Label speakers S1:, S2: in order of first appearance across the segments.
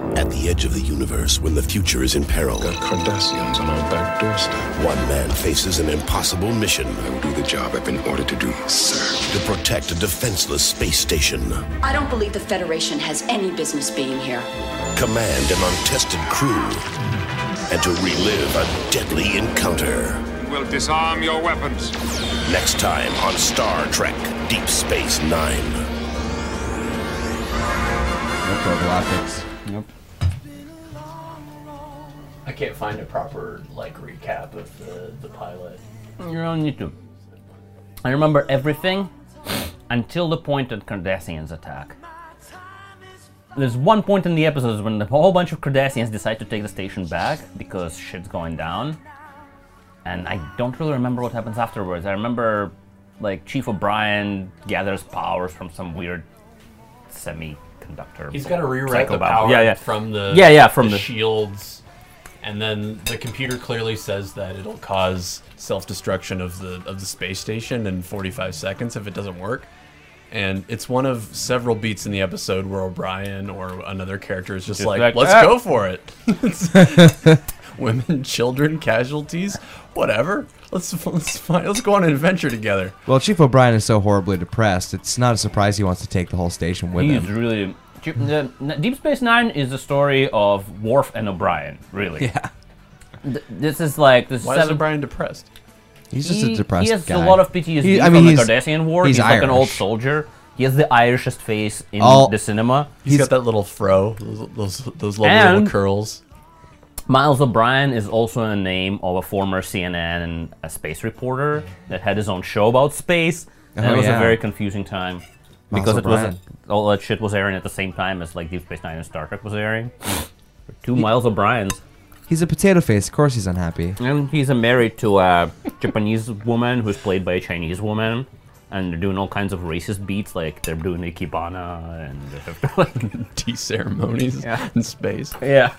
S1: At the edge of the universe, when the future is in peril,
S2: Got Cardassians on our back doorstep.
S1: one man faces an impossible mission
S2: I will do the job I've been ordered to do, sir.
S1: to protect a defenseless space station.
S3: I don't believe the Federation has any business being here.
S1: Command an untested crew, and to relive a deadly encounter.
S4: will disarm your weapons.
S1: Next time on Star Trek Deep Space Nine.
S5: Nope, robotics. Nope.
S6: I can't find a proper like recap of the, the pilot.
S7: You're on YouTube. I remember everything until the point that Cardassians attack. There's one point in the episodes when a whole bunch of Cardassians decide to take the station back because shit's going down. And I don't really remember what happens afterwards. I remember, like, Chief O'Brien gathers powers from some weird semiconductor.
S6: He's got to rewrite the
S7: psychobabble.
S6: power
S7: Yeah, yeah.
S6: from the
S7: Yeah, yeah, from the-
S6: shields, and then the computer clearly says that it'll cause self-destruction of the of the space station in 45 seconds if it doesn't work. And it's one of several beats in the episode where O'Brien or another character is just, like,
S7: like,
S6: "Let's
S7: "Ah."
S6: go for it." Women, children, casualties, whatever. Let's let's find, let's go on an adventure together.
S5: Well, Chief O'Brien is so horribly depressed. It's not a surprise he wants to take the whole station with
S7: He's
S5: him.
S7: really. Chip- the- n- Deep Space Nine is the story of Worf and O'Brien, really. Yeah. This is like this
S6: Why is
S7: seven.
S6: O'Brien depressed?
S5: He's just
S7: he-
S5: a depressed
S7: He has
S5: guy.
S7: a lot of PTSD
S5: He-
S7: from the Cardassian War. He's, like an old
S5: Irish.
S7: soldier. He has the Irishest face in
S5: All-
S7: the cinema.
S6: He's got that little fro, those those, those lovely
S7: And-
S6: little curls.
S7: Miles O'Brien is also a name of a former CNN and a space reporter that had his own show about space. And
S5: Oh,
S7: it was
S5: yeah.
S7: a very confusing time
S5: Miles
S7: because it
S5: O'Brien.
S7: was all that shit was airing at the same time as like Deep Space Nine and Star Trek was airing. Two Miles O'Briens.
S5: He's a potato face. Of course, he's unhappy.
S7: And he's uh, married to a Japanese woman who's played by a Chinese woman. And they're doing all kinds of racist beats, like they're doing the Kibana and
S6: tea ceremonies in space.
S7: yeah,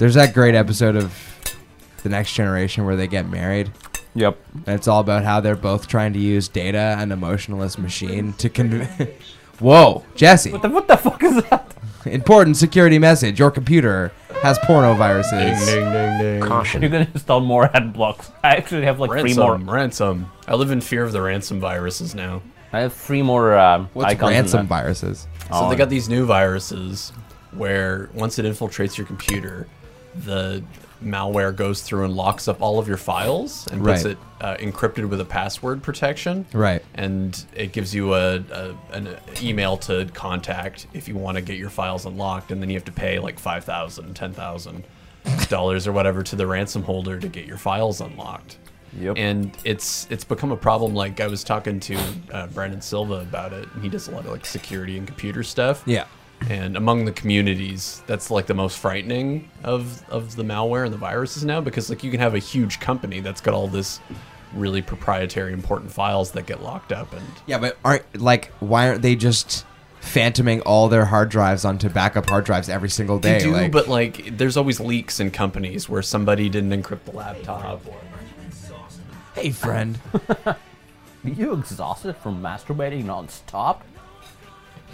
S5: There's that great episode of The Next Generation where they get married.
S7: yep.
S5: And it's all about how they're both trying to use data, an emotionless machine, to convince. Whoa, Jesse!
S7: What the, what the fuck is that?
S5: Important security message. Your computer has porno viruses.
S7: You're gonna install more ad blocks. I actually have like three more.
S6: Ransom, ransom. I live in fear of the ransom viruses now.
S7: I have three more um,
S5: What's
S7: icons. in
S5: ransom
S7: that.
S5: viruses?
S6: So they got these new viruses where once it infiltrates your computer, the malware goes through and locks up all of your files and puts
S5: Right.
S6: it uh, encrypted with a password protection.
S5: Right.
S6: And it gives you a, a an email to contact if you want to get your files unlocked, and then you have to pay like five thousand, ten thousand dollars or whatever to the ransom holder to get your files unlocked.
S7: Yep.
S6: and it's it's become a problem. Like I was talking to uh, Brandon Silva about it, and he does a lot of like security and computer stuff.
S5: Yeah.
S6: And among the communities, that's like the most frightening of of the malware and the viruses now, because like you can have a huge company that's got all this really proprietary important files that get locked up, and
S5: Yeah, but aren't like why aren't they just phantoming all their hard drives onto backup hard drives every single day?
S6: they do.
S5: like,
S6: but like, there's always leaks in companies where somebody didn't encrypt the laptop. Or,
S5: hey, friend,
S7: Are you exhausted from masturbating nonstop?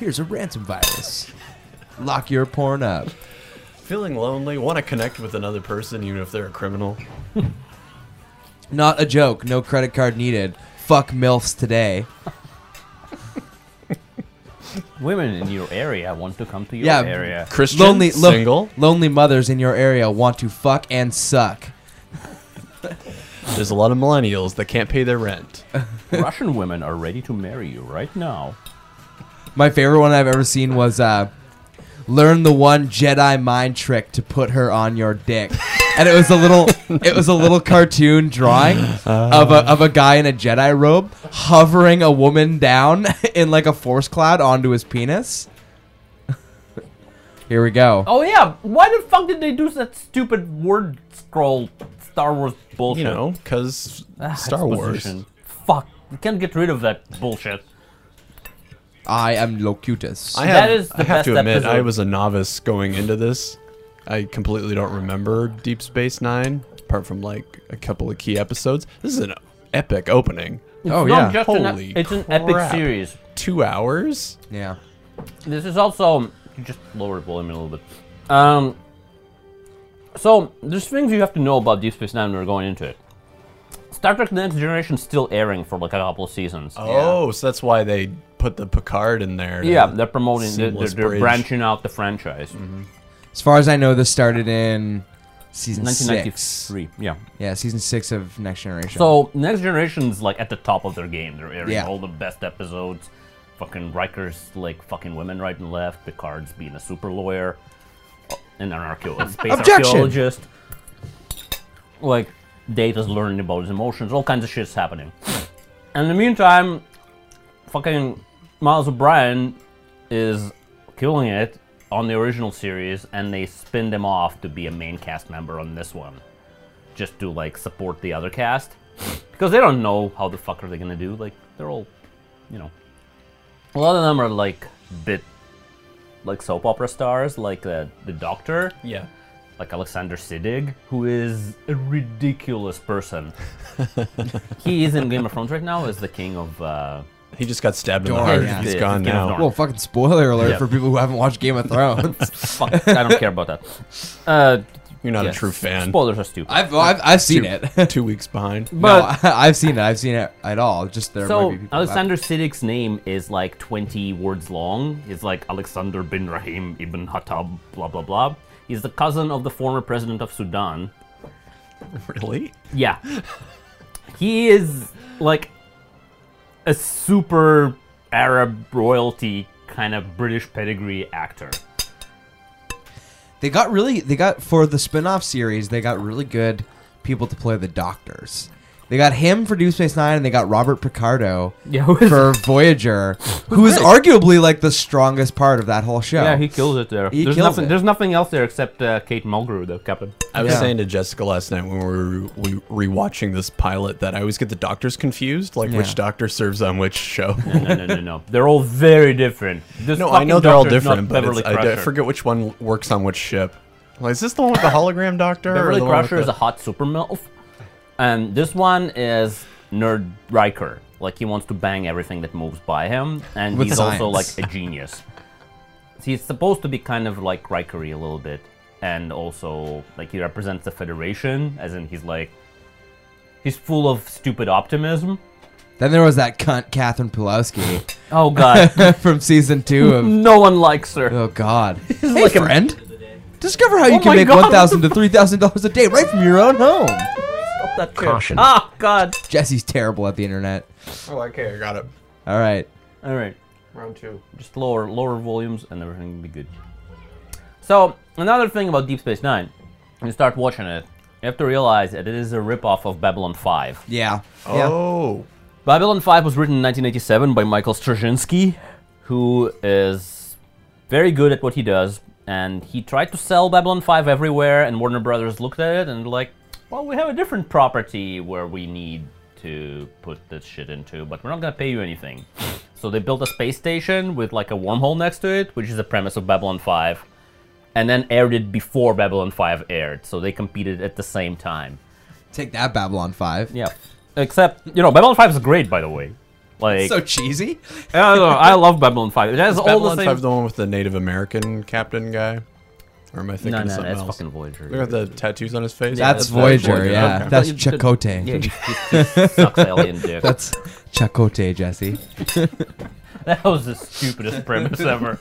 S5: here's a ransom virus. Lock your porn up.
S6: feeling lonely, want to connect with another person, even if they're a criminal.
S5: Not a joke. No credit card needed. Fuck milfs today.
S7: Women in your area want to come to your
S5: Yeah.
S7: area.
S6: Christian,
S5: Lonely, lo-
S6: single.
S5: lonely mothers in your area want to fuck and suck.
S6: There's a lot of millennials that can't pay their rent.
S7: Russian women are ready to marry you right now.
S5: My favorite one I've ever seen was uh, learn the one Jedi mind trick to put her on your dick. And it was a little, it was a little cartoon drawing of a of a guy in a Jedi robe hovering a woman down in like a force cloud onto his penis. Here we go.
S7: Oh yeah, why the fuck did they do that stupid word scroll Star Wars bullshit?
S6: You know, because
S7: Ah,
S6: Star Wars.
S7: exposition. Fuck, you can't get rid of that bullshit.
S5: I am Locutus.
S6: I have,
S7: That is the
S6: I have to
S7: best
S6: admit, I
S7: episode.
S6: was a novice going into this. I completely don't remember Deep Space Nine, apart from like a couple of key episodes. This is an epic opening.
S5: oh
S7: Not
S5: yeah,
S7: just an-
S6: Holy
S7: it's an epic
S6: crap.
S7: series.
S6: Two hours?
S5: yeah.
S7: This is also just lower the volume a little bit. Um, So there's things you have to know about Deep Space Nine when we're going into it. Star Trek: The Next Generation still airing for like a couple of seasons.
S6: Oh, so that's why they put the Picard in there. to-
S7: yeah, they're promoting, they're, they're,
S6: Seamless
S7: they're
S6: bridge. Mm-hmm.
S7: branching out the franchise.
S5: As far as I know, this started in season six.
S7: 1993. Yeah.
S5: Yeah, season six of Next Generation.
S7: So Next Generation's like at the top of their game. They're airing
S5: Yeah.
S7: all the best episodes. Fucking Riker's like fucking women right and left. Picard's being a super lawyer, an archaeo- a space
S5: Objection!
S7: archaeologist. Like Data's learning about his emotions. All kinds of shit's happening. And in the meantime, fucking Miles O'Brien is killing it on the original series, and they spin them off to be a main cast member on this one, just to like support the other cast, because they don't know how the fuck are they gonna do. Like they're all, you know, a lot of them are like bit, like soap opera stars, like uh, the Doctor,
S6: Yeah.
S7: like Alexander Siddig, who is a ridiculous person. he is in Game of Thrones right now as the king of. Uh,
S6: He just got stabbed in the
S5: Dorn,
S6: heart.
S5: yeah.
S6: He's
S7: Yeah,
S6: gone
S7: he's gone
S6: now.
S7: Dorn.
S5: well, fucking spoiler alert
S7: Yeah.
S5: for people who haven't watched Game of Thrones.
S7: fuck, I don't care about that. Uh,
S6: You're not
S7: yeah,
S6: a true fan.
S7: Spoilers are stupid.
S5: I've, I've I've seen
S6: Two-
S5: it.
S6: Two weeks behind.
S5: But no, I, have seen it. I've seen it at all. Just there might
S7: So
S5: be people. who haven't.
S7: Alexander Siddiq's name is like 20 words long. It's like Alexander bin Rahim ibn Hattab, blah blah blah. He's the cousin of the former president of Sudan.
S6: Really?
S7: Yeah, he is like a super Arab royalty kind of British pedigree actor.
S5: They got really they got for the spin-off series, they got really good people to play the doctors. They got him for Deep Space Nine and they got Robert Picardo
S7: Yeah, who is-
S5: for Voyager, who is arguably like the strongest part of that whole
S6: Oh.
S5: show.
S7: Yeah, he kills it there.
S5: He
S7: there's
S5: kills
S7: nothing.
S5: it.
S7: There's nothing else there except uh, Kate Mulgrew, the captain.
S6: I was
S5: Yeah.
S6: saying to Jessica last night when we were re- re- rewatching this pilot that I always get the doctors confused, like
S5: Yeah.
S6: which doctor serves on which show.
S7: No, no, no, no. They're all very different. This
S6: no, I
S7: fucking
S6: know they're all
S7: doctor is not
S6: different, but
S7: Beverly
S6: it's- I, d- I
S7: Crusher.
S6: forget which one works on which ship. Like, is this the one with the hologram doctor?
S7: Beverly
S6: or the one with
S7: Crusher is
S6: the-
S7: a hot super MILF. And this one is Nerd Riker. Like, he wants to bang everything that moves by him. And
S5: With
S7: he's also, like,
S5: science.
S7: a genius. he's supposed to be kind of, like, Rikery a little bit. And also, like, he represents the Federation, as in he's, like, he's full of stupid optimism.
S5: Then there was that cunt Catherine Pulowski
S7: Oh, God.
S5: from season two of
S7: no one likes her.
S5: Oh God. Hey
S7: like a-
S5: friend. Discover how you
S7: Oh
S5: can
S7: my
S5: make
S7: God,
S5: one thousand to three thousand dollars a day right from your own home.
S7: Stop that Caution. Oh, God.
S5: Jesse's terrible at the internet.
S6: Oh, okay, I got it.
S5: All right.
S7: All right.
S6: Round two.
S7: just lower lower volumes and everything will be good. So another thing about Deep Space Nine, when you start watching it, you have to realize that it is a ripoff of Babylon 5.
S5: Yeah. Yeah.
S6: Oh,
S7: Babylon 5 was written in 1987 by Michael Straczynski, who is very good at what he does, and he tried to sell Babylon 5 everywhere, and Warner Brothers looked at it and like, well, we have a different property where we need to put this shit into, but we're not gonna pay you anything. So they built a space station with like a wormhole next to it, which is the premise of Babylon 5, and then aired it before Babylon 5 aired, so they competed at the same time.
S5: Take that Babylon five.
S7: Yeah. Except, you know, Babylon 5 is great, by the way. Like,
S5: So cheesy.
S7: I, don't know, I love Babylon 5. It has all
S6: Babylon
S7: the same.
S6: Five, the one with the Native American captain guy, or am I thinking
S7: no,
S6: of
S7: no,
S6: something
S7: that's
S6: else?
S7: fucking Voyager.
S6: Look at the tattoos on his face.
S5: That's Voyager, yeah.
S6: okay.
S5: That's
S7: You- you-
S5: Chakotay.
S7: Yeah, he- he- he sucks alien dick.
S5: That's Chakote, Jesse.
S7: that was the stupidest premise ever.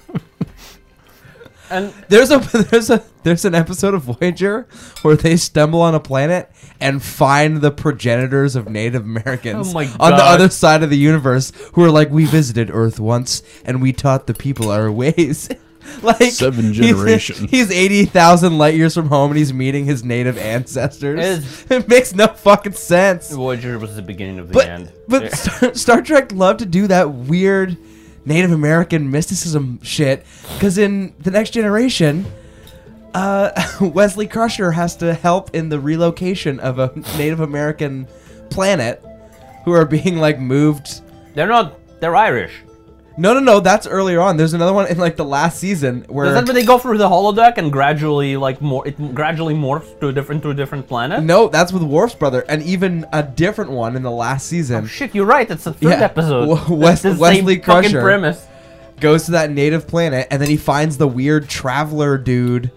S7: And
S5: There's a there's a there's an episode of Voyager where they stumble on a planet and find the progenitors of Native Americans
S7: Oh my
S5: on the
S7: God.
S5: other side of the universe who are like, we visited Earth once and we taught the people our ways. like
S6: Seven
S5: he's-
S6: generations.
S5: He's, eighty thousand light years from home and he's meeting his native ancestors.
S7: It's-
S5: it makes no fucking sense.
S7: Voyager was the beginning of the
S5: But
S7: end.
S5: but
S7: Yeah.
S5: Star, Star Trek loved to do that weird Native American mysticism shit because in the Next Generation, uh, Wesley Crusher has to help in the relocation of a Native American planet who are being like moved.
S7: they're not. They're Irish.
S5: No, no, no. That's earlier on. There's another one in like the last season
S7: Is
S5: where
S7: that when they go through the holodeck and gradually, like, more it gradually morphs to a different to a different planet?
S5: no, that's with Worf's brother, and even a different one in the last season.
S7: Oh, Shit, you're right. It's the third
S5: Yeah.
S7: episode.
S5: W-
S7: It's
S5: Wes-
S7: the
S5: Wesley
S7: same fucking
S5: Crusher.
S7: premise.
S5: goes to that native planet and then he finds the weird traveler dude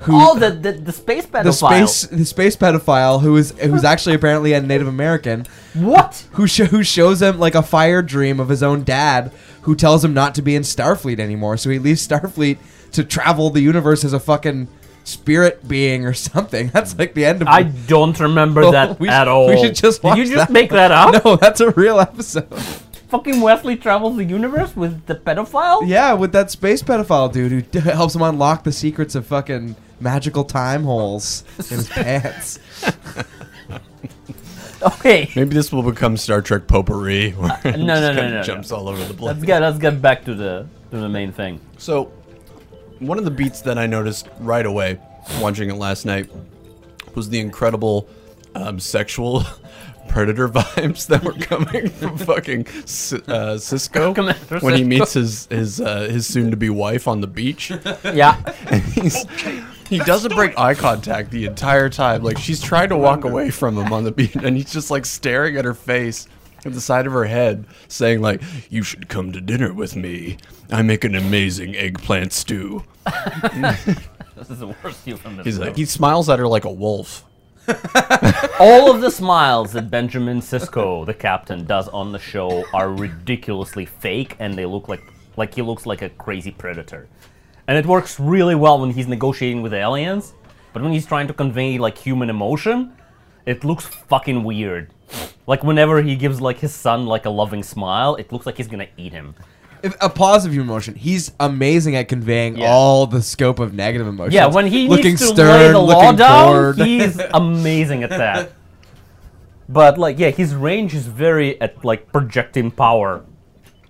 S5: who
S7: Oh, the the, the space pedophile.
S5: the space the space pedophile who is who's actually apparently a Native American
S7: What?
S5: who sho who shows him like a fire dream of his own dad who tells him not to be in Starfleet anymore. So he leaves Starfleet to travel the universe as a fucking spirit being or something. That's like the end of
S7: I don't remember
S5: Oh,
S7: that
S5: we sh-
S7: at all.
S5: we should just
S7: Did you
S5: watch
S7: just
S5: that.
S7: make that up?
S5: No, that's a real episode.
S7: Fucking Wesley travels the universe with the pedophile?
S5: Yeah, with that space pedophile dude who d- helps him unlock the secrets of fucking magical time holes in his pants.
S7: Okay.
S6: Maybe this will become Star Trek potpourri. Where it
S7: no,
S6: just kinda
S7: no, no, no,
S6: Jumps all over the place.
S7: Let's get let's get back to the to the main thing.
S6: So, one of the beats that I noticed right away watching it last night was the incredible um, sexual predator vibes that were coming from fucking Si- uh, Cisco
S7: Commander
S6: when he
S7: Sisko.
S6: meets his his uh, his soon to be wife on the beach.
S7: Yeah.
S6: He's- he doesn't break eye contact the entire time. Like she's trying to walk away from him on the beach, and he's just like staring at her face at the side of her head, saying like, "You should come to dinner with me. I make an amazing eggplant stew."
S7: this is the worst you from this.
S6: He's
S7: show.
S6: like, he smiles at her like a wolf.
S7: All of the smiles that Benjamin Sisko, the captain, does on the show are ridiculously fake, and they look like like he looks like a crazy predator. And it works really well when he's negotiating with aliens, but when he's trying to convey like human emotion, it looks fucking weird. Like whenever he gives like his son like a loving smile, it looks like he's gonna eat him.
S5: If, a positive emotion. He's amazing at conveying
S7: Yeah.
S5: all the scope of negative emotions.
S7: Yeah, when he
S5: looking
S7: needs to
S5: stern,
S7: lay the law
S5: looking
S7: down,
S5: bored.
S7: he's amazing at that. But like, yeah, his range is very at like projecting power.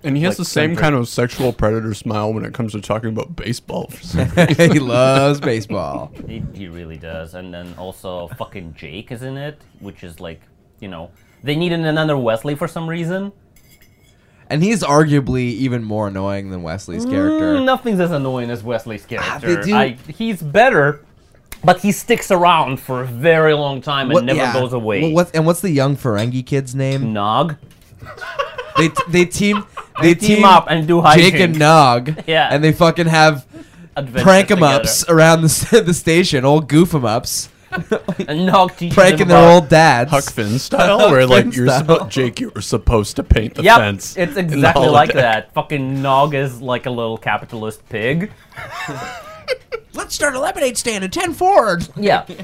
S6: And he has
S7: Like
S6: the same
S7: center.
S6: kind of sexual predator smile when it comes to talking about baseball. for some reason.
S5: he loves baseball.
S7: He, he really does. And then also fucking Jake is in it, which is like, you know, they needed another Wesley for some reason.
S5: And he's arguably even more annoying than Wesley's
S7: Mm,
S5: character.
S7: Nothing's as annoying as Wesley's
S5: Ah, they
S7: character.
S5: do-
S7: I, he's better, but he sticks around for a very long time and
S5: What-
S7: never
S5: yeah.
S7: goes away.
S5: Well, what, and what's the young Ferengi kid's name?
S7: Nog?
S5: They t- they team they,
S7: Team, up and do high
S5: Jake and Nog.
S7: Yeah.
S5: And they fucking have
S7: and
S5: prank 'em ups around the, s- the station, old goof 'em ups,
S7: And Nog teaches
S5: pranking
S7: him
S5: their
S7: about-
S5: old dads.
S6: Huck Finn style, where like
S5: Finn
S6: you're
S5: style.
S6: supposed, Jake, you were supposed to paint the
S7: Yep,
S6: fence.
S7: it's
S6: in the
S7: exactly like
S6: holodeck.
S7: that. Fucking Nog is like a little capitalist pig.
S5: Let's start a lemonade stand in ten forward.
S7: Yeah.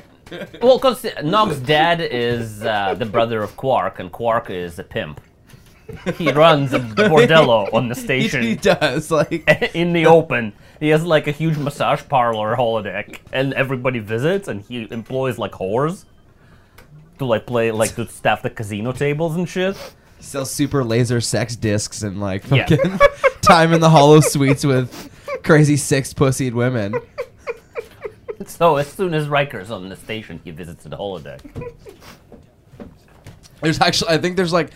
S7: Well, because Nog's dad is uh, the brother of Quark, and Quark is a pimp. He runs a bordello on the
S5: He, he
S7: station
S5: does like
S7: in the open. He has like a huge massage parlor holodeck, and everybody visits, and he employs like whores to like play, like to staff the casino tables and shit.
S5: sells super laser sex discs and like
S7: Yeah.
S5: fucking time in the hollow suites with crazy six pussied women.
S7: So as soon as Riker's on the station, he visits the holodeck.
S5: There's actually, I think there's like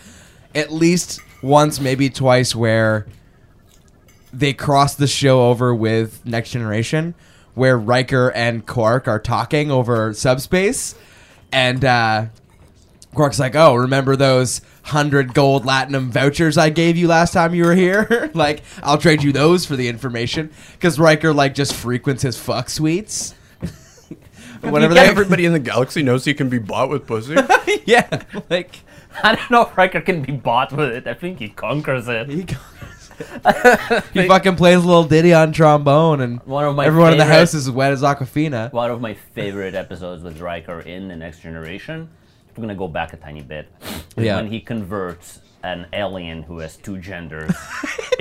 S5: at least once, maybe twice, where they cross the show over with Next Generation, where Riker and Quark are talking over subspace, and uh, Quark's like, "Oh, remember those hundred gold latinum vouchers I gave you last time you were here? like, I'll trade you those for the information." Because Riker like just frequents his fuck suites. Whenever they,
S6: everybody in the galaxy knows he can be bought with pussy.
S5: yeah, like
S7: I don't know if Riker can be bought with it. I think he conquers it.
S5: He, he fucking plays a little ditty on trombone, and
S7: One of my
S5: everyone in the
S7: favorite-
S5: house is as wet as Aquafina.
S7: one of my favorite episodes with Riker in The Next Generation. We're gonna go back a tiny bit. is
S5: Yeah.
S7: When he converts an alien who has two genders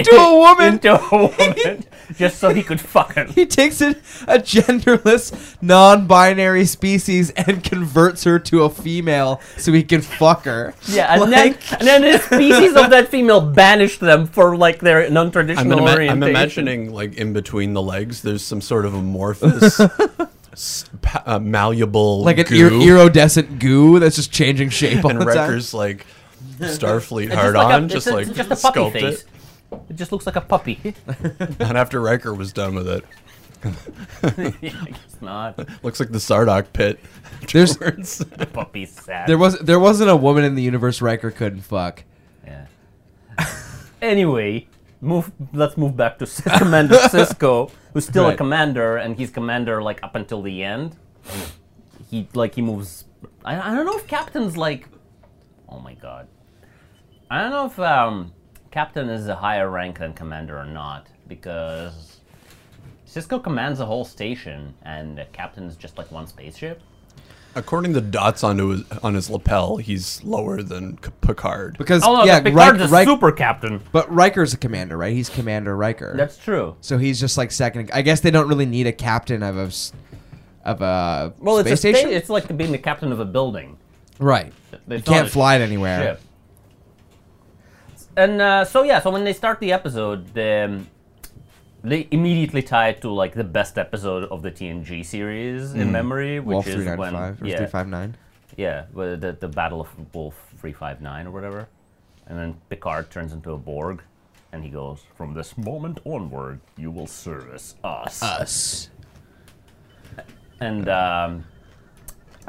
S5: to a woman,
S7: into a woman, just so he could fuck her.
S5: he takes a, a genderless, non-binary species and converts her to a female so he can fuck her.
S7: Yeah, and then and then the species of that female banished them for like their
S6: I'm,
S7: non-traditional
S6: ima-
S7: orientation.
S6: I'm imagining like in between the legs, there's some sort of amorphous, s- pa- uh, malleable,
S5: like an
S6: goo,
S5: ir- iridescent goo that's just changing shape all
S6: and
S5: the time.
S6: Wreckers like Starfleet
S7: It's
S6: hard
S7: like a-
S6: on,
S7: it's
S6: just
S7: a-
S6: like
S7: it's just a puppy
S6: sculpt
S7: face.
S6: it.
S7: It just looks like a puppy.
S6: Not after Riker was done with it.
S7: it's not.
S6: Looks like the Sardoc pit.
S5: There's-
S6: afterwards.
S7: The puppy's sad.
S5: There was there wasn't a woman in the universe Riker couldn't fuck.
S7: Yeah. anyway, move let's move back to commander cisco who's still a
S5: Right.
S7: commander and he's commander like up until the end he like he moves I, I don't know if captain's like oh my god i don't know if um, captain is a higher rank than commander or not because cisco commands a whole station and captain is just like one spaceship
S6: According to dots onto his, on his lapel, he's lower than K- Picard.
S5: Because
S7: oh no
S5: yeah,
S7: picard's
S5: Rik-
S7: a
S5: Rik-
S7: super captain
S5: but Riker's a commander, right? He's Commander Riker.
S7: that's true
S5: so he's just like second. I guess they don't really need a captain of a s- of a
S7: well it's
S5: space
S7: a sta-
S5: station,
S7: it's like being the captain of a building
S5: right?
S7: They
S5: you can't
S7: thought-
S5: fly it anywhere.
S7: Ship. And uh, so yeah, so when they start the episode, um, they immediately tie it to like the best episode of the TNG series in memory, which
S5: Wolf
S7: is
S5: three nine
S7: when
S5: Mm. five or
S7: yeah,
S5: three five nine.
S7: yeah, well, the the Battle of Wolf three five nine or whatever, and then Picard turns into a Borg, and he goes, "From this moment onward, you will service us."
S5: Us.
S7: And um,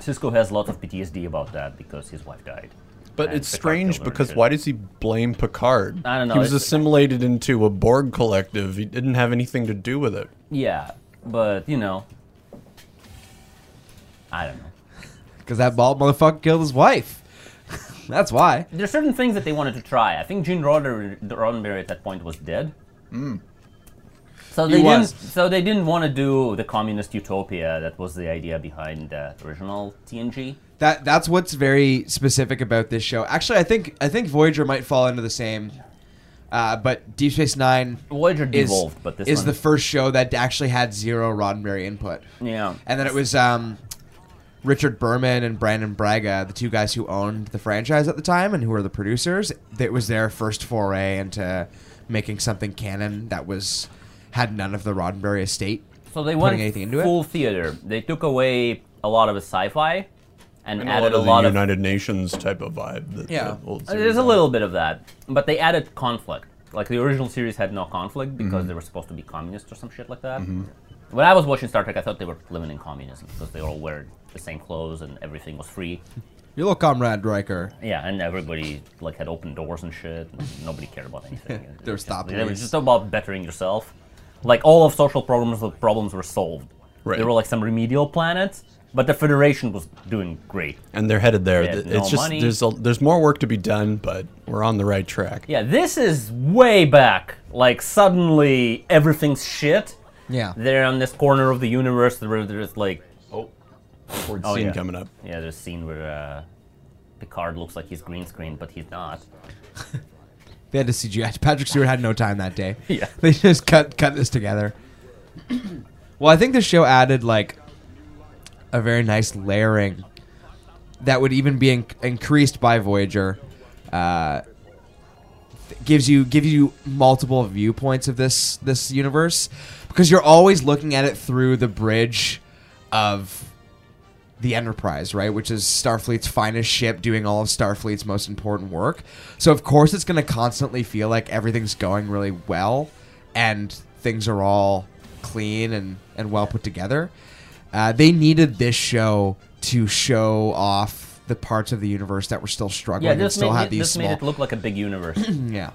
S7: Cisco has lots of PTSD about that because his wife died.
S6: But
S7: and
S6: it's
S7: Picard
S6: strange
S7: killed her
S6: because
S7: and
S6: why
S7: shit.
S6: does he blame Picard?
S7: I don't know,
S6: He was
S7: it's-
S6: assimilated into a Borg collective. He didn't have anything to do with it.
S7: Yeah, but you know, I don't know.
S5: Because that bald motherfucker killed his wife. That's why.
S7: There's certain things that they wanted to try. I think Gene Rodder- Roddenberry at that point was dead. So they didn't.
S5: Mm. was.
S7: So they didn't want to do the communist utopia. That was the idea behind the original TNG.
S5: That that's what's very specific about this show. Actually, I think I think Voyager might fall into the same. Uh, but Deep Space Nine
S7: Voyager
S5: is,
S7: devolved, but this
S5: is
S7: one,
S5: the first show that actually had zero Roddenberry input.
S7: yeah.
S5: And then it was um, Richard Berman and Brandon Braga, the two guys who owned the franchise at the time and who were the producers. That was their first foray into making something canon that was had none of the Roddenberry estate.
S7: So they went
S5: putting anything into it?
S7: full theater. They took away a lot of the sci-fi and,
S6: And
S7: added
S6: a lot of the
S7: of
S6: United Nations type of vibe. That
S5: Yeah.
S6: the old
S7: Uh,
S6: series
S7: There's a
S6: had.
S7: little bit of that, but they added conflict. Like the original series had no conflict because they were supposed to be communists or some shit like that. When I was watching Star Trek, I thought they were living in communism because they all wore the same clothes and everything was free.
S5: Your little comrade Riker.
S7: Yeah, and everybody like had open doors and shit. And nobody cared about anything. It
S5: They were
S7: was just-
S5: stopped
S7: It was
S5: police.
S7: just about bettering yourself. Like all of social problems, problems were solved.
S6: Right.
S7: There were like some remedial planets, but the Federation was doing great.
S6: and they're headed there.
S7: They had
S6: Th-
S7: no
S6: it's just
S7: money.
S6: there's a, there's more work to be done, but we're on the right track.
S7: Yeah, this is way back. Like suddenly everything's shit.
S5: Yeah.
S7: They're on this corner of the universe where there's like
S6: Awkward
S7: Oh,
S6: scene
S7: yeah.
S6: coming up.
S7: yeah, there's a scene where uh, Picard looks like he's green screen, but he's not.
S5: They had to CGI. Patrick Stewart had no time that day.
S7: Yeah.
S5: They just cut cut this together. well, I think the show added like a very nice layering that would even be in- increased by Voyager. Uh, th- gives you gives you multiple viewpoints of this this universe because you're always looking at it through the bridge of the Enterprise, right? Which is Starfleet's finest ship doing all of Starfleet's most important work. So, of course, it's going to constantly feel like everything's going really well and things are all clean and, and well put together. Uh, they needed this show to show off the parts of the universe that were still struggling
S7: Yeah,
S5: and
S7: this,
S5: still
S7: made,
S5: had
S7: it,
S5: these
S7: this made
S5: small.
S7: it look like a big universe.
S5: yeah.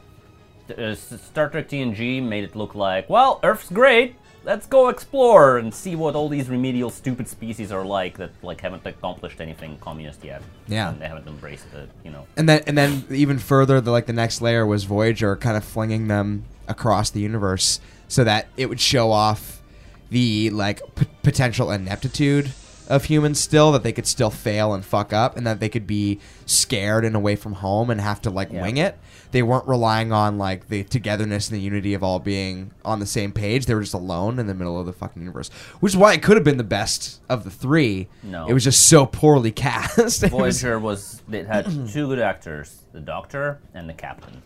S7: uh, S- Star Trek TNG made it look like, well, Earth's great. Let's go explore and see what all these remedial stupid species are like that like haven't accomplished anything communist yet.
S5: Yeah.
S7: and they haven't embraced the you know
S5: and then and then even further the like the next layer was voyager kind of flinging them across the universe so that it would show off the like p- potential ineptitude of humans still that they could still fail and fuck up and that they could be scared and away from home and have to like
S7: Yeah.
S5: wing it they weren't relying on like the togetherness and the unity of all being on the same page they were just alone in the middle of the fucking universe which is why it could have been the best of the three
S7: No.
S5: it was just so poorly cast It was-
S7: Voyager was it had two good actors, the Doctor and the Captain.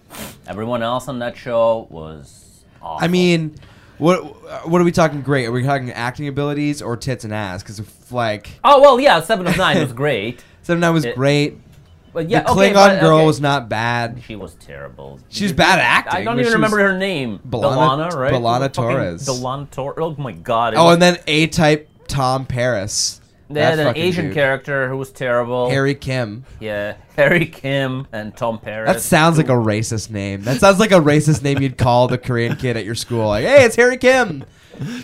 S7: Everyone else on that show was awful.
S5: I mean, what what are we talking? Great? Are we talking acting abilities or tits and ass? Because like
S7: oh well, yeah, Seven of Nine was great,
S5: Seven Nine was
S7: It-
S5: great.
S7: but yeah,
S5: the Klingon
S7: okay, but-
S5: girl
S7: okay.
S5: was not bad.
S7: She was terrible.
S5: She's bad acting.
S7: I don't
S5: but
S7: even
S5: she
S7: remember
S5: was-
S7: her name.
S5: B'Elanna-
S7: Delana, right?
S5: B'Elanna
S7: Fucking
S5: Torres.
S7: Delana Torres. Oh my god. it
S5: Oh,
S7: was-
S5: and then A Type Tom Paris.
S7: They had
S5: That
S7: an
S5: fucking
S7: Asian
S5: dude.
S7: character who was terrible.
S5: Harry Kim.
S7: Yeah, Harry Kim and Tom Paris.
S5: That sounds like a racist name. That sounds like a racist name you'd call the Korean kid at your school. Like, hey, it's Harry Kim.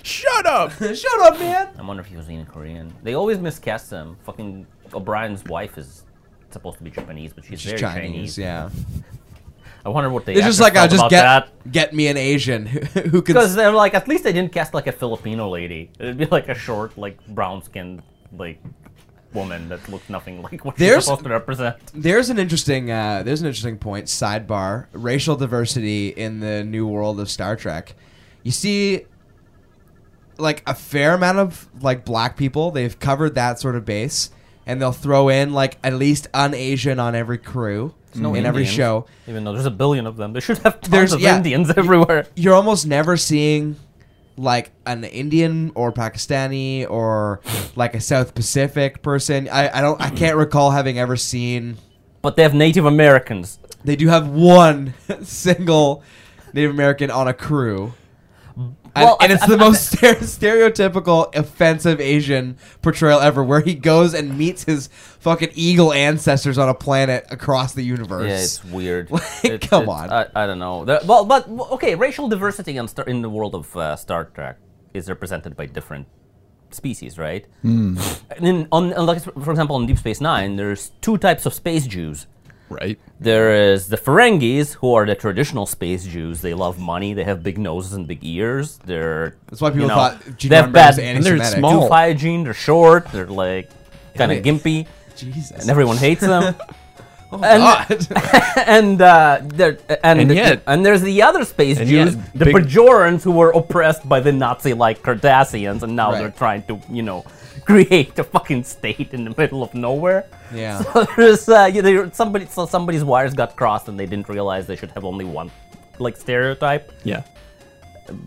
S5: Shut up. Shut up, man.
S7: I wonder if he was in Korean. They always miscast him. Fucking O'Brien's wife is supposed to be Japanese, but she's,
S5: She's
S7: very
S5: Chinese,
S7: Chinese.
S5: yeah.
S7: I wonder what they.
S5: It's just like, I just
S7: about
S5: get
S7: that.
S5: get me an Asian who, who can.
S7: Because they're like, at least they didn't cast like a Filipino lady. It'd be like a short, like brown-skinned, like woman that looked nothing like what she's
S5: There's-
S7: supposed to represent.
S5: There's an interesting uh, there's an interesting point sidebar racial diversity in the new world of Star Trek. You see like a fair amount of like black people, they've covered that sort of base and they'll throw in like at least an Asian on every crew in every
S7: Indians,
S5: show.
S7: Even though there's a billion of them, they should have tons
S5: There's-
S7: of
S5: yeah.
S7: Indians everywhere.
S5: You're almost never seeing like an Indian or Pakistani or like a South Pacific person. I, I don't I can't recall having ever seen
S7: But they have Native Americans.
S5: They do have one single Native American on a crew. And-
S7: Well,
S5: and
S7: I-
S5: it's the most stere- stereotypical offensive Asian portrayal ever, where he goes and meets his fucking eagle ancestors on a planet across the universe.
S7: Yeah, it's weird.
S5: Like,
S7: It's-
S5: come
S7: it's-
S5: on.
S7: I, I don't know. The- well, but w- okay, racial diversity in, Star, in the world of uh, Star Trek is represented by different species, right?
S5: Hmm.
S7: And in, on, on, like, for example, on Deep Space Nine, there's two types of space Jews.
S6: Right.
S7: There is the Ferengis, who are the traditional space Jews. They love money. They have big noses and big ears. They're
S5: That's why people
S7: you know,
S5: thought
S7: they
S5: Gene
S7: have bad
S5: was anti-Semitic.
S6: small.
S7: tooth hygiene. They're short. They're like kind of
S5: Wait.
S7: gimpy,
S5: Jesus.
S7: and everyone hates them. and
S5: God.
S7: and uh, there, and
S6: And yet-
S7: and there's the other space
S6: And
S7: Jews,
S6: yet,
S7: the
S6: big-
S7: Bajorans, who were oppressed by the Nazi-like Cardassians, and now
S5: Right.
S7: they're trying to, you know, create a fucking state in the middle of nowhere.
S5: Yeah.
S7: So there's uh, you know, somebody, so somebody's wires got crossed, and they didn't realize they should have only one, like stereotype.
S6: Yeah.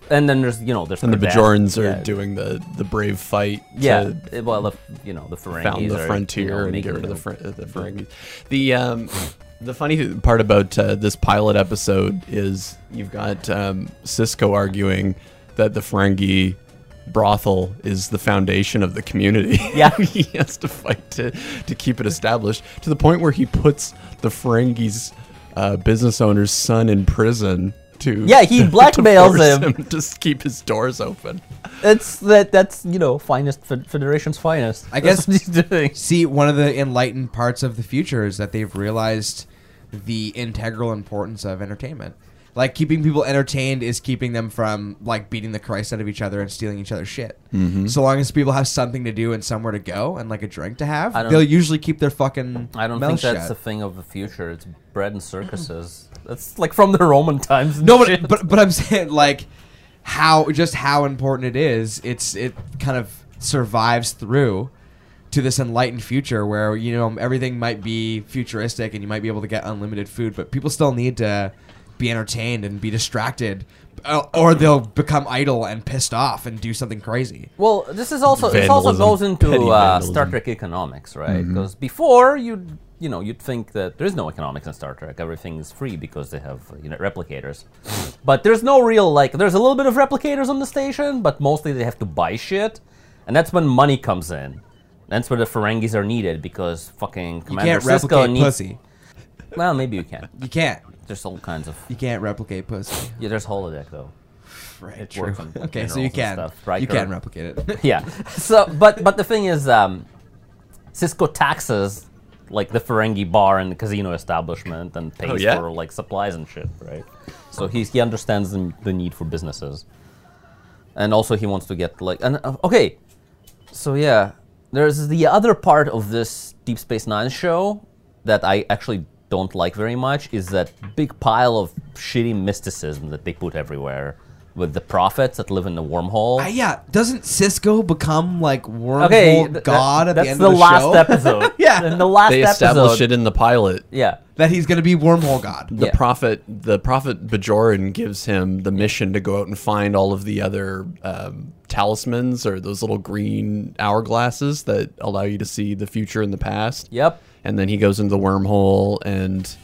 S7: And then there's, you know, there's
S6: And the
S7: Cardass-
S6: Bajorans are
S7: yeah.
S6: doing the the brave fight.
S7: Yeah,
S6: To,
S7: eh, well, the, you know, the Ferengis
S6: found
S7: are,
S6: the
S7: you
S6: frontier
S7: know,
S6: and
S7: making
S6: get rid of the,
S7: them-
S6: fr- the Ferengis. The um, the funny part about uh, this pilot episode is you've got um, Cisco arguing that the Ferengi brothel is the foundation of the community.
S7: Yeah.
S6: he has to fight to to keep it established to the point where he puts the Ferengi's uh, business owner's son in prison. To,
S7: Yeah, he
S6: to
S7: blackmails
S6: force
S7: him.
S6: to s- keep his doors open.
S7: That's that. That's you know, finest fed- federation's finest.
S5: I
S7: That's
S5: guess-
S7: what he's doing.
S5: See, one of the enlightened parts of the future is that they've realized the integral importance of entertainment. Like keeping people entertained is keeping them from like beating the Christ out of each other and stealing each other's shit. So long as people have something to do and somewhere to go and like a drink to have,
S7: I don't-
S5: they'll usually keep their fucking.
S7: I don't think
S5: mouths
S7: that's
S5: shut.
S7: a thing of the future. It's bread and circuses. That's like from the Roman times. and
S5: no,
S7: shit.
S5: but, but but I'm saying like how just how important it is. It's it kind of survives through to this enlightened future where you know everything might be futuristic and you might be able to get unlimited food, but people still need to be entertained and be distracted, uh, or they'll become idle and pissed off and do something crazy.
S7: well, this is also this also
S6: Vandalism.
S7: goes
S6: Petty
S7: into uh, Star
S6: vandalism.
S7: Trek economics, right?
S5: Mm-hmm.
S7: Because before you you know you'd think that there's no economics in Star Trek. Everything is free because they have you know replicators. but there's no real like there's a little bit of replicators on the station, but mostly they have to buy shit, and that's when money comes in. That's where the Ferengis are needed because fucking
S5: You
S7: Commander
S5: can't
S7: Sisko
S5: replicate
S7: needs.
S5: pussy.
S7: Well, maybe you can.
S5: You can't.
S7: There's all kinds of
S5: You can't replicate pussy.
S7: yeah. There's holodeck though.
S5: Right.
S7: true. works on
S5: Okay, so
S7: minerals
S5: you
S7: and
S5: can.
S7: stuff, right,
S5: you
S7: Kurt?
S5: can replicate it.
S7: yeah. So, but but the thing is, um, Cisco taxes like the Ferengi bar and the casino establishment and pays
S6: Oh, yeah?
S7: for like supplies and shit, right? So he's, he understands the, the need for businesses, and also he wants to get like and uh, okay, so yeah, there's the other part of this Deep Space Nine show that I actually don't like very much is that big pile of shitty mysticism that they put everywhere with the prophets that live in the wormhole.
S5: Uh, yeah, doesn't Cisco become like wormhole
S7: Okay, th-
S5: god
S7: that-
S5: at
S7: that's
S5: the end of the
S7: last
S5: show?
S7: episode.
S5: Yeah.
S7: in the last
S6: They
S7: episode.
S6: establish it in the pilot.
S7: Yeah,
S5: that he's gonna be wormhole god.
S6: the
S7: Yeah.
S6: prophet the prophet Bajoran gives him the mission to go out and find all of the other um, talismans or those little green hourglasses that allow you to see the future and the past.
S7: Yep.
S6: And then he goes into the wormhole and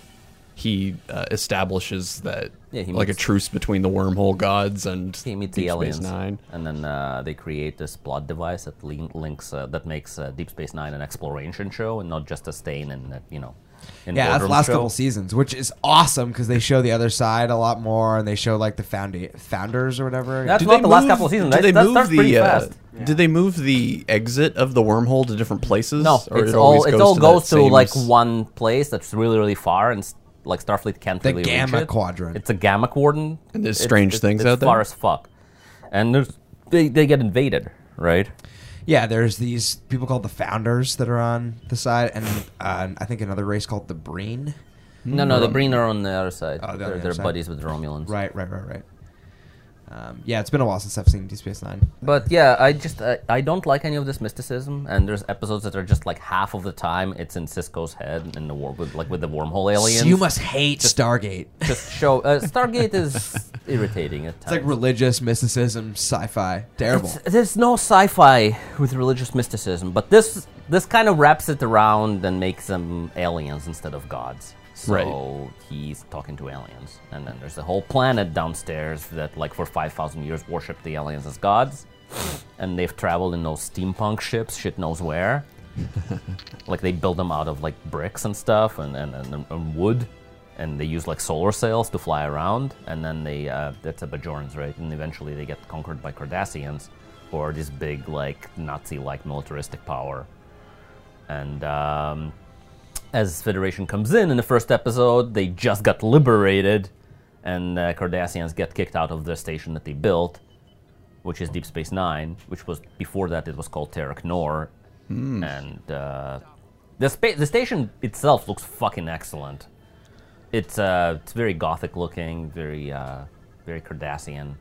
S6: he uh, establishes that
S7: Yeah, he
S6: like a
S7: meets-
S6: truce between the wormhole gods and
S7: He meets
S6: Deep
S7: the aliens,
S6: Space Nine.
S7: and then uh, they create this plot device that lin- links uh, that makes uh, Deep Space Nine an exploration show and not just a stain and uh, you know. In
S5: Yeah, that's the
S7: boardroom
S5: last
S7: show.
S5: couple seasons, which is awesome because they show the other side a lot more, and they show like the founda- founders or whatever.
S7: That's
S6: Did
S7: not
S6: they
S7: the last
S6: move-
S7: couple seasons.
S6: did
S7: That,
S6: they
S7: that
S6: move
S7: starts
S6: the,
S7: pretty
S6: uh,
S7: fast.
S6: Did they move the exit of the wormhole to different places?
S7: No,
S6: Or
S7: it's
S6: it
S7: all
S6: always
S7: it all
S6: to
S7: goes
S6: that
S7: to
S6: same
S7: like
S6: s-
S7: one place that's really really far and s- like Starfleet can't
S5: The
S7: really
S5: Gamma
S7: reach it.
S5: Quadrant.
S7: It's a gamma quadrant.
S6: And there's
S7: It's-
S6: strange
S7: it's-
S6: things
S7: it's
S6: out there?
S7: Far as fuck, and there's they they get invaded, right?
S5: yeah, there's these people called the founders that are on the side, and uh, I think another race called the Breen.
S7: No, no, the Breen are on the uh, other side.
S5: Oh, they're on the
S7: they're
S5: other
S7: they're
S5: side.
S7: buddies with the Romulans.
S5: Right, right, right, right. Um, yeah, it's been a while since I've seen Deep Space Nine.
S7: But yeah, I just I, I don't like any of this mysticism, and there's episodes that are just like half of the time it's in Cisco's head in the war with like with the wormhole aliens.
S5: So you must hate Stargate. It's
S7: just show uh, Stargate is irritating at times.
S5: like religious mysticism, sci-fi, terrible.
S7: It's- there's no sci-fi with religious mysticism, but this this kind of wraps it around and makes them aliens instead of gods. So
S6: Right.
S7: he's talking to aliens, and then there's a whole planet downstairs that, like, for five thousand years, worshipped the aliens as gods, and they've traveled in those steampunk ships, shit knows where. like they build them out of like bricks and stuff, and and, and, and wood. And they use like solar sails to fly around, and then they, uh, that's a Bajorans, right? And eventually they get conquered by Cardassians, who are this big, like, Nazi like militaristic power. And um, as Federation comes in in the first episode, they just got liberated, and uh, Cardassians get kicked out of the station that they built, which is Deep Space Nine, which was before that it was called Terek Nor, and uh, the spa- the station itself looks fucking excellent. It's uh, it's very gothic looking, very uh, very Cardassian.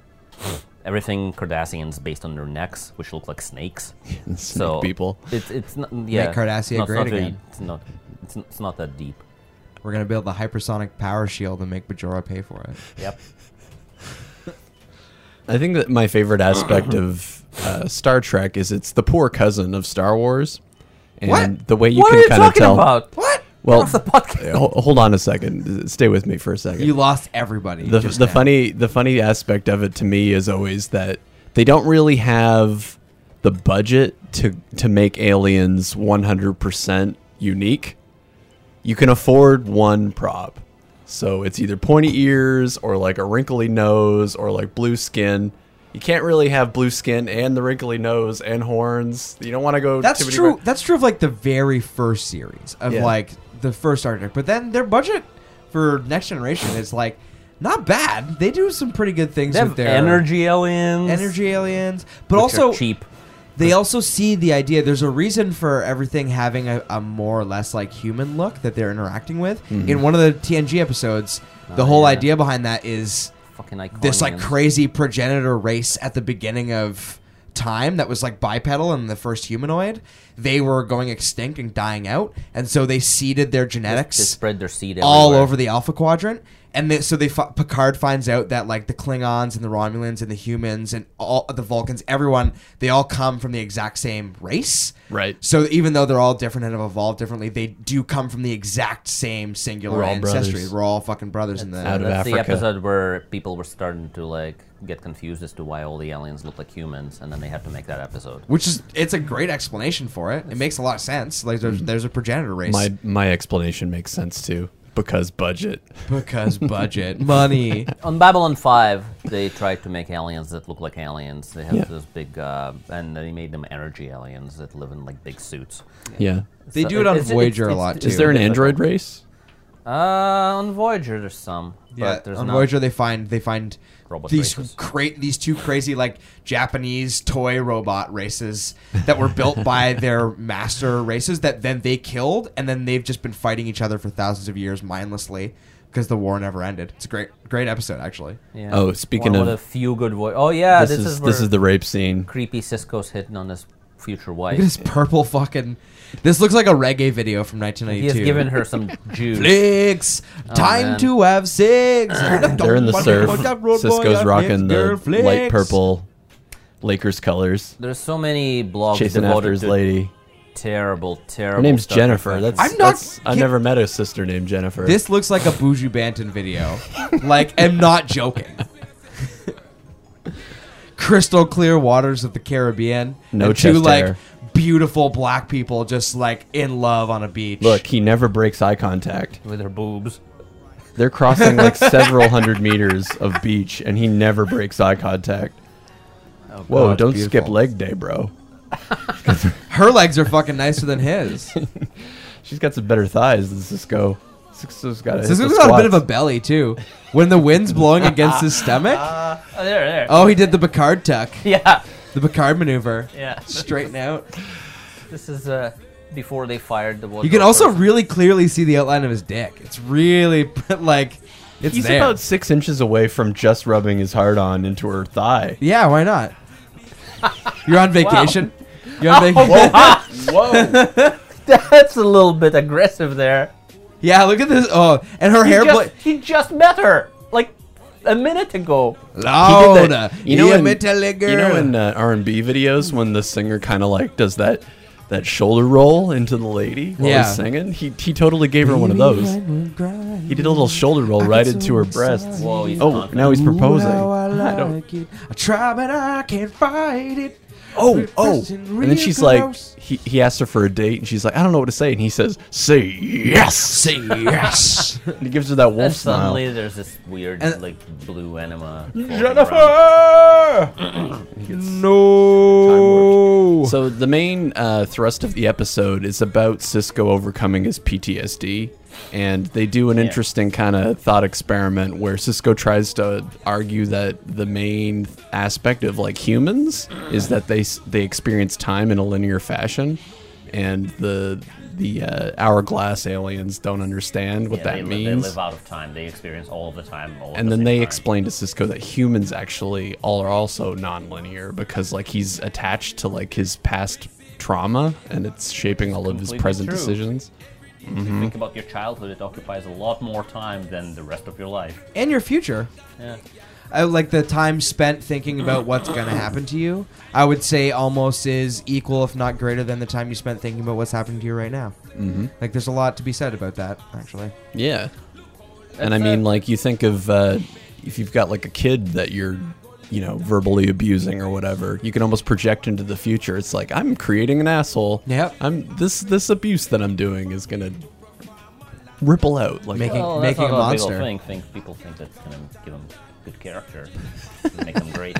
S7: Everything Cardassian's based on their necks, which look like snakes. so
S6: people.
S7: it's it's not yeah.
S5: Cardassia
S7: no, it's not
S5: great
S7: very-
S5: again.
S7: It's not it's, n- it's not that deep.
S5: We're gonna build the hypersonic power shield and make Bajora pay for it.
S7: Yep.
S6: I think that my favorite aspect of uh, Star Trek is it's the poor cousin of Star Wars, and
S5: What?
S6: the way you
S7: what
S6: can
S7: are you
S6: kind of
S7: talking
S6: tell.
S7: about?
S5: What?
S6: Well,
S7: Off the podcast.
S6: uh, ho- hold on a second. Stay with me for a second.
S5: You lost everybody.
S6: the,
S5: just
S6: the
S5: now.
S6: funny the funny aspect of it to me is always that they don't really have the budget to to make aliens 100% unique you can afford one prop so it's either pointy ears or like a wrinkly nose or like blue skin you can't really have blue skin and the wrinkly nose and horns you don't want to go
S5: That's
S6: too many
S5: true.
S6: ra-
S5: That's true of like the very first series of
S6: Yeah.
S5: like the first Star Trek. But then their budget for Next Generation is like not bad. They do some pretty good things
S7: They
S5: with
S7: have
S5: their
S7: energy aliens.
S5: energy aliens, but
S7: which are
S5: also
S7: cheap.
S5: they also see the idea. There's a reason for everything having a, a more or less like human look that they're interacting with. In one of the TNG episodes, the whole
S7: Mm-hmm. Oh, yeah.
S5: idea behind that is
S7: Fucking iconic.
S5: this like crazy progenitor race at the beginning of time that was like bipedal and the first humanoid they were going extinct and dying out and so they seeded their genetics
S7: They spread their seed
S5: all
S7: everywhere.
S5: over the alpha quadrant and they, so they fi- picard finds out that like the klingons and the romulans and the humans and all the vulcans everyone they all come from the exact same race
S6: Right.
S5: so even though they're all different and have evolved differently they do come from the exact same singular
S6: We're all
S5: ancestry
S6: brothers.
S5: we're all fucking brothers in the
S6: out of
S7: That's the
S6: Africa.
S7: episode where people were starting to like get confused as to why all the aliens look like humans, and then they had to make that episode.
S5: which is it's a great explanation for it. It makes a lot of sense. Like there's there's a progenitor race
S6: my my explanation makes sense too because budget
S5: because budget, money.
S7: On Babylon 5, they tried to make aliens that look like aliens. They have
S6: Yeah.
S7: those big, uh, and they made them energy aliens that live in like big suits.
S6: yeah
S5: They
S7: So
S5: do it on
S7: it's- it's-
S5: Voyager a
S7: it's-
S5: lot too.
S6: is there an android race
S7: Uh, on Voyager, there's some.
S5: yeah,
S7: but there's
S5: on
S7: not.
S5: Voyager they find they find
S7: Robot
S5: these
S7: races.
S5: cra- these two crazy like Japanese toy robot races that were built by their master races that then they killed and then they've just been fighting each other for thousands of years mindlessly because the war never ended. It's a great great episode actually.
S7: Yeah.
S6: Oh, speaking
S7: One
S6: of-
S7: a few good Voy- Oh, yeah,
S6: this,
S7: this,
S6: is,
S7: where
S6: this is the rape scene
S7: creepy Cisco's hitting on his future wife.
S5: Look at this purple fucking. This looks like a reggae video from
S7: He
S5: 1992.
S7: has given her some juice.
S5: Flicks. Time
S7: man.
S5: to have six.
S6: They're in the surf. Cisco's rocking the light purple Lakers colors,
S7: There's so many blogs
S6: chasing
S7: devoted
S6: after his
S7: to
S6: lady.
S7: terrible, terrible.
S6: Her name's
S7: stuff like
S6: Jennifer.
S7: that.
S6: That's
S5: I'm not
S6: that's- I
S5: kid-
S6: never met a sister named Jennifer.
S5: This looks like a Buju Banton video. like, I'm not joking. Crystal clear waters of the Caribbean.
S6: No
S5: and two
S6: chest
S5: like
S6: hair.
S5: beautiful black people just like in love on a beach.
S6: Look, he never breaks eye contact.
S7: with her boobs.
S6: They're crossing like several hundred meters of beach, and he never breaks eye contact.
S7: Oh,
S6: Whoa!
S5: God,
S6: don't skip
S5: beautiful.
S6: leg day, bro.
S5: her legs are fucking nicer than his.
S6: She's got some better thighs than Cisco. Cisco's got a,
S5: Cisco's got a bit of a belly too. When the wind's blowing against his stomach.
S7: Oh, there, there.
S5: Oh, he did the Picard tuck,
S7: Yeah,
S5: the Picard maneuver.
S7: yeah.
S5: Straighten out.
S7: This is uh, before they fired the.
S5: You can also really clearly see the outline of his dick. It's really like it's
S6: He's
S5: there.
S6: about six inches away from just rubbing his hard on into her thigh.
S5: Yeah, why not? You're on vacation. You're
S6: Oh,
S5: on vacation.
S6: Whoa!
S7: That's a little bit aggressive there.
S5: Yeah, look at this. Oh, and her
S7: He
S5: hair.
S7: just,
S5: Bl-
S7: he just met her like a minute ago.
S5: Loud.
S6: Oh, You know,
S5: Yeah,
S6: in,
S5: metallic
S6: you know
S5: girl.
S6: in uh, R&B videos when the singer kind of like does that that shoulder roll into the lady while
S5: Yeah.
S6: he's singing? He, he totally gave her one of those. He did a little shoulder roll right into her breasts.
S7: Whoa, he's
S6: Oh, now he's proposing.
S5: I,
S6: don't-
S5: like it. I try, but I can't fight it.
S6: Oh, oh.
S5: Kristen,
S6: And
S5: real
S6: then she's like,
S5: close.
S6: he, he asked her for a date, and she's like, I don't know what to say. And he says, Say yes.
S5: Say yes.
S6: And he gives her that
S7: And
S6: wolf smile.
S7: suddenly there's this weird
S5: And-
S7: like blue enema. floating around.
S5: Jennifer. no.
S6: So the main uh, thrust of the episode is about Cisco overcoming his PTSD, and they do an interesting kind of thought experiment where Cisco tries to argue that the main aspect of like humans is that they s- they experience time in a linear fashion, and the the uh, hourglass aliens don't understand what
S7: Yeah,
S6: that
S7: they, li-
S6: means
S7: they live out of time. They experience all of the time. All at
S6: and
S7: the
S6: then
S7: same
S6: they
S7: time.
S6: explain to Cisco that humans actually all are also nonlinear because like he's attached to like his past trauma and it's shaping all of his
S7: Completely
S6: present
S7: true.
S6: decisions. Hmm?
S7: Think about your childhood. It occupies a lot more time than the rest of your life.
S5: and your future.
S7: Yeah.
S5: I, like the time spent thinking about what's going to happen to you, I would say almost is equal, if not greater, than the time you spent thinking about what's happening to you right now. Mm-hmm. Oh, Like, there's a lot to be said about that, actually.
S6: Yeah. and I mean like you think of uh, if you've got like a kid that you're you know verbally abusing or whatever, you can almost project into the future. It's like I'm creating an asshole.
S5: Yep.
S6: I'm this this abuse that I'm doing is going to ripple out like
S5: Making-
S7: Well,
S5: making
S7: that's
S5: a
S7: not what
S5: monster.
S7: People think, think people think that's gonna give them good character, make them great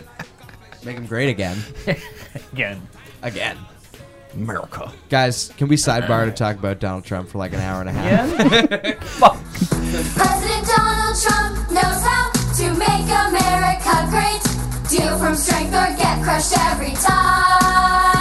S5: Make him great again.
S7: again.
S5: again.
S6: America.
S5: Guys, can we sidebar to talk about Donald Trump for like an hour and a half?
S8: President Donald Trump knows how to make America great. Deal from strength or get crushed every time.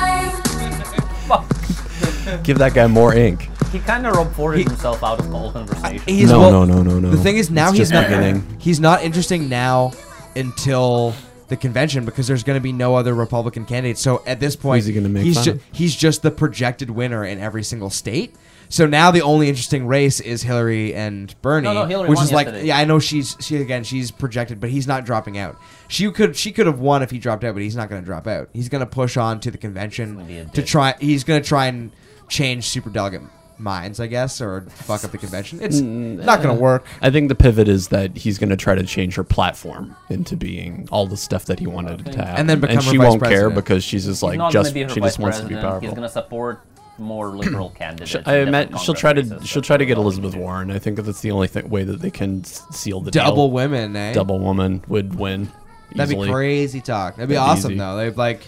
S6: Give that guy more ink.
S7: He kind of reported himself out of all conversation.
S5: He's-
S6: no,
S5: well,
S6: no, no, no, no.
S5: The thing is, now
S6: It's
S5: he's
S6: just
S5: not
S6: beginning.
S5: he's not interesting now until the convention because there's going to be no other Republican candidate. So at this point,
S6: Who's he gonna make
S5: he's
S6: fun
S5: ju-
S6: of?
S5: he's just the projected winner in every single state. So now the only interesting race is Hillary and Bernie,
S7: No, no, Hillary
S5: which
S7: won
S5: is like
S7: yesterday.
S5: yeah, I know she's she again she's projected, but he's not dropping out. She could she could have won if he dropped out, but he's not going to drop out. He's going to push on to the
S7: be a
S5: convention to
S7: dick.
S5: try. He's going to try and change superdelegate minds, I guess, or fuck up the convention. It's
S6: Mm,
S5: not going to work.
S6: I think the pivot is that he's going to try to change her platform into being all the stuff that he wanted it to happen,
S5: And then become
S6: and
S5: her
S6: she
S5: vice
S6: won't
S5: president.
S6: care because she's just
S7: He's
S6: like
S7: not
S6: just
S7: gonna be her
S6: she
S7: vice
S6: just wants to be
S7: president.
S6: powerful.
S7: He's gonna support more liberal candidates. in
S6: I
S7: different
S6: imagine she'll try to
S7: congresses.
S6: she'll
S7: That's
S6: try to
S7: what
S6: get
S7: they'll
S6: Elizabeth
S7: do.
S6: Warren. I think that's the only th- way that they can s- seal the
S5: double
S6: deal.
S5: women, eh?
S6: double woman would win.
S5: That'd
S6: easily.
S5: be crazy talk. That'd be
S6: That'd be
S5: awesome
S6: easy.
S5: though. They'd like,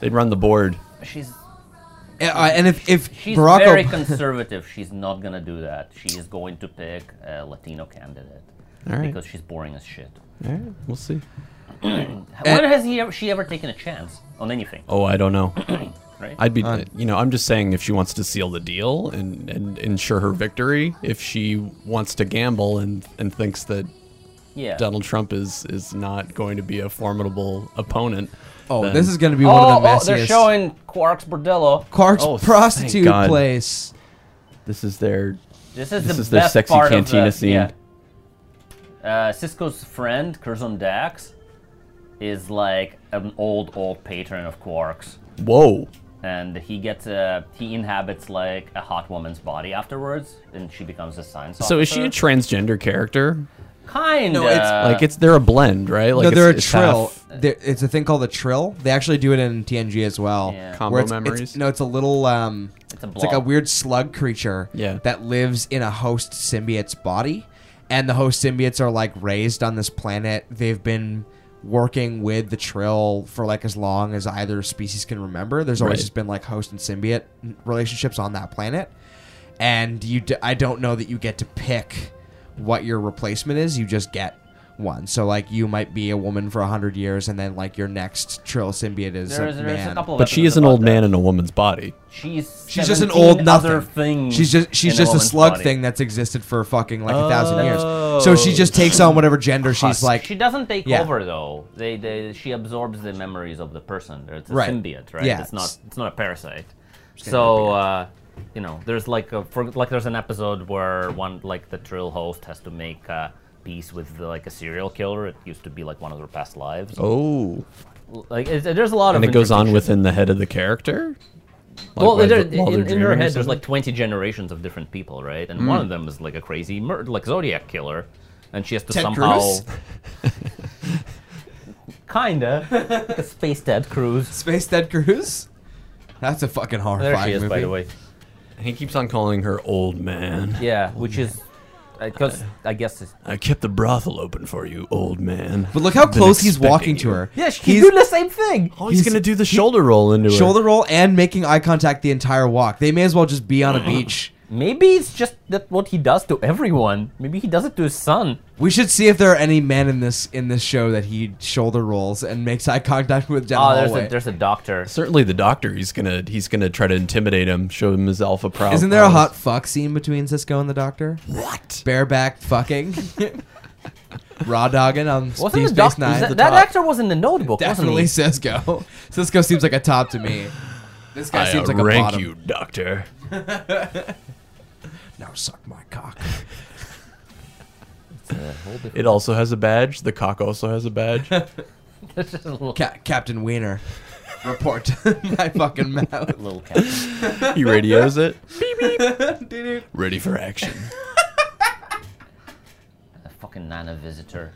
S6: They'd run the board.
S7: She's
S5: uh, and if if
S7: she's
S5: Barack
S7: very
S5: Ob- oh,
S7: conservative. She's not gonna do that. She is going to pick a Latino candidate
S6: All right,
S7: because she's boring as shit.
S6: all right, we'll see.
S7: when has he ever, she ever taken a chance on anything?
S6: Eh. Oh, I don't know.
S7: Right?
S6: I'd be, you know, I'm just saying if she wants to seal the deal and, and ensure her victory, if she wants to gamble and, and thinks that
S7: yeah.
S6: Donald Trump is is not going to be a formidable opponent.
S5: oh,
S6: then-
S5: this is gonna be
S7: Oh,
S5: one of the
S7: oh,
S5: messiest.
S7: they're showing Quark's Bordello.
S5: Clark's
S6: Oh, thank
S5: prostitute
S6: God.
S5: place.
S6: This is their
S7: This is
S6: This
S7: the
S6: is their
S7: best
S6: sexy
S7: part
S6: cantina
S7: of the,
S6: scene.
S7: Yeah. Uh, Cisco's friend Curzon Dax is like an old old patron of Quark's.
S6: whoa.
S7: and he gets uh, he inhabits like a hot woman's body afterwards, and she becomes a science officer.
S6: So is she a transgender character?
S7: kind of?
S5: No, it's-
S6: like it's they're a blend, right? Like
S5: Uh, no,
S6: it's,
S5: they're
S6: it's
S5: a trill.
S6: half-
S5: They're- it's a thing called a trill. They actually do it in TNG as well.
S7: Yeah.
S6: Combo
S5: where it's,
S6: memories?
S5: it's- no, it's a little. Um,
S7: It's a
S5: like a
S7: blob.
S5: weird slug creature.
S6: Yeah.
S5: That lives in a host symbiote's body, and the host symbiotes are like raised on this planet. They've been working with the trill for like as long as either species can remember. There's always
S6: Right.
S5: just been like host and symbiote relationships on that planet, and you. D- I don't know that you get to pick what your replacement is. You just get one. So like you might be a woman for a hundred years, and then like your next trill symbiote is
S7: There's,
S5: a
S7: there's
S5: man.
S7: a couple of
S6: But she
S7: episodes
S6: is an
S7: about
S6: old
S7: that.
S6: man in a woman's body.
S7: She's
S5: She's just an
S7: 17
S5: old nothing.
S7: Other thing
S5: She's just she's
S7: in
S5: just a
S7: woman's
S5: slug
S7: body.
S5: thing that's existed for fucking like a thousand years. So she
S7: Oh.
S5: just takes on whatever gender she's like.
S7: she doesn't take
S5: Yeah.
S7: over though. They, they she absorbs the memories of the person. It's a
S5: Right.
S7: symbiote, right?
S5: Yeah.
S7: It's not it's not a parasite.
S5: gonna be
S7: So uh, you know, there's like a, for, like there's an episode where one like the trill host has to make uh, peace with the, like a serial killer. It used to be like one of their past lives.
S6: Oh,
S7: Like it's, there's a lot
S6: and
S7: of
S6: it goes on
S7: interdiction.
S6: within the head of the character. Like,
S7: Well,
S6: while
S7: there,
S6: they're- while
S7: in,
S6: they're
S7: in her
S6: dreaming or
S7: head, there's
S6: something?
S7: like 20 generations of different people, right?
S5: Hmm.
S7: And one of them is like a crazy, mur- like Zodiac killer, and she has to
S5: Ted
S7: somehow.
S5: Cruz?
S7: Kinda, like a space Ted Cruz.
S5: Space Dead Cruz. That's a fucking horrifying
S7: There she is,
S5: movie.
S7: by the way.
S6: He keeps on calling her old man.
S7: Yeah, which is, because I guess it's,
S6: I kept the brothel open for you, old man.
S5: But look how
S6: Been
S5: close he's
S6: expecting
S5: walking to
S6: you.
S5: her.
S7: yeah, she's doing the same thing.
S6: Oh, he's, gonna do the shoulder roll into
S5: shoulder roll and making eye contact the entire walk. They may as well just be on a beach.
S7: Maybe it's just that what he does to everyone. Maybe he does it to his son.
S5: We should see if there are any men in this in this show that he shoulder rolls and makes eye contact with down
S7: Oh,
S5: the
S7: there's
S5: hallway.
S7: a there's a doctor.
S6: Certainly, the doctor. He's gonna he's gonna try to intimidate him, show him his alpha prou- prowess.
S5: Isn't there a hot fuck scene between Cisco and the Doctor?
S6: What?
S5: Bareback fucking, raw dogging on
S7: Wasn't
S5: Deep
S7: the
S5: Space
S7: doctor?
S5: Nine.
S7: That,
S5: The
S7: that
S5: top.
S7: actor was in the Notebook,
S5: Definitely
S7: wasn't
S5: Cisco. Cisco seems like a top to me. This guy
S6: I
S5: seems like a
S6: outrank
S5: bottom.
S6: you, doctor.
S5: Now suck my cock.
S6: It also has a badge. The cock also has a badge.
S7: he? There's just a little,
S5: Ca- Captain Wiener, report to my fucking mouth.
S7: little cat.
S6: He radios it. Ready for action.
S7: A fucking Nana visitor.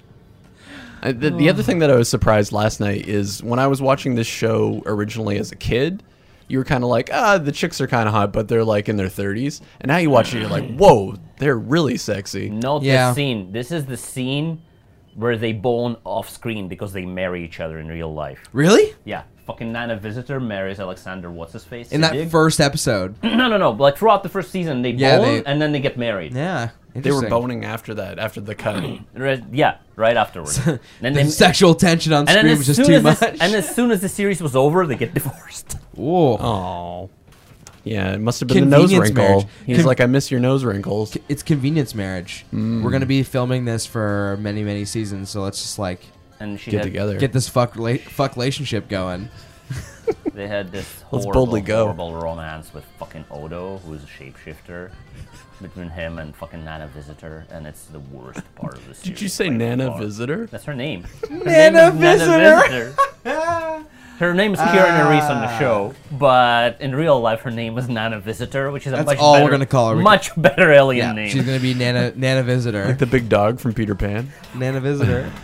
S6: I- the, the other thing that I was surprised last night is when I was watching this show originally as a kid, you were kind of like, ah, the chicks are kind of hot, but they're like in their 30s. And now you watch it, you're like, whoa, they're really sexy.
S7: Note
S5: Yeah.
S7: the scene. This is the scene where they bone off screen because they marry each other in real life.
S5: Really?
S7: Yeah. Fucking Nana Visitor marries Alexander what's his face?
S5: In that first episode.
S7: No no no. Like throughout the first season they
S5: Yeah,
S7: bone
S5: they-
S7: and then they get married.
S5: Yeah.
S6: They were
S5: interesting.
S6: boning after that, after the cutting.
S7: Right, yeah, right afterwards. and then
S5: The
S7: they
S5: sexual tension on
S7: and then
S5: screen
S7: as
S5: was just
S7: soon
S5: too
S7: as
S5: much.
S7: this- and as soon as the series was over, they get divorced.
S5: Whoa.
S6: Oh. Yeah, it must have been the nose
S5: Convenience
S6: wrinkle.
S5: marriage.
S6: He's
S5: Con-
S6: like, I miss your nose wrinkles.
S5: It's convenience marriage.
S6: Mm.
S5: We're gonna be filming this for many, many seasons, so let's just like
S7: And she
S6: Get
S7: had,
S6: together.
S5: get this fuck rela- fuck relationship going.
S7: They had this
S6: Let's
S7: horrible,
S6: boldly go.
S7: horrible romance with fucking Odo, who's a shapeshifter, between him and fucking Nana Visitor, and it's the worst part of the series.
S6: Did you say
S7: by
S6: Nana
S7: far.
S6: Visitor?
S7: That's her name.
S5: Nana
S7: Her name is
S5: Visitor.
S7: Visitor. Ah. her name is Kieran Reese on the show, but in real life, her name was Nana Visitor, which is a
S5: That's
S7: much
S5: all we're
S7: better,
S5: gonna call her. We-
S7: Much better alien
S5: Yeah,
S7: name.
S5: she's gonna be Nana Nana Visitor.
S6: The big dog from Peter Pan.
S5: Nana Visitor.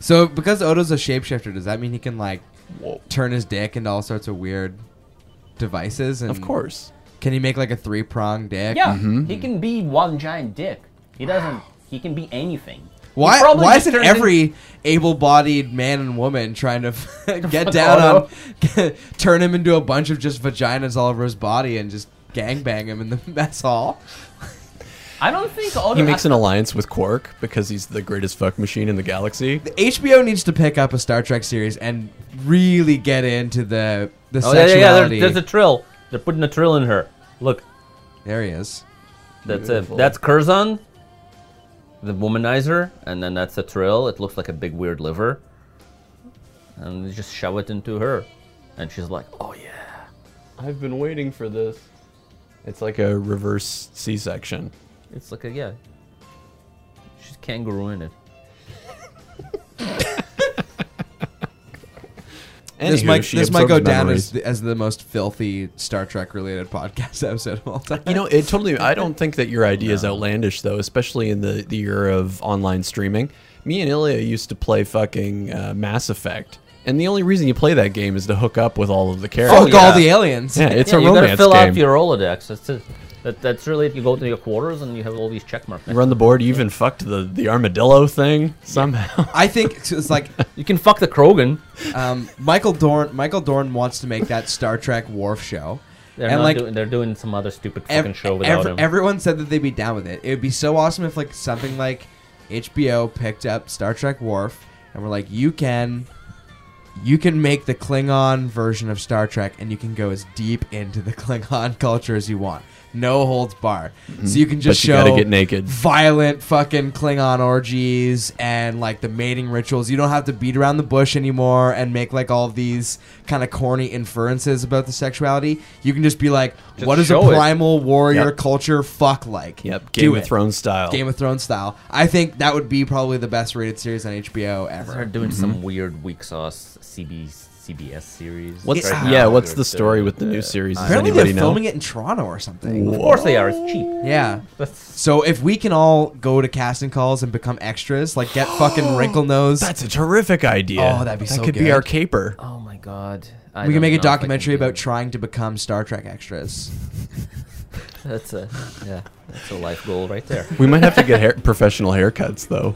S5: so because Odo's a shapeshifter, does that mean he can like
S6: Whoa.
S5: turn his dick into all sorts of weird devices? And
S6: Of course.
S5: Can he make like a three prong dick?
S7: yeah, he can be one giant dick. He doesn't. He can be anything. He
S5: Why?
S7: probably
S5: Why
S7: just
S5: isn't
S7: turns in-
S5: every able-bodied man and woman trying to get
S7: Fuck
S5: down on,
S7: Odo.
S5: turn him into a bunch of just vaginas all over his body and just gangbang him in the mess hall?
S7: I don't think Odo.
S6: He makes an alliance with Quark because he's the greatest fuck machine in the galaxy.
S5: HBO needs to pick up a Star Trek series and really get into the the
S7: Oh, yeah, yeah,
S5: sexuality.
S7: yeah. There, there's a trill. They're putting a trill in her. Look,
S5: there he is.
S7: that's
S6: Beautiful.
S7: it. That's Curzon, the womanizer, and then that's a trill. It looks like a big weird liver. And they just shove it into her. And she's like, oh, yeah.
S6: I've been waiting for this. It's like a reverse C-section.
S7: It's like a, yeah. She's kangarooing it.
S5: This
S6: Anywho,
S5: might
S6: she
S5: this might go
S6: absorbs
S5: down
S6: memories.
S5: as the, as the most filthy Star Trek related podcast episode of all time.
S6: You know, it totally. I don't think that your idea is outlandish, though, especially in the, the era of online streaming. Me and Ilya used to play fucking uh, Mass Effect, and the only reason you play that game is to hook up with all of the characters.
S7: oh,
S5: Fuck all the aliens.
S6: Yeah, it's
S7: yeah,
S6: a
S7: you gotta
S6: romance
S7: fill
S6: game.
S7: out your Rolodex. That's it. That, that's really it. You go to your quarters and you have all these check marks.
S6: You run the board. You even fucked the, the armadillo thing somehow.
S5: I think it's- it's like
S7: You can fuck the Krogan.
S5: um, Michael Dorn. Michael Dorn wants to make that Star Trek Wharf show,
S7: They're
S5: and
S7: not
S5: like
S7: doing, they're doing some other stupid
S5: ev-
S7: fucking show without
S5: ev-
S7: him.
S5: everyone said that they'd be down with it. It would be so awesome if like something like HBO picked up Star Trek Wharf and we're like, you can, you can make the Klingon version of Star Trek, and you can go as deep into the Klingon culture as you want. No holds barred. So you can just
S6: But you
S5: show
S6: gotta get naked.
S5: violent fucking Klingon orgies and like the mating rituals. You don't have to beat around the bush anymore and make like all these kind of corny inferences about the sexuality. You can just be like, what is a
S7: show it.
S5: primal warrior
S6: Yep.
S5: culture fuck like?
S6: yep,
S5: Do
S6: Game of
S5: it.
S6: Thrones style.
S5: Game of Thrones style. I think that would be probably the best rated series on HBO
S7: They're
S5: ever.
S7: doing some weird weak sauce CB, CBS series.
S6: what's
S5: Right now,
S6: yeah? What's the story with the new series? Does
S5: Apparently they're
S6: anybody know?
S5: filming it in Toronto or something.
S7: Of course they are. It's cheap.
S5: Yeah.
S7: That's
S5: So if we can all go to casting calls and become extras, like get fucking wrinkle nose.
S6: That's a terrific idea.
S5: Oh, that'd be
S6: that
S5: so
S6: could be
S5: good.
S6: our caper.
S7: oh my god. I
S5: we
S7: don't
S5: can make
S7: know
S5: a
S7: if I can
S5: documentary
S7: do
S5: about
S7: that.
S5: trying to become Star Trek extras.
S7: That's a yeah. That's a life goal right there. Do
S6: We might have to get hair- professional haircuts though.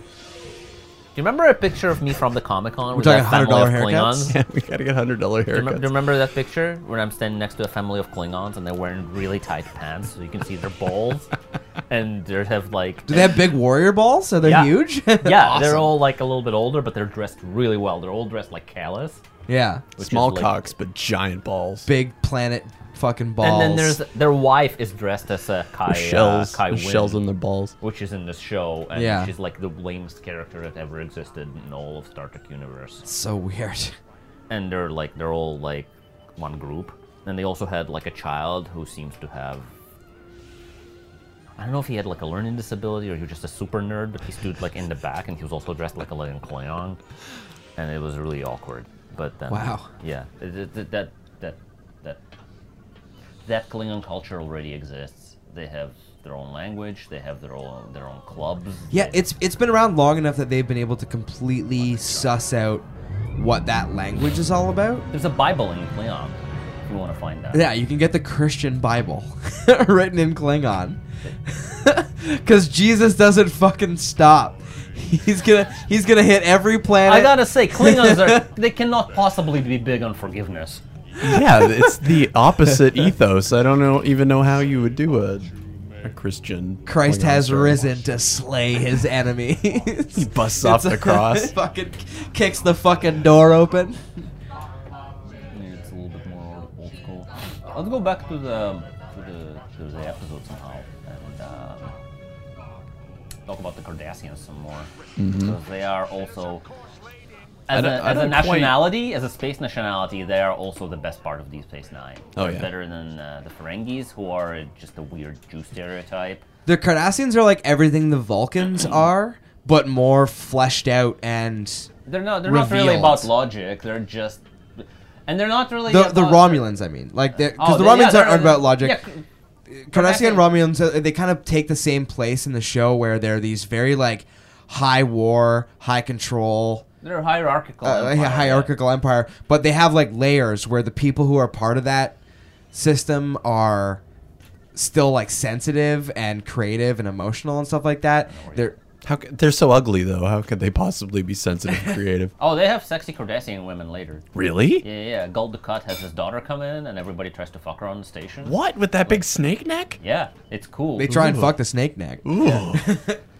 S7: you remember a picture of me from the Comic Con? with
S5: talking
S7: that family
S5: $100
S7: of
S5: haircuts?
S7: Klingons?
S6: Yeah, we gotta get hundred dollar
S7: Do you, remember, do you
S6: haircuts.
S7: remember that picture when I'm standing next to a family of Klingons and they're wearing really tight pants so you can see their balls and they have like
S5: Do they have big warrior balls? Are they
S7: Yeah.
S5: huge?
S7: yeah they're all like a little bit older but they're dressed really well they're all dressed like callous
S5: yeah.
S7: which is
S6: Small
S7: like-
S6: cocks, but giant balls.
S5: Big planet fucking balls.
S7: and then there's their wife is dressed as a Kai
S6: With shells.
S7: uh, Kai
S6: with
S7: Wynn,
S6: shells in their balls.
S7: which is in this show and
S5: Yeah.
S7: she's like the lamest character that ever existed in all of Star Trek universe
S5: so weird.
S7: and they're like they're all like one group and they also had like a child who seems to have I don't know if he had like a learning disability or he was just a super nerd, but he stood like in the back and he was also dressed like a Leon Kleon, and it was really awkward. But then,
S5: Wow.
S7: yeah, it- it- it- that that that that Klingon culture already exists. They have their own language, they have their own their own clubs.
S5: Yeah,
S7: they-
S5: it's it's been around long enough that they've been able to completely suss out what that language is all about.
S7: there's a Bible in Klingon. If you want to find that,
S5: Yeah, you can get the Christian Bible written in Klingon. Cuz Jesus doesn't fucking stop. He's going to he's going to hit every planet.
S7: I gotta say, Klingons are—they cannot possibly be big on forgiveness.
S6: yeah, it's the opposite ethos. I don't know even know how you would do a a Christian.
S5: Christ
S6: Klingon
S5: has
S6: story.
S5: risen to slay his enemies. he
S6: busts off the cross.
S5: fucking kicks the fucking door open.
S7: Yeah, It's a little bit more old school. Let's go back to the to the, to the episode somehow and um, talk about the Cardassians some more because they are also. As,
S6: don't-
S7: a,
S6: I
S7: as a
S6: don't quite-
S7: nationality, as a space nationality, they are also the best part of Deep Space Nine.
S6: Oh,
S7: They're
S6: yeah.
S7: Better than uh, the Ferengis, who are just a weird Jew stereotype.
S5: The Cardassians are like everything the Vulcans are, but more fleshed out and
S7: They're not. They're not really
S5: Revealed.
S7: about logic. They're just, and they're not really
S5: the, the
S7: about-
S5: Romulans. I mean, like because
S7: Oh,
S5: the
S7: they- yeah,
S5: Romulans
S7: they're-
S5: aren't about logic.
S7: yeah, c-
S5: Cardassian and
S7: Cardassian-
S5: Romulans uh, they kind of take the same place in the show where they're these very like high war, high control,
S7: they're hierarchical.
S5: uh,
S7: empire,
S5: yeah, hierarchical empire, but they have like layers where the people who are part of that system are still like sensitive and creative and emotional and stuff like that. They're
S6: How c- they're so ugly though. How could they possibly be sensitive and creative?
S7: Oh, they have sexy Cardassian women later.
S6: really?
S7: Yeah, yeah. yeah. Gold Dukat has his daughter come in, and everybody tries to fuck her on the station.
S6: What with that big snake neck?
S7: Yeah, it's cool.
S5: they try and fuck the snake neck.
S6: Ooh.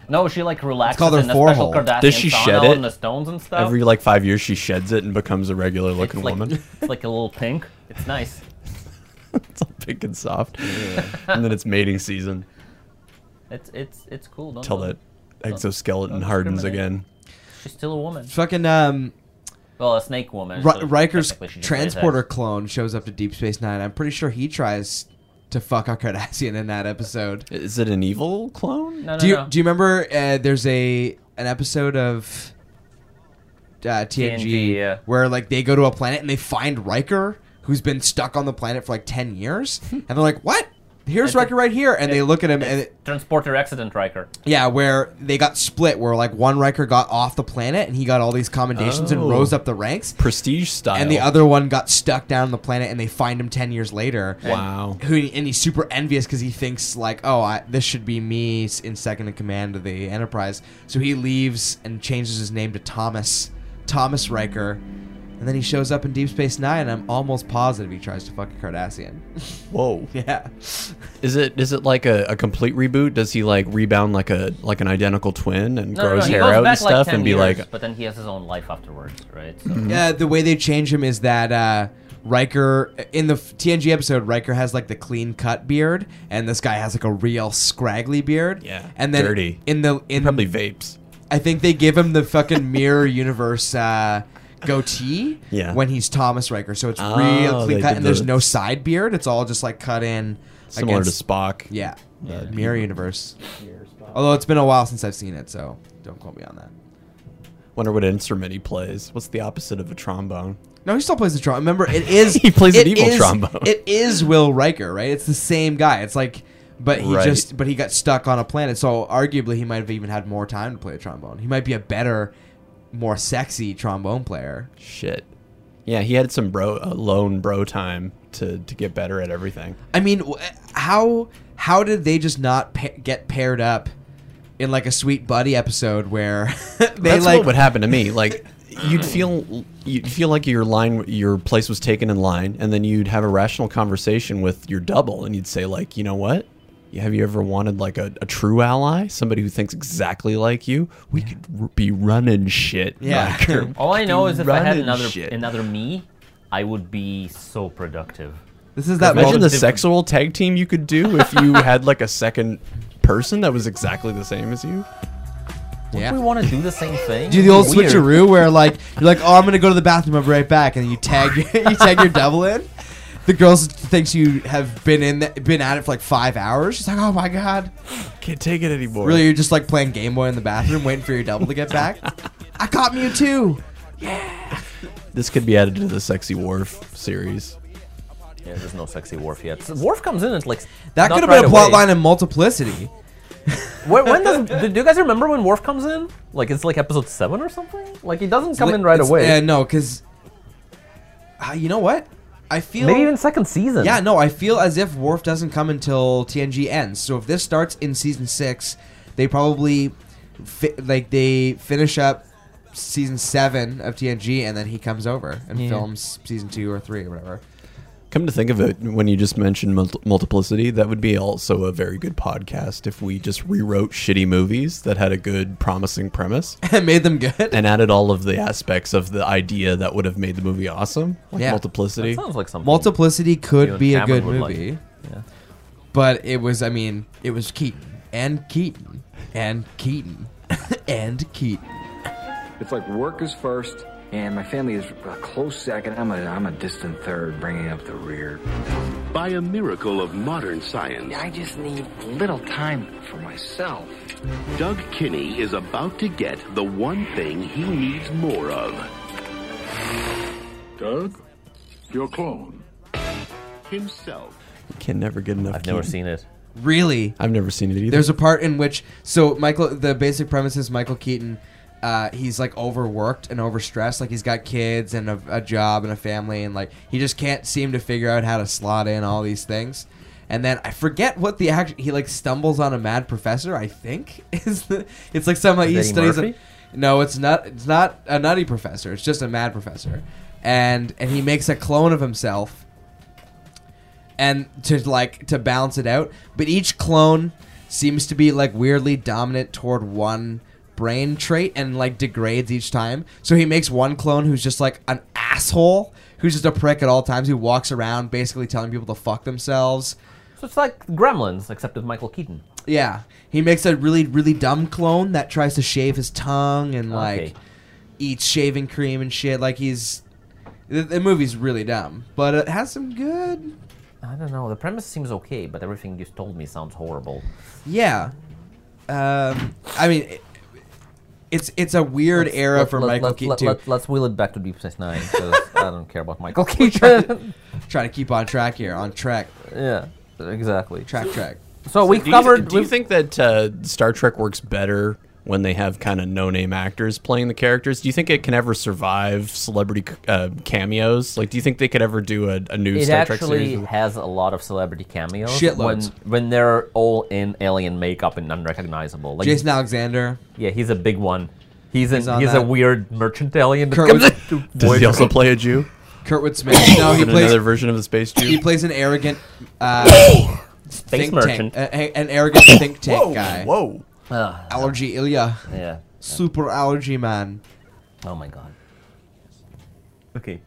S7: No, she like relaxes
S5: called her
S7: in a special
S5: forehole.
S7: Cardassian
S6: Does she
S7: sauna
S6: shed
S7: on
S6: it?
S7: the stones and stuff.
S6: Every like five years, she sheds it and becomes a regular
S7: it's
S6: looking
S7: like,
S6: woman.
S7: It's like a little pink. It's nice.
S6: it's all pink and soft. and then it's mating season
S7: It's it's it's cool. Don't
S6: until
S7: know.
S6: that exoskeleton
S7: Don't
S6: hardens
S7: discriminate.
S6: again.
S7: She's still a woman.
S5: Fucking um,
S7: Well, a snake woman.
S5: Ri
S7: so
S5: Riker's
S7: technically she just plays
S5: transporter
S7: as-
S5: clone shows up to Deep Space Nine. I'm pretty sure he tries to fuck a Cardassian in that episode.
S6: Is it an evil clone?
S7: No, no,
S5: do you
S7: no.
S5: do you remember? Uh, there's a an episode of uh, TNG,
S7: TNG, yeah.
S5: where like they go to a planet and they find Riker, who's been stuck on the planet for like ten years, and they're like, "What? Here's Riker right here," and they look at him and. It,
S7: Transporter accident, Riker.
S5: yeah, where they got split, where like one Riker got off the planet and he got all these commendations and
S6: Oh.
S5: rose up the ranks,
S6: prestige style.
S5: and the other one got stuck down on the planet and they find him 10 years later
S6: Wow.
S5: who and he's super envious because he thinks like oh I, this should be me s- in second in command of the enterprise so he leaves and changes his name to thomas thomas riker and then he shows up in deep space nine and i'm almost positive he tries to fuck a cardassian
S6: Whoa.
S5: yeah
S6: Is it is it like a, a complete reboot? Does he like rebound like a like an identical twin and
S7: No,
S6: grow
S7: no, no,
S6: his
S7: he
S6: hair
S7: goes
S6: out
S7: back
S6: and stuff
S7: like 10
S6: and be
S7: years,
S6: like
S7: but then he has his own life afterwards, right? So,
S6: Mm-hmm.
S5: yeah the way they change him is that uh Riker in the f- TNG episode, Riker has like the clean cut beard, and this guy has like a real scraggly beard.
S6: Yeah,
S5: and then
S6: dirty.
S5: in the in
S6: probably vapes?
S5: I think they give him the fucking mirror universe uh, goatee
S6: Yeah.
S5: when he's Thomas Riker. So it's
S6: Oh,
S5: real clean
S6: they
S5: cut,
S6: did
S5: and there's
S6: the-
S5: no side beard. It's all just like cut in.
S6: Similar
S5: against,
S6: to Spock.
S5: Yeah, mirror universe. Although it's been a while since I've seen it, so don't quote me on that.
S6: Wonder what instrument he plays. What's the opposite of a trombone?
S5: No, he still plays the trombone. Remember, it is
S6: He plays an
S5: it
S6: evil
S5: is-
S6: trombone.
S5: It is Will Riker, right? It's the same guy. It's like, but he
S6: Right.
S5: just but he got stuck on a planet. So arguably, he might have even had more time to play the trombone. He might be a better, more sexy trombone player.
S6: Shit. Yeah, he had some bro uh, lone bro time to to get better at everything.
S5: I mean, wh- how how did they just not pa- get paired up in like a Sweet Buddy episode where they
S6: That's
S5: like
S6: what would happen to me. Like you'd feel you'd feel like your line your place was taken in line and then you'd have a rational conversation with your double and you'd say like, "You know what? You- Have you ever wanted like a, a true ally, somebody who thinks exactly like you? We could r- be running shit.
S5: Yeah.
S6: Riker.
S7: all I know is if I had
S6: Running
S7: another
S6: shit.
S7: another me, I would be so productive.
S5: this is that
S6: Imagine
S5: moment?
S6: the
S7: different-
S6: sexual tag team you could do if you had like a second person that was exactly the same as you.
S7: We
S5: yeah.
S7: want to do the same thing.
S5: Do the old
S6: Weird.
S5: switcheroo where like you're like, oh, I'm gonna go to the bathroom, I'll be right back, and you tag you tag your double in. The girls thinks you have been in th- been at it for like five hours. She's like, oh my god.
S6: Can't take it anymore.
S5: Really, you're just like playing Game Boy in the bathroom, waiting for your double to get back. I caught Mew too.
S6: This could be added to the Sexy Wharf series.
S7: Yeah, there's no sexy Worf yet. So Worf comes in and like
S5: That
S7: not
S5: could have
S7: right
S5: been a plot
S7: away.
S5: line in Multiplicity.
S7: When, when does do you guys remember when Worf comes in? Like it's like episode seven or something. Like he doesn't come in right
S5: It's-
S7: away.
S5: Yeah, no, because uh, you know what? I feel
S7: Maybe even second season.
S5: yeah, no, I feel as if Worf doesn't come until TNG ends. So if this starts in season six, they probably fi- like they finish up season seven of TNG, and then he comes over and films season two or three or whatever.
S6: Come to think of it, when you just mentioned mul- multiplicity, that would be also a very good podcast if we just rewrote shitty movies that had a good, promising premise
S5: And made them good.
S6: and added all of the aspects of the idea that would have made the movie awesome, like
S5: Yeah.
S6: multiplicity.
S7: sounds like something.
S5: Multiplicity could
S7: You and
S5: be a
S7: Cameron
S5: good
S7: would like
S5: movie,
S7: it. Yeah.
S5: but it was. I mean, it was Keaton and Keaton and Keaton and Keaton.
S9: It's like work is first, and my family is a close second. I'm a, I'm a distant third, bringing up the rear.
S1: By a miracle of modern science,
S9: I just need a little time for myself.
S1: Doug Kinney is about to get the one thing he needs more of.
S4: Doug, your clone.
S1: Himself.
S6: Can never get enough.
S7: I've never
S6: Keaton.
S7: seen it.
S5: Really,
S6: I've never seen it either.
S5: There's a part in which so Michael the basic premise is Michael Keaton uh, he's like overworked and overstressed like he's got kids and a, a job and a family and like he just can't seem to figure out how to slot in all these things and then I forget what the act he like stumbles on a mad professor I think is the it's like some like he
S7: Eddie
S5: studies a,
S7: Murphy?
S5: no it's not it's not a nutty professor it's just a mad professor and and he makes a clone of himself and to like to balance it out. But each clone seems to be like weirdly dominant toward one brain trait and like degrades each time. So he makes one clone who's just like an asshole, who's just a prick at all times, who walks around basically telling people to fuck themselves.
S7: So it's like Gremlins, except with Michael Keaton.
S5: Yeah. He makes a really really dumb clone that tries to shave his tongue and like
S7: Okay.
S5: eats shaving cream and shit. Like he's the, the movie's really dumb, but it has some good
S7: I don't know. The premise seems okay, but everything you just told me sounds horrible.
S5: Yeah. Um, I mean, it, it's it's a weird era for Michael
S10: let,
S5: Keaton.
S10: Let,
S5: too.
S10: us wheel it back to Deep Space Nine because I don't care about Michael Keaton.
S5: Try to keep on track here, on track,
S10: yeah, exactly.
S5: track, track.
S10: So we
S6: Do you,
S10: covered.
S6: do you
S10: we've-
S6: think that uh, Star Trek works better when they have kind of no-name actors playing the characters? Do you think it can ever survive celebrity c- uh, cameos? Like, do you think they could ever do a, a new
S10: it
S6: Star Trek
S10: actually
S6: series? with-
S10: has a lot of celebrity cameos
S5: Shitloads.
S10: when when they're all in alien makeup and unrecognizable. Like
S5: Jason Alexander.
S10: yeah, he's a big one. He's,
S5: He's
S10: an,
S5: on
S10: he's a
S5: that.
S10: weird merchant alien. That
S5: Kurt
S10: comes
S5: was-
S10: in to
S6: Does
S10: voice-
S6: he also play a Jew?
S5: Kurtwood Smith. No, he
S6: in another
S5: plays
S6: version of the Space Jew?
S5: he plays an arrogant uh,
S10: space
S5: think
S10: merchant?
S5: tank, uh, a- an arrogant think tank guy.
S6: Whoa.
S5: Allergy Ilya,
S10: yeah.
S5: super allergy man.
S10: Oh my god. Okay.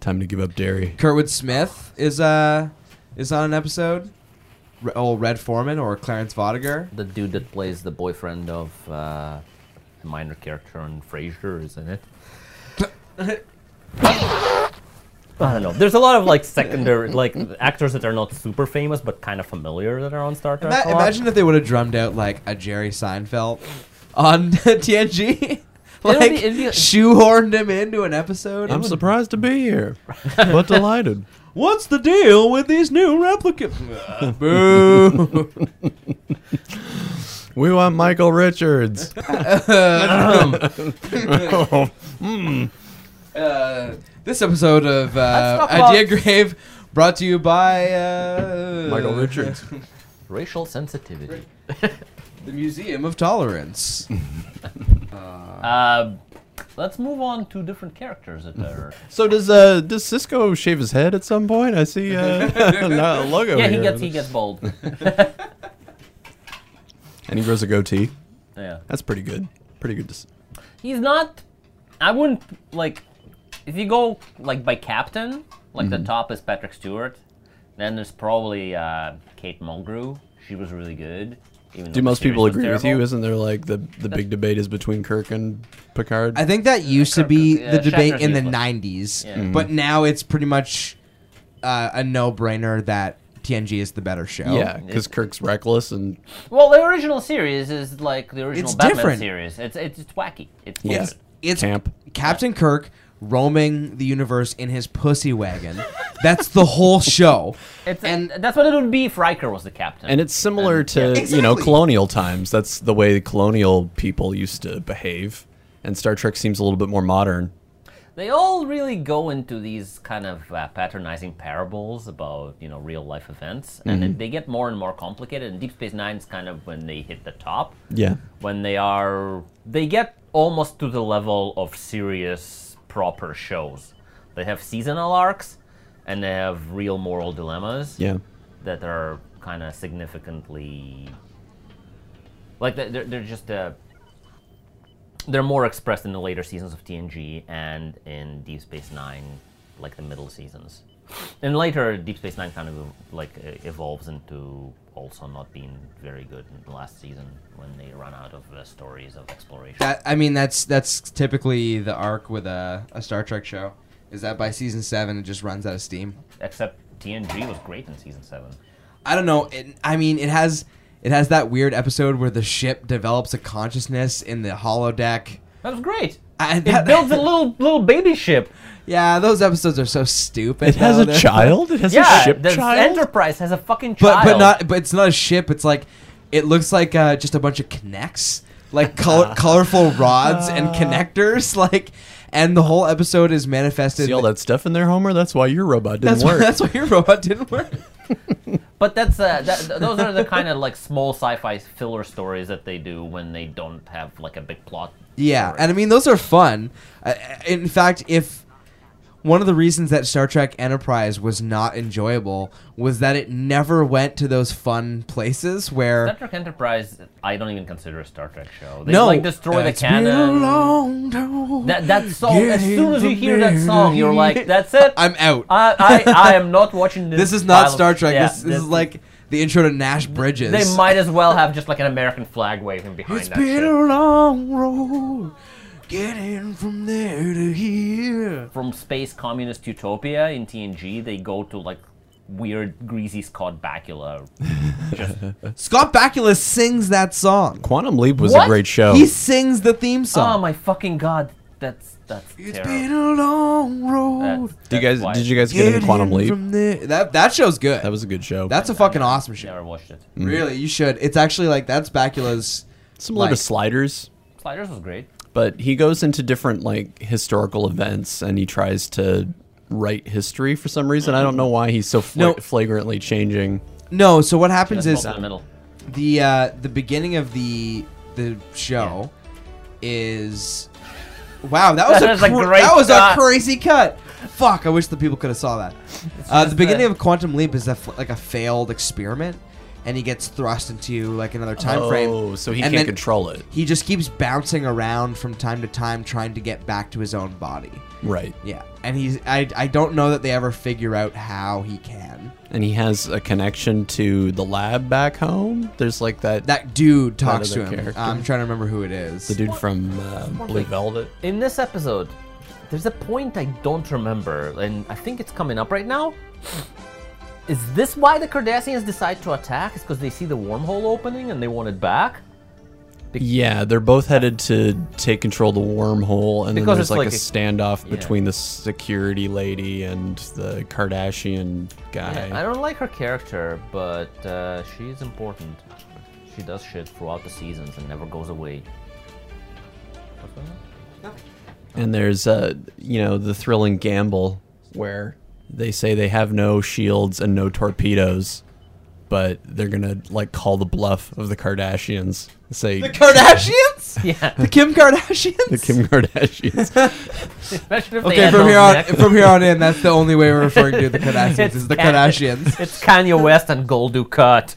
S6: Time to give up dairy.
S5: Kurtwood Smith is uh is on an episode. Re- oh, Red Foreman or Clarence Vodiger.
S10: The dude that plays the boyfriend of uh, a minor character on Frasier, isn't it? I don't know. There's a lot of like secondary, like actors that are not super famous but kind of familiar that are on Star Trek.
S5: Ima-
S10: a lot.
S5: imagine if they would have drummed out like a Jerry Seinfeld on TNG. like
S10: be- it'd be-
S5: shoehorned him into an episode.
S6: I'm surprised to be here, but delighted.
S5: What's the deal with these new replicants? Boo!
S6: We want Michael Richards.
S5: uh, this episode of uh,
S10: Let's talk about-
S5: Idea Grave brought to you by uh,
S6: Michael Richards.
S10: racial sensitivity.
S5: the Museum of Tolerance.
S7: Uh, let's move on to different characters that are.
S6: So does uh does Cisco shave his head at some point? I see uh, not a logo
S7: yeah, he
S6: here.
S7: gets he gets bald.
S6: and he grows a goatee.
S7: Yeah.
S6: That's pretty good. Pretty good. dis-
S7: He's not. I wouldn't like. If you go like by captain, like
S6: Mm-hmm.
S7: the top is Patrick Stewart. Then there's probably uh, Kate Mulgrew. She was really good.
S6: Do
S7: Even though the
S6: most people
S7: series was
S6: agree with you?
S7: terrible.
S6: Isn't there like the the big debate is between Kirk and Picard?
S5: I think that used to
S7: Kirk-
S5: be
S7: yeah,
S5: the debate
S7: Shatner's
S5: in the '90s,
S7: useless. Yeah.
S6: Mm-hmm.
S7: Mhm.
S5: but now it's pretty much uh, a no-brainer that TNG is the better show.
S6: yeah, because Kirk's reckless and
S7: Well, the original series is like the original
S5: It's
S7: Batman
S5: different.
S7: series. It's it's, it's wacky. It's
S6: Yeah.
S7: bullshit.
S5: it's
S6: Camp.
S5: Captain Kirk roaming the universe in his pussy wagon. That's the whole show.
S7: It's,
S5: And-
S7: and that's what it would be if Riker was the captain.
S6: and it's similar to you know
S5: Exactly.
S6: colonial times. That's the way colonial people used to behave, and Star Trek seems a little bit more modern.
S7: They all really go into these kind of uh, patronizing parables about you know real life events, and
S6: Mm-hmm.
S7: then they get more and more complicated. And Deep Space Nine is kind of when they hit the top,
S6: Yeah,
S7: when they are they get almost to the level of serious proper shows. They have seasonal arcs, and they have real moral dilemmas
S6: yeah.
S7: that are kind of significantly like they're, they're- they're just uh, they're more expressed in the later seasons of TNG and in Deep Space Nine, like the middle seasons. And later, Deep Space Nine kind of like e- evolves into also not being very good in the last season when they run out of uh, stories of exploration.
S5: That I mean, that's that's typically the arc with a, a Star Trek show. Is that by season seven it just runs out of steam?
S7: Except TNG was great in season seven.
S5: I don't know. It, I mean, it has it has that weird episode where the ship develops a consciousness in the holodeck.
S7: That was great.
S5: I,
S7: It
S5: that-
S7: builds a little little baby ship.
S5: Yeah, those episodes are so stupid.
S6: It has
S5: though.
S6: a
S5: They're-
S6: child. It has a
S7: Yeah,
S6: ship
S7: the
S6: child.
S7: Enterprise has a fucking
S5: but
S7: child.
S5: but not but it's not a ship. It's like it looks like uh, just a bunch of connects, like color, colorful rods
S6: Uh.
S5: and connectors, like. And the whole episode is manifested.
S6: See all that stuff in there, Homer. That's why your robot didn't
S5: that's why,
S6: work.
S5: that's why your robot didn't work.
S7: But that's uh, that, th- those are the kind of like small sci-fi filler stories that they do when they don't have like a big plot.
S5: Yeah,
S7: story.
S5: and I mean those are fun. Uh, in fact, if one of the reasons that Star Trek Enterprise was not enjoyable was that it never went to those fun places
S7: Star
S5: where
S7: Trek Enterprise, I don't even consider a Star Trek show. They
S5: no,
S7: like destroy the
S5: it's been a
S7: canon.
S5: long time.
S7: That that song.
S5: Get
S7: as soon as you hear that
S5: in
S7: song, you're like, that's it.
S5: I'm out.
S7: I, I, I am not watching this.
S5: this is not
S7: pile of-
S5: Star Trek.
S7: yeah,
S5: this, this is like the intro to Nash Bridges.
S7: They might as well have just like an American flag waving behind
S5: It's
S7: that.
S5: been
S7: shit.
S5: a long road getting from there to here.
S7: from space communist utopia in TNG, they go to like
S11: weird, greasy Scott Bakula.
S5: Scott Bakula sings that song.
S6: Quantum Leap was
S11: What?
S6: a great show.
S5: He sings the theme
S11: Oh
S5: song.
S11: my fucking god, that's that's
S5: it's
S11: terrible.
S5: been a long
S11: That's-
S5: road.
S6: Do you
S11: that's
S6: guys?
S11: why
S6: Did you guys get
S5: Get
S6: into Quantum
S5: in
S6: Leap?
S5: from there. That that show's good.
S6: That was Mm. a good show.
S5: That's a fucking awesome
S11: I
S5: show.
S11: Never watched it.
S5: Really, you should. It's actually like that's Bakula's.
S6: similar to
S5: like-
S6: Sliders,
S11: Sliders was great.
S6: but he goes into different like historical events and he tries to write history for some reason. I don't know why he's so fla-
S5: No.
S6: flagrantly changing.
S5: No, so what happens
S11: That's
S5: is
S11: in the middle.
S5: the uh, the beginning of the the show is wow that was,
S11: That
S5: a,
S11: was a
S5: cra-
S11: great
S5: that was
S11: cut.
S5: a crazy cut fuck i wish the people could have saw that uh, the beginning of quantum leap is a f like a failed experiment and he gets thrust into like another time
S6: Oh,
S5: frame
S6: so he
S5: and
S6: can't
S5: then
S6: control it.
S5: he just keeps bouncing around from time to time trying to get back to his own body
S6: Right.
S5: yeah and he's i, I don't know that they ever figure out how he can
S6: And he has a connection to the lab back home. There's like that
S5: that dude talks
S6: other
S5: to him
S6: character.
S5: i'm trying to remember who it is
S6: the dude from uh, Blue Velvet.
S7: In this episode, there's a point I don't remember, and I think it's coming up right now. Is this why the Cardassians decide to attack? Is because they see the wormhole opening and they want it back?
S6: Yeah, they're both headed to take control of the wormhole, and
S7: Because
S6: then
S7: it's
S6: there's like,
S7: like
S6: a
S7: a-
S6: standoff between the security lady and the Kardashian guy.
S7: I don't like her character, but uh, she's important. She does shit throughout the seasons and never goes away.
S6: and there's uh, you know, the thrilling gamble where they say they have no shields and no torpedoes, but they're gonna like call the bluff of the Kardashians. Say
S5: The Kardashians?
S7: Yeah.
S5: The Kim Kardashians?
S6: the Kim Kardashians.
S11: Imagine if they
S5: okay,
S11: had
S5: from
S11: those
S5: here on
S11: neck-
S5: from here on in, that's the only way we're referring to the Kardashians is the
S7: Kat-
S5: Kardashians.
S7: It's Kanye West and Gold Dukat.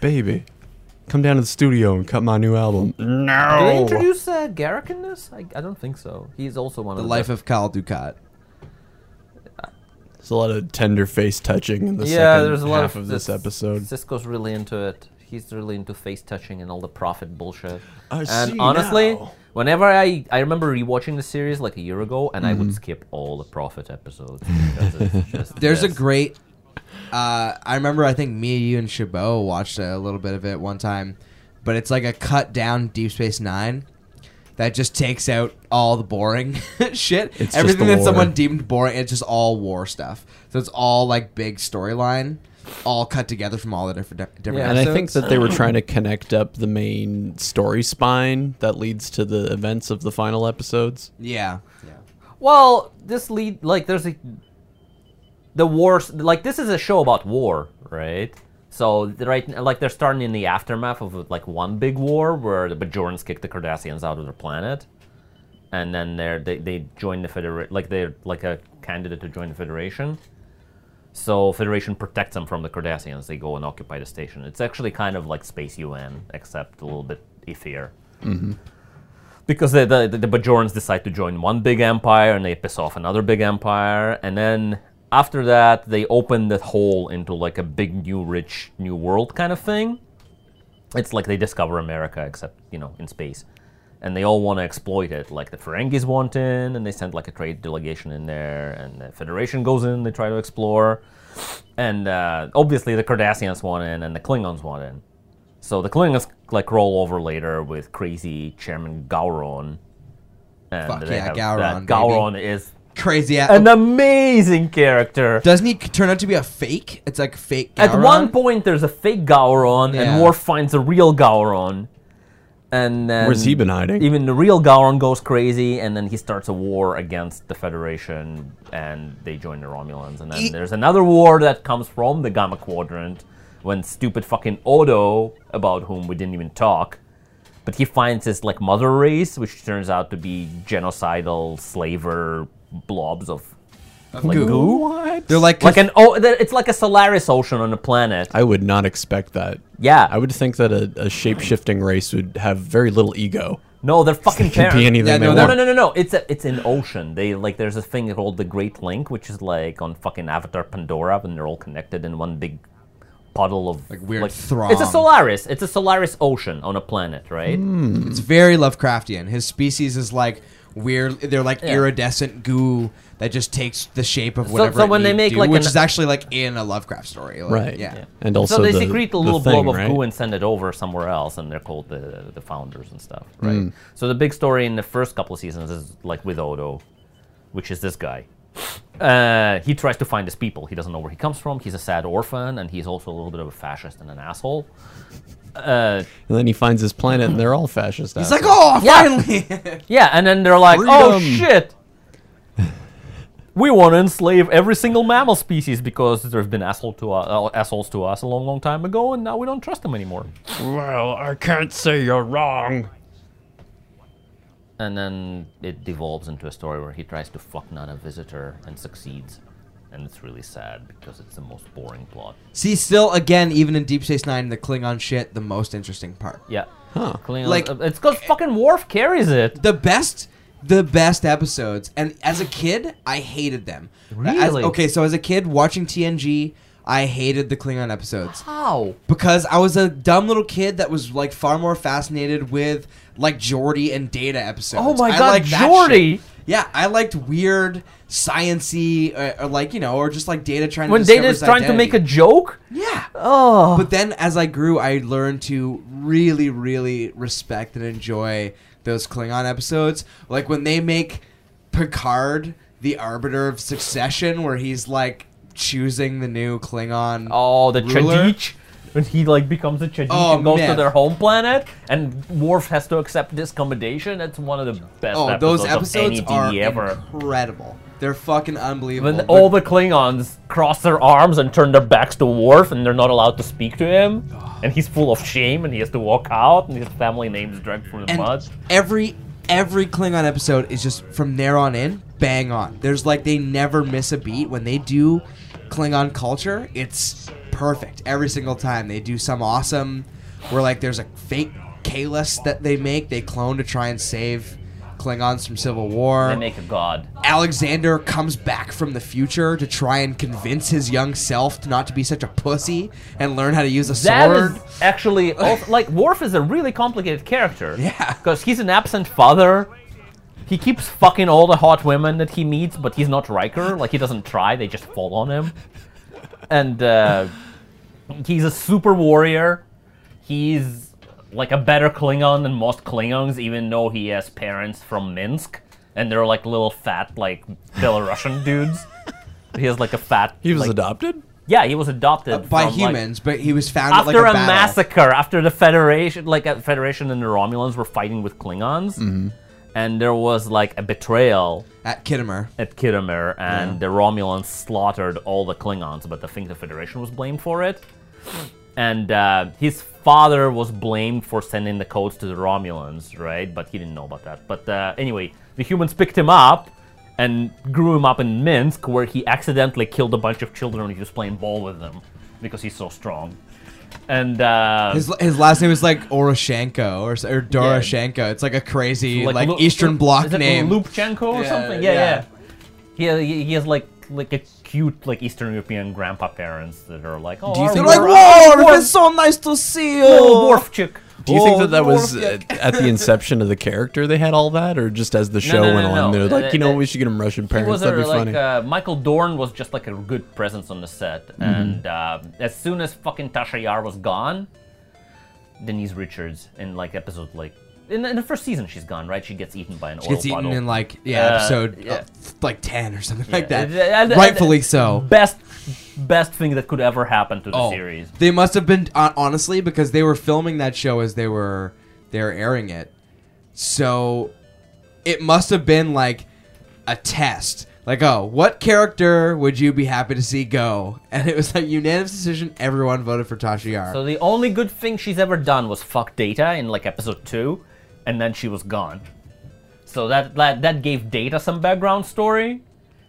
S6: Baby, come down to the studio and cut my new album.
S7: Did they
S6: No.
S7: introduce uh, Garrick in this? I, I don't think so. He's also one
S5: The
S7: of
S5: life of Kyle Dukat.
S6: There's a lot of tender face touching in the
S7: Yeah,
S6: second
S7: there's a lot
S6: half
S7: of
S6: of this
S7: this-
S6: episode.
S7: Cisco's really into it. He's really into face touching and all the prophet bullshit. and honestly, whenever I I remember rewatching the series like a year ago, and I would skip all the prophet episodes. because it's just
S5: There's a
S7: this.
S5: great uh, I remember I think me, you and Chabot watched a little bit of it one time, but it's like a cut down Deep Space Nine that just takes out all the boring shit.
S6: just
S5: Everything
S6: the
S5: that someone
S6: war.
S5: deemed boring, it's just all war stuff. So it's all like big storyline, all cut together from all the different different
S6: and I think
S5: episodes.
S6: that they were trying to connect up the main story spine that leads to the events of the final episodes.
S5: Yeah. Yeah.
S7: Well, this lead like there's a the wars like this is a show about war, right? So the- right n- like they're starting in the aftermath of like one big war where the Bajorans kick the Cardassians out of their planet, and then they're they, they join the federation like they're like a candidate to join the Federation. So Federation protects them from the Cardassians. They go and occupy the station. It's actually kind of like Space UN, except a little bit iffier because the, the, the Bajorans decide to join one big empire and they piss off another big empire. And then after that, they open that hole into like a big new rich new world kind of thing. It's like they discover America, except, you know, in space. And they all want to exploit it. Like the Ferengis want in, and they send like a trade delegation in there, and the Federation goes in, they try to explore. And uh, obviously, the Cardassians want in, and the Klingons want in. So the Klingons like roll over later with crazy Chairman Gowron. And
S5: Fuck
S7: they
S5: yeah,
S7: have
S5: Gowron,
S7: That. Gowron is
S5: Crazy a-
S7: an amazing character.
S5: Doesn't he turn out to be a fake? It's like fake.
S7: At
S5: Gowron?
S7: one point, there's a fake Gowron,
S5: Yeah.
S7: and Worf finds a real Gowron. And then
S6: Where's he been hiding?
S7: Even the real Gowron goes crazy, and then he starts a war against the Federation, and they join the Romulans. And then
S5: He-
S7: there's another war that comes from the Gamma Quadrant when stupid fucking Odo, about whom we didn't even talk, but he finds his like mother race, which turns out to be genocidal slaver blobs of like
S5: goo.
S7: goo.
S5: they're like,
S7: Like an oh, there- it's like a Solaris ocean on a planet.
S6: I would not expect that.
S7: Yeah.
S6: I would think that a, a shape shifting race would have very little ego.
S7: No, they're fucking
S6: It can be
S7: parents.
S6: anything
S5: Yeah,
S6: they
S5: no,
S7: No,
S6: want.
S7: no, no, no, no. It's a, it's an ocean. They like there's a thing called the Great Link, which is like on fucking Avatar Pandora, and they're all connected in one big puddle of
S5: Like weird
S7: It's a
S5: throng.
S7: Solaris. It's a Solaris ocean on a planet, right?
S5: it's very Lovecraftian. His species is like weird. They're like
S12: Yeah.
S5: iridescent goo that just takes the shape of
S7: So-
S5: whatever.
S7: so
S5: it
S7: when they
S5: need
S7: make
S5: to,
S7: like
S5: which
S7: an-
S5: is actually like in a Lovecraft story, like,
S6: Right.
S5: Yeah.
S6: And also
S7: so they
S6: the,
S7: secrete a
S6: the
S7: little
S6: thing,
S7: blob of
S6: right?
S7: goo and send it over somewhere else, and they're called the the founders and stuff, right?
S6: Mm.
S7: So the big story in the first couple of seasons is like with Odo, which is this guy. Uh, he tries to find his people. He doesn't know where he comes from. He's a sad orphan, and he's also a little bit of a fascist and an asshole.
S6: And then he finds his planet, and they're all fascist.
S5: He's like, oh,
S7: Yeah.
S5: finally.
S7: Yeah, and then they're like, "Oh
S6: Freedom."
S7: shit, we want to enslave every single mammal species because there's been asshole to uh, assholes to us a long, long time ago, and now we don't trust them anymore."
S6: well, I can't say you're wrong.
S7: And then it devolves into a story where he tries to fuck not a visitor and succeeds. And it's really sad because it's the most boring plot.
S5: See, still, again, even in Deep Space Nine, the Klingon shit, the most interesting part.
S7: Yeah. Huh.
S5: Like-
S7: Like, it's because fucking Worf carries it.
S5: the best the best episodes and as a kid i hated them As-
S7: Really?
S5: okay so as a kid watching tng i hated the klingon episodes
S7: How?
S5: because i was a dumb little kid that was like far more fascinated with like geordie and data episodes
S7: Oh my
S5: I
S7: God,
S5: liked that
S7: Geordi!
S5: shit. yeah i liked weird sciency uh, or like you know or just like data trying
S7: When
S5: to discover
S7: Data's
S5: his
S7: trying to
S5: identity.
S7: make a joke?
S5: yeah
S7: Oh.
S5: but then as I grew, I learned to really, really respect and enjoy those Klingon episodes. Like when they make Picard the arbiter of succession, where he's like choosing the new Klingon.
S7: Oh, the
S5: ruler.
S7: Chadich. When he like becomes a Chadich
S5: Oh,
S7: and goes to
S5: man.
S7: their home planet, and Worf has to accept this commendation. That's one of the best.
S5: Oh,
S7: episodes
S5: those episodes
S7: of any
S5: are
S7: TV ever.
S5: incredible. They're fucking unbelievable.
S7: When
S5: But-
S7: all the Klingons cross their arms and turn their backs to Worf, and they're not allowed to speak to him, and he's full of shame, and he has to walk out, and his family name is dragged through the
S5: and
S7: mud.
S5: every every Klingon episode is just from there on in bang on. There's like they never miss a beat when they do Klingon culture. It's perfect every single time. They do some awesome where like there's a fake Kalis that they make. They clone to try and save Klingons from civil war.
S7: They make a god.
S5: Alexander comes back from the future to try and convince his young self to not to be such a pussy and learn how to use a
S7: That
S5: sword.
S7: is actually also, like Worf is a really complicated character.
S5: Yeah.
S7: because he's an absent father. He keeps fucking all the hot women that he meets, but he's not Riker. Like he doesn't try; they just fall on him. And uh, he's a super warrior. He's like a better Klingon than most Klingons, even though he has parents from Minsk, and they're like little fat like Belarusian dudes. He has like a fat.
S6: He was
S7: like-
S6: adopted.
S7: Yeah, he was adopted
S5: by
S7: from, like,
S5: humans, but he was found at, like,
S7: after a,
S5: battle.
S7: massacre, after the Federation, like a Federation and the Romulans were fighting with Klingons, and there was like a betrayal
S5: at Kittimer.
S7: at Kittimer, and the Romulans slaughtered all the Klingons, but I think the Federation was blamed for it. And uh, his father was blamed for sending the codes to the Romulans, right? But he didn't know about that. But uh, anyway, the humans picked him up and grew him up in Minsk, where he accidentally killed a bunch of children when he was playing ball with them because he's so strong. And uh,
S5: His, his last name is like Oroshenko or, s- or Doroshenko. It's like a crazy like,
S7: Lu-
S5: Eastern
S7: Lu-
S5: Bloc
S7: is it
S5: name.
S7: Lubchenko or
S5: Yeah,
S7: something. Yeah,
S5: yeah.
S7: yeah. yeah. He, he has like like a cute like Eastern European grandpa parents that are like, oh,
S6: you
S7: our
S6: think
S7: Worf-
S6: that-
S7: our Worf-
S5: so nice to see you.
S7: oh, Worf chick."
S6: Do you
S7: Oh,
S6: think that that
S5: Lord,
S6: was uh, at the inception of the character they had all that, or just as the show
S7: no,
S6: went
S7: no,
S6: on?
S7: no.
S6: They're like,
S7: Uh,
S6: you know,
S7: uh,
S6: we should get him Russian
S7: He
S6: parents.
S7: was
S6: That'd
S7: a,
S6: be funny.
S7: like uh, Michael Dorn was just like a good presence on the set,
S5: Mm-hmm.
S7: and uh, as soon as fucking Tasha Yar was gone, Denise Richards in like episode like in, in the first season she's gone right. She gets eaten by an
S5: She
S7: oil
S5: gets eaten
S7: bottle.
S5: in like yeah
S7: Uh,
S5: episode uh,
S7: yeah.
S5: f- like ten or something like
S7: Yeah.
S5: that.
S7: And- and-
S5: Rightfully
S7: and-
S5: so.
S7: Best best thing that could ever happen to the
S5: Oh,
S7: series.
S5: they must have been hon- honestly because they were filming that show as they were they were airing it. So it must have been like a test. Like, oh, what character would you be happy to see go? And it was like unanimous decision. Everyone voted for Tasha Yar.
S7: So the only good thing she's ever done was fuck Data in like episode two, and then she was gone. So that that, that gave Data some background story,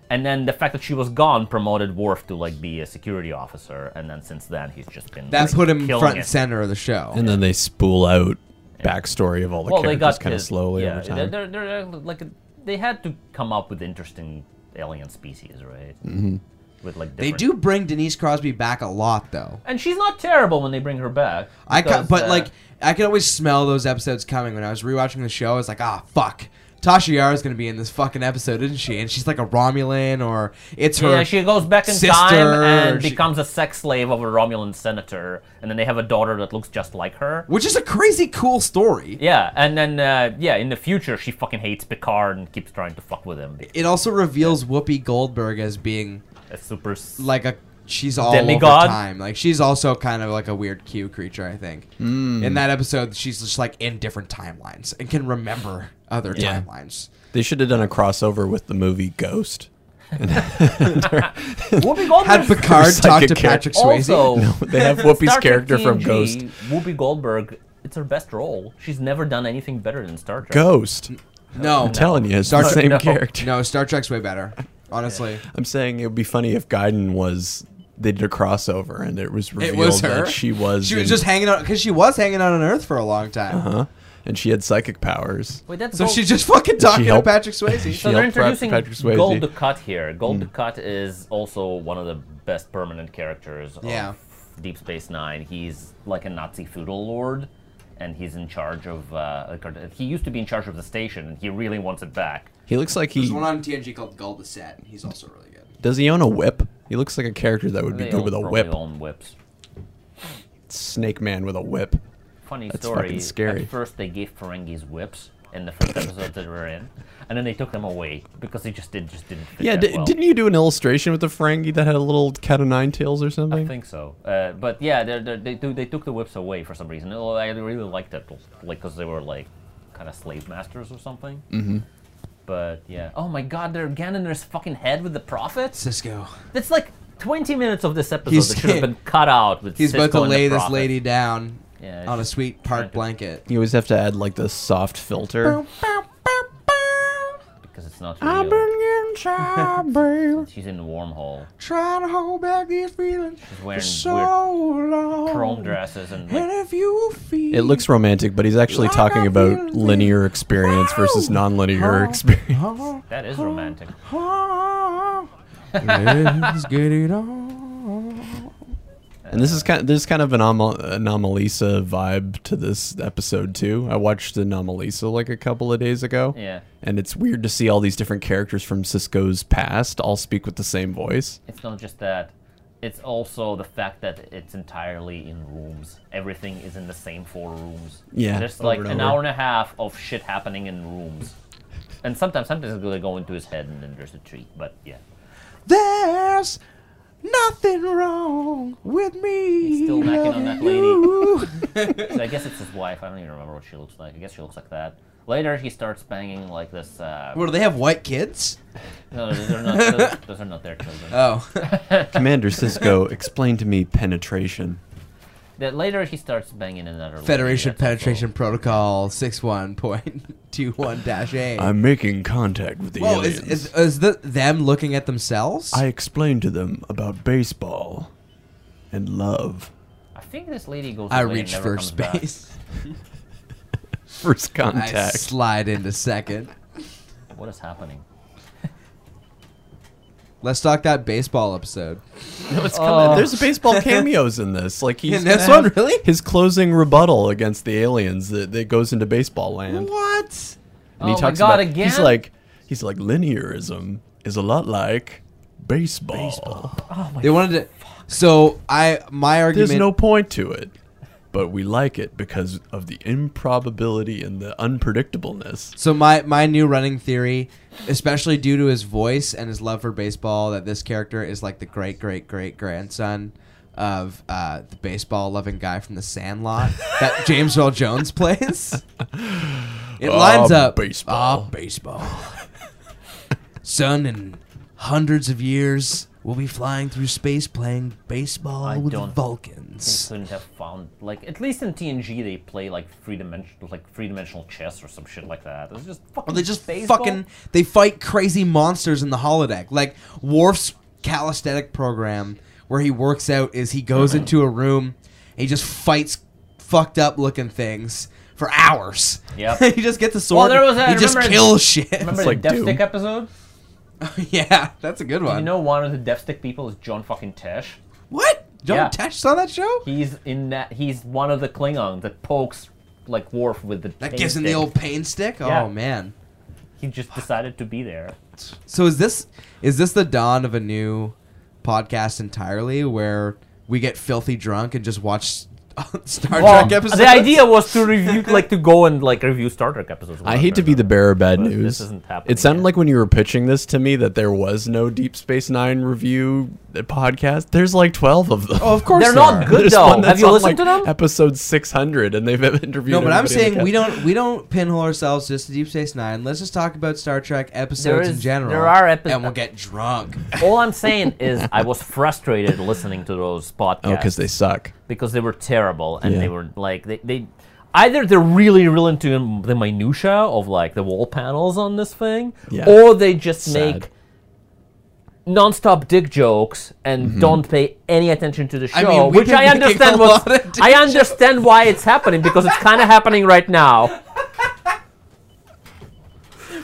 S7: and then the fact that she was gone promoted Worf to like be a security officer, and then since then he's just been
S5: That's
S7: like,
S5: put him
S7: killing
S5: front and
S7: it.
S5: center of the show.
S6: and then they spool out backstory of all the
S7: Well, they
S6: characters
S7: got
S6: kind of
S7: to-
S6: slowly
S7: yeah,
S6: over time.
S7: They're, they're, they're uh, like they had to come up with interesting alien species, right?
S6: Mm-hmm.
S7: With like
S5: They
S7: different...
S5: do bring Denise Crosby back a lot, though.
S7: and she's not terrible when they bring her back.
S5: I ca-
S7: because,
S5: but
S7: uh,
S5: like I could always smell those episodes coming when I was rewatching the show. I was like, ah, fuck, Tasha Yara's gonna be in this fucking episode, isn't she? And she's like a Romulan, or it's her.
S7: Yeah, she goes back in
S5: sister,
S7: time and
S5: or she-
S7: becomes a sex slave of a Romulan senator, and then they have a daughter that looks just like her.
S5: which is a crazy cool story.
S7: Yeah, and then uh, yeah, in the future she fucking hates Picard and keeps trying to fuck with him.
S5: It also reveals Whoopi Goldberg as being
S7: A super s-
S5: like a she's all
S7: Demigod?
S5: over time. Like she's also kind of like a weird Q creature, I think. In that episode, she's just like in different timelines and can remember other
S6: Yeah.
S5: timelines.
S6: They should have done a crossover with the movie Ghost.
S7: Whoopi
S5: Had
S7: Goldberg.
S5: Picard
S6: Psychic
S5: talk to
S6: character.
S5: Patrick Swayze?
S7: also,
S6: They have
S7: Star
S6: Whoopi's
S7: Trek
S6: character from
S7: TNG,
S6: Ghost.
S7: Whoopi Goldberg. It's her best role. She's never done anything better than Star Trek.
S6: Ghost.
S5: no,
S6: I'm telling you, it's
S5: Star
S6: the
S5: Trek-
S6: same
S7: no.
S6: character.
S5: no, Star Trek's way better. Honestly,
S6: I'm saying it would be funny if Gaiden was they did a crossover and it was revealed
S5: it was her.
S6: that she was
S5: She was
S6: in- Uh-huh.
S5: just hanging out because she was hanging out on Earth for a long time.
S6: and she had psychic powers.
S7: Wait, that's
S5: So
S7: Gold-
S5: she's just fucking talking to
S6: help?
S5: Patrick Swayze.
S6: She
S7: So they're
S6: helped Pat-
S7: introducing
S6: Patrick Swayze. Hmm.
S7: Gold Ducat here. Gold Ducat is also one of the best permanent characters of
S5: Yeah.
S7: Deep Space Nine. He's like a Nazi feudal lord, and he's in charge of. Uh, like, uh, he used to be in charge of the station, and he really wants it back.
S6: He looks like he
S5: There's one on TNG called Guldaset. and He's also really good.
S6: does he own a whip? He looks like a character that would be
S7: They
S6: good
S7: all
S6: with a
S7: probably
S6: whip.
S7: own whips.
S6: Snake man with a whip.
S7: Funny
S6: That's
S7: story.
S6: fucking scary.
S7: At first, they gave Ferengis whips in the first episode that we were in, and then they took them away because they just did just didn't. Fit
S6: Yeah,
S7: that
S6: di-
S7: well.
S6: didn't you do an illustration with the Ferengi that had a little cat o' nine tails or
S7: I
S6: something?
S7: think so. Uh, but yeah, they're, they're, they do, they took the whips away for some reason. Oh, I really liked it, like because they were like kind of slave masters or something. Mm-hmm. But yeah. Oh my God, they're again in their fucking head with the prophets.
S5: Cisco.
S7: That's like 20 minutes of this episode
S5: He's-
S7: that should have been cut out. With
S5: He's about to
S7: Sisko and the
S5: lay this
S7: Prophet.
S5: lady down
S7: Yeah, it's
S5: on a
S7: just
S5: sweet
S7: trying
S5: park
S7: to-
S5: blanket.
S6: You always have to add like the soft filter.
S7: because it's not real. She's in the wormhole.
S5: Trying to hold back these feelings
S7: She's wearing
S5: long.
S7: weird chrome dresses and
S5: And
S7: like,
S5: if you feel
S6: It looks romantic, but he's actually
S5: Like
S6: talking
S5: I
S6: about
S5: feel
S6: linear experience versus non-linear experience.
S7: that is romantic.
S5: Let's get it on.
S6: And this is kind of, there's kind of an Amal- Anomalisa vibe to this episode too. I watched Anomalisa like a couple of days ago.
S7: Yeah.
S6: And it's weird to see all these different characters from Cisco's past all speak with the same voice.
S7: It's not just that. It's also the fact that it's entirely in rooms. Everything is in the same four rooms.
S6: Yeah,
S7: There's
S6: over
S7: like
S6: and
S7: an
S6: over.
S7: hour and a half of shit happening in rooms. And sometimes sometimes it's gonna go into his head and then there's a tree. But yeah.
S5: There's nothing wrong with me.
S7: He's still
S5: loving
S7: macking on that lady.
S5: you.
S7: So I guess it's his wife. I don't even remember what she looks like. I guess she looks like that. Later he starts banging like this uh
S5: what do they have? White kids?
S7: no, those are not those, those are not their children.
S5: Oh,
S6: Commander Cisco, explain to me penetration.
S7: Then later he starts banging another lady.
S5: Federation
S7: That's also-
S5: Penetration Protocol six one point two one dash A.
S6: I'm making contact with the
S5: Whoa, is,
S6: aliens.
S5: is, is the, them looking at themselves?
S6: I explained to them about baseball and love.
S7: I think this lady goes
S5: I
S7: away and
S5: reach
S7: never
S5: first
S7: comes back.
S5: base.
S6: First
S5: I
S6: contact.
S5: slide into second.
S7: What is happening?
S5: Let's talk that baseball episode.
S6: No, it's coming. Uh, There's baseball cameos in this. Like he's
S5: In this
S6: gonna
S5: one,
S6: have
S5: really?
S6: His closing rebuttal against the aliens that, that goes into baseball land.
S5: What?
S6: And he
S7: Oh my
S6: talks
S7: God,
S6: about he's
S7: again?
S6: like he's like linearism is a lot like baseball.
S5: They wanted to. So I my
S6: There's
S5: argument.
S6: no point to it, but we like it because of the improbability and the unpredictableness.
S5: so my my new running theory, especially due to his voice and his love for baseball, that this character is like the great great great grandson of uh, the baseball loving guy from The Sandlot that James Earl Jones plays. It lines
S6: Ah,
S5: up.
S6: baseball.
S5: Ah, baseball. Son, in hundreds of years, we'll be flying through space playing baseball
S7: I
S5: with the
S7: don't
S5: Vulcans.
S7: couldn't have found like at least in TNG they play like three dimensional like three dimensional chess or some shit like that. It's just fucking.
S5: Or they just
S7: baseball.
S5: fucking they fight crazy monsters in the holodeck. Like Worf's calisthenic program where he works out is he goes into a room and he just fights fucked up looking things for hours.
S7: Yep.
S5: he just gets a
S7: Well,
S5: sword.
S7: there was
S5: and
S7: that-
S5: he just
S7: remember-
S5: kills shit.
S7: Remember
S6: like
S7: the
S6: Doom.
S7: Devstick episode?
S5: yeah, that's a good one.
S7: You know, one of the Devstick people is John fucking Tesh.
S5: what? John
S7: Yeah.
S5: Tesh saw that show?
S7: He's in that. He's one of the Klingons that pokes like Worf with the.
S5: That
S7: pain
S5: gives him the
S7: stick.
S5: old pain stick?
S7: Yeah.
S5: Oh man.
S7: he just decided to be there.
S5: So is this is this the dawn of a new podcast entirely where we get filthy drunk and just watch Star Trek episodes?
S7: the idea was to review, like to go and like review Star Trek episodes.
S6: I hate to be the bearer of bad
S7: This
S6: news.
S7: isn't happening
S6: it sounded
S7: yet.
S6: like when you were pitching this to me that there was no Deep Space Nine review uh, podcast. There's like twelve of them.
S5: Oh, of course
S7: They're
S5: there
S7: not
S5: are.
S7: good
S6: There's
S7: though.
S6: one
S7: Have
S6: that's
S7: you
S6: on, like,
S7: listened to them?
S6: Episode six hundred, and they've interviewed.
S5: No, but I'm
S6: everybody on the
S5: saying we
S6: cast.
S5: don't we don't pinhole ourselves just to Deep Space Nine. Let's just talk about Star Trek episodes in
S7: is-
S5: general.
S7: there are epi-
S5: and we'll get drunk.
S7: All I'm saying is I was frustrated listening to those podcasts.
S6: Oh, because they suck.
S7: because they were terrible and
S6: Yeah.
S7: they were like they, they either they're really really into the minutia of like the wall panels on this thing
S6: Yeah.
S7: or they just
S6: Sad.
S7: make non-stop dick jokes and don't pay any attention to the show
S5: Mm-hmm. I mean, we
S7: which
S5: can
S7: i
S5: make a
S7: understand
S5: lot
S7: was
S5: of dick
S7: i understand why it's happening because it's kind of happening right now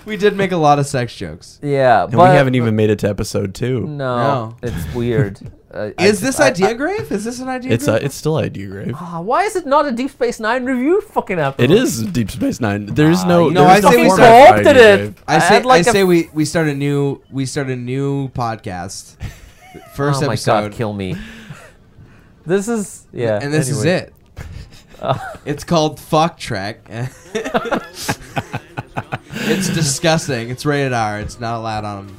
S5: we did make a lot of sex jokes.
S7: yeah
S6: And
S7: but
S6: we haven't even made it to episode two.
S7: no,
S5: e- No.
S7: it's weird Uh, I
S5: Is
S7: just-
S5: this
S7: I-
S5: idea grave? Is this an idea
S6: It's uh,
S5: grave?
S6: it's still idea grave.
S7: Ah, why is it not a deep space nine review fucking
S6: It
S7: episode Oh
S6: is Deep Space Nine. There's
S7: Ah,
S6: no.
S5: you know,
S6: there's
S5: I
S6: no
S5: say we
S6: format
S5: start-
S6: for
S7: co-opted
S6: Idea
S7: it.
S6: Grave.
S5: I
S7: I
S5: say
S7: had like
S5: I
S7: a-
S5: say we, we start a new we start a new podcast. First
S7: oh my
S5: episode.
S7: god kill me this is yeah
S5: and this is
S7: anyway.
S5: it. it's called Fuck Trek. it's disgusting. It's rated R. It's not allowed on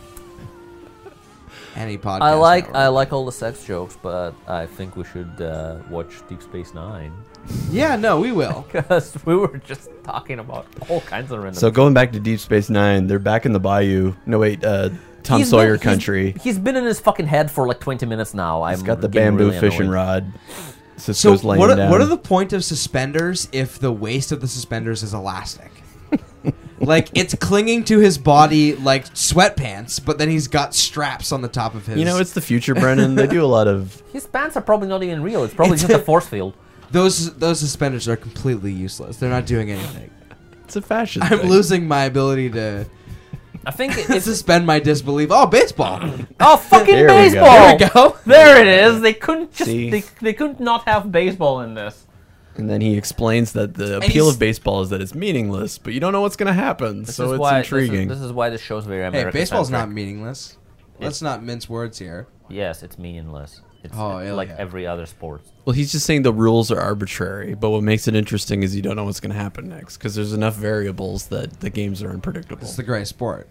S5: any podcast.
S7: I like I
S5: network.
S7: like all the sex jokes, but I think we should uh, watch Deep Space Nine
S5: Yeah, no, we will.
S7: because we were just talking about all kinds of random.
S6: So going back to Deep Space Nine, they're back in the bayou. No wait, uh, Tom
S7: He's been-
S6: Sawyer
S7: he's-
S6: country.
S7: he's been in his fucking head for like 20 minutes now. I've
S6: He's got the bamboo fishing rod.
S5: So
S6: Cisco's laying
S5: what are,
S6: down.
S5: what are the point of suspenders if the waist of the suspenders is elastic? like it's clinging to his body like sweatpants, but then he's got straps on the top of his.
S6: You know, it's the future, Brennan. they do a lot of.
S7: His pants are probably not even real. It's probably just a force field.
S5: those those suspenders are completely useless. They're not doing anything.
S6: It's a fashion.
S5: I'm
S6: thing.
S5: losing my ability to
S7: I think it-
S5: to
S7: it's
S5: suspend my disbelief. Oh, baseball.
S7: oh fucking
S6: There we go.
S7: baseball.
S5: There we go.
S7: There it is. They couldn't just
S6: See?
S7: they, they could not have baseball in this.
S6: And then he explains that the
S5: And
S6: appeal
S5: he's-
S6: of baseball is that it's meaningless, but you don't know what's going to happen.
S7: This
S6: so
S7: is
S6: it's
S7: why,
S6: intriguing.
S7: This is, this is why this show's very
S5: Hey,
S7: American.
S5: baseball's not meaningless. Let's not mince words here.
S7: Yes, it's meaningless. It's
S5: Oh,
S7: uh,
S5: hell
S7: like
S5: yeah.
S7: every other sport.
S6: well, he's just saying the rules are arbitrary, but what makes it interesting is you don't know what's going to happen next because there's enough variables that the games are unpredictable.
S5: It's the great sport.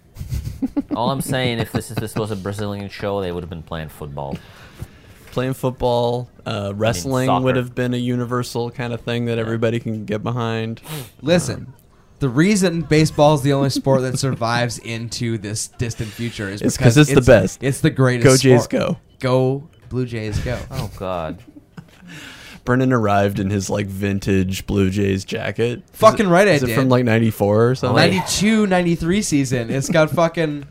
S7: All I'm saying, if this is, this was a Brazilian show, they would have been playing football.
S6: Playing football, uh, wrestling
S7: soccer.
S6: would have been a universal kind of thing that everybody can get behind.
S5: Listen, the reason baseball's the only sport that survives into this distant future is
S6: It's
S5: because
S6: 'cause it's the best.
S5: It's the greatest.
S6: Go Jays,
S5: sport. Go Blue Jays, go.
S7: Oh God,
S6: Brennan arrived in his like vintage Blue Jays jacket. Is
S5: Fucking
S6: it-
S5: right I
S6: Is it
S5: did.
S6: from like '94 or something?
S7: Like-
S5: 92 93 season. It's got fucking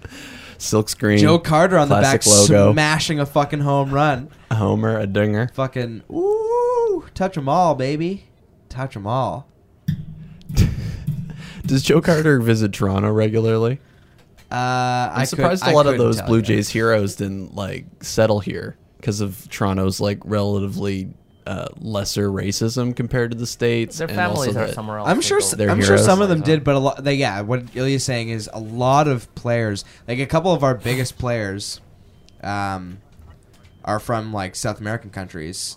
S6: Silk screen.
S5: Joe Carter on the
S6: classic
S5: back
S6: logo.
S5: smashing a fucking home run.
S6: a homer, a dinger.
S5: Fucking ooh, touch 'em all, baby. Touch 'em all.
S6: Does Joe Carter visit Toronto regularly?
S5: Uh, I'm
S6: I'm surprised a lot of those Blue Jays heroes didn't like settle here because of Toronto's like relatively uh, lesser racism compared to the states.
S7: their
S6: and
S7: families
S6: also
S7: are
S6: that-
S7: somewhere else.
S5: I'm
S7: They
S5: sure.
S7: go-
S5: s-
S6: They're
S5: I'm sure some of
S6: heroes.
S5: them did, but a lot. They, yeah, what Ilya's saying is a lot of players, like a couple of our biggest players, um, are from like South American countries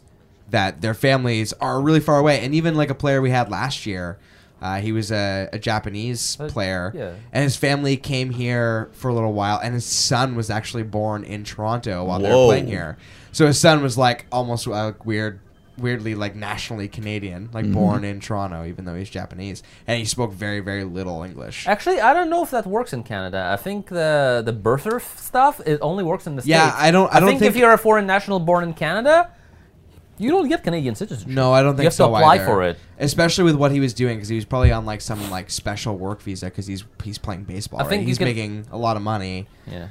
S5: that their families are really far away. And even like a player we had last year, uh, he was a, a Japanese player,
S7: yeah.
S5: and his family came here for a little while, and his son was actually born in Toronto while they
S6: Whoa.
S5: were playing here. So his son was like almost like weird, weirdly like nationally Canadian, like
S6: Mm-hmm.
S5: born in Toronto, even though he's Japanese, and he spoke very very little English.
S7: Actually, I don't know if that works in Canada. I think the the birther f- stuff it only works in the
S5: Yeah,
S7: states.
S5: I don't- I don't
S7: think, if
S5: think-
S7: you're a foreign national born in Canada, you don't get Canadian citizenship.
S5: No, I don't think
S7: you have
S5: so
S7: to apply
S5: either.
S7: for it.
S5: especially with what he was doing because he was probably on like some like special work visa because he's he's playing baseball.
S7: I think
S5: right?
S7: you
S5: he's
S7: can-
S5: making a lot of money.
S7: Yeah,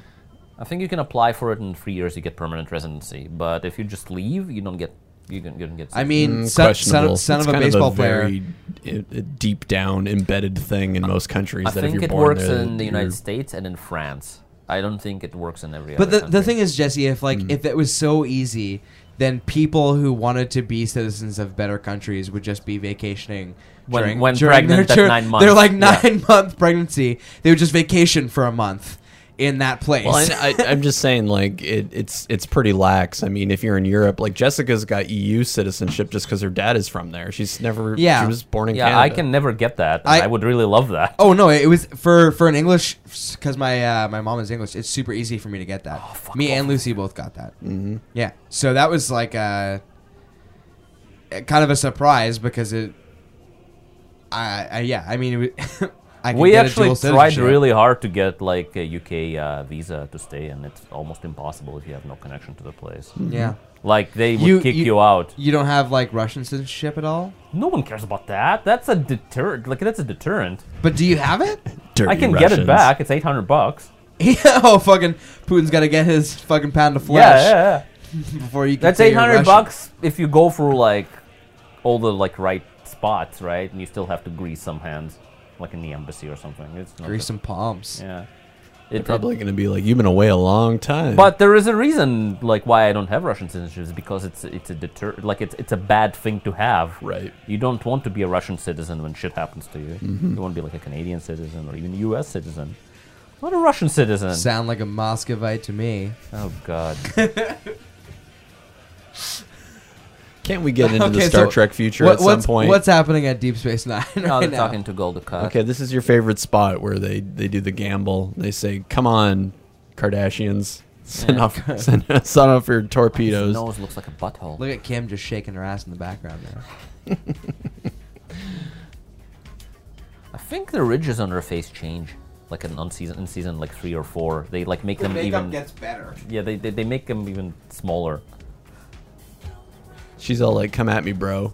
S7: I think you can apply for it in three years. You get permanent residency, but if you just leave, you don't get you don't, you don't get.
S5: I mean,
S6: Mm,
S5: son, son,
S6: questionable.
S5: son
S6: It's
S5: of a
S6: kind
S5: baseball player.
S6: very, i- i- deep down embedded thing in most countries.
S7: I
S6: that if
S7: think
S6: you're
S7: it
S6: born
S7: works
S6: there,
S7: in the
S6: you're-
S7: United States and in France. I don't think it works in every.
S5: But
S7: other
S5: the, the
S7: country.
S5: thing is, Jesse, if like if it was so easy then people who wanted to be citizens of better countries would just be vacationing
S7: When-
S5: during,
S7: when
S5: during
S7: pregnant
S5: their,
S7: at
S5: dur-
S7: nine months.
S5: They're like
S7: Yeah.
S5: nine month pregnancy. They would just vacation for a month in that place.
S6: Well, I, I, I'm just saying, like it, it's it's pretty lax. I mean, if you're in Europe, like Jessica's got EU citizenship just because her dad is from there. She's never.
S5: Yeah.
S6: She was born in
S7: Yeah,
S6: Canada.
S7: I can never get that. and
S5: I-
S7: I, would really love that.
S5: Oh no! It was for for an English because my uh, my mom is English. It's super easy for me to get
S7: Oh,
S5: that. me and Lucy both got that. Mm-hmm. Yeah, so that was like a, a kind of a surprise because it. I, I yeah I mean it was, I could
S7: We
S5: get a
S7: actually
S5: dual
S7: tried
S5: citizenship.
S7: really hard to get like a UK uh, visa to stay, and it's almost impossible if you have no connection to the place.
S5: yeah.
S7: Like they would kick you, out.
S5: Mm. You don't have like Russian citizenship at all.
S7: No one cares about that. That's a deterrent. Like that's a deterrent.
S5: But do you have it?
S7: I can get it back. It's eight hundred bucks.
S5: oh fucking Putin's got to get his fucking pound of
S7: Yeah,
S5: flesh
S7: yeah, yeah.
S5: before you. Can
S7: That's
S5: say
S7: eight
S5: you're
S7: hundred
S5: Russian.
S7: bucks if you go through like all the like right spots, right? And you still have to grease some hands, like in the embassy or something. It's not
S5: Grease
S7: that-
S5: some palms.
S7: Yeah. It,
S6: Probably going to be like you've been away a long time.
S7: But there is a reason, like, why I don't have Russian citizenship is because it's it's a deter, like, it's it's a bad thing to have.
S6: Right.
S7: You don't want to be a Russian citizen when shit happens to you.
S5: Mm-hmm.
S7: You want to be like a Canadian citizen or even a U.S. citizen, not a Russian citizen.
S5: Sound like a Moscovite to me.
S7: oh God.
S6: can't we get into the
S5: Okay,
S6: Star
S5: so
S6: Trek future
S5: What-
S6: at some
S5: what's,
S6: point?
S5: What's happening at Deep Space Nine
S7: Now
S5: right
S7: Oh, they're
S5: now?
S7: talking to Goldukat.
S6: Okay, this is your favorite spot where they, they do the gamble. They say, "Come on, Kardashians, send off send, send off your
S7: His
S6: torpedoes."
S7: nose looks like a butthole.
S5: Look at Kim just shaking her ass in the background there.
S7: I think the ridges on her face change, like in on season in season like three or four. They like make them even.
S5: better.
S7: yeah, they, they they make them even smaller.
S6: She's all like, "Come at me, bro."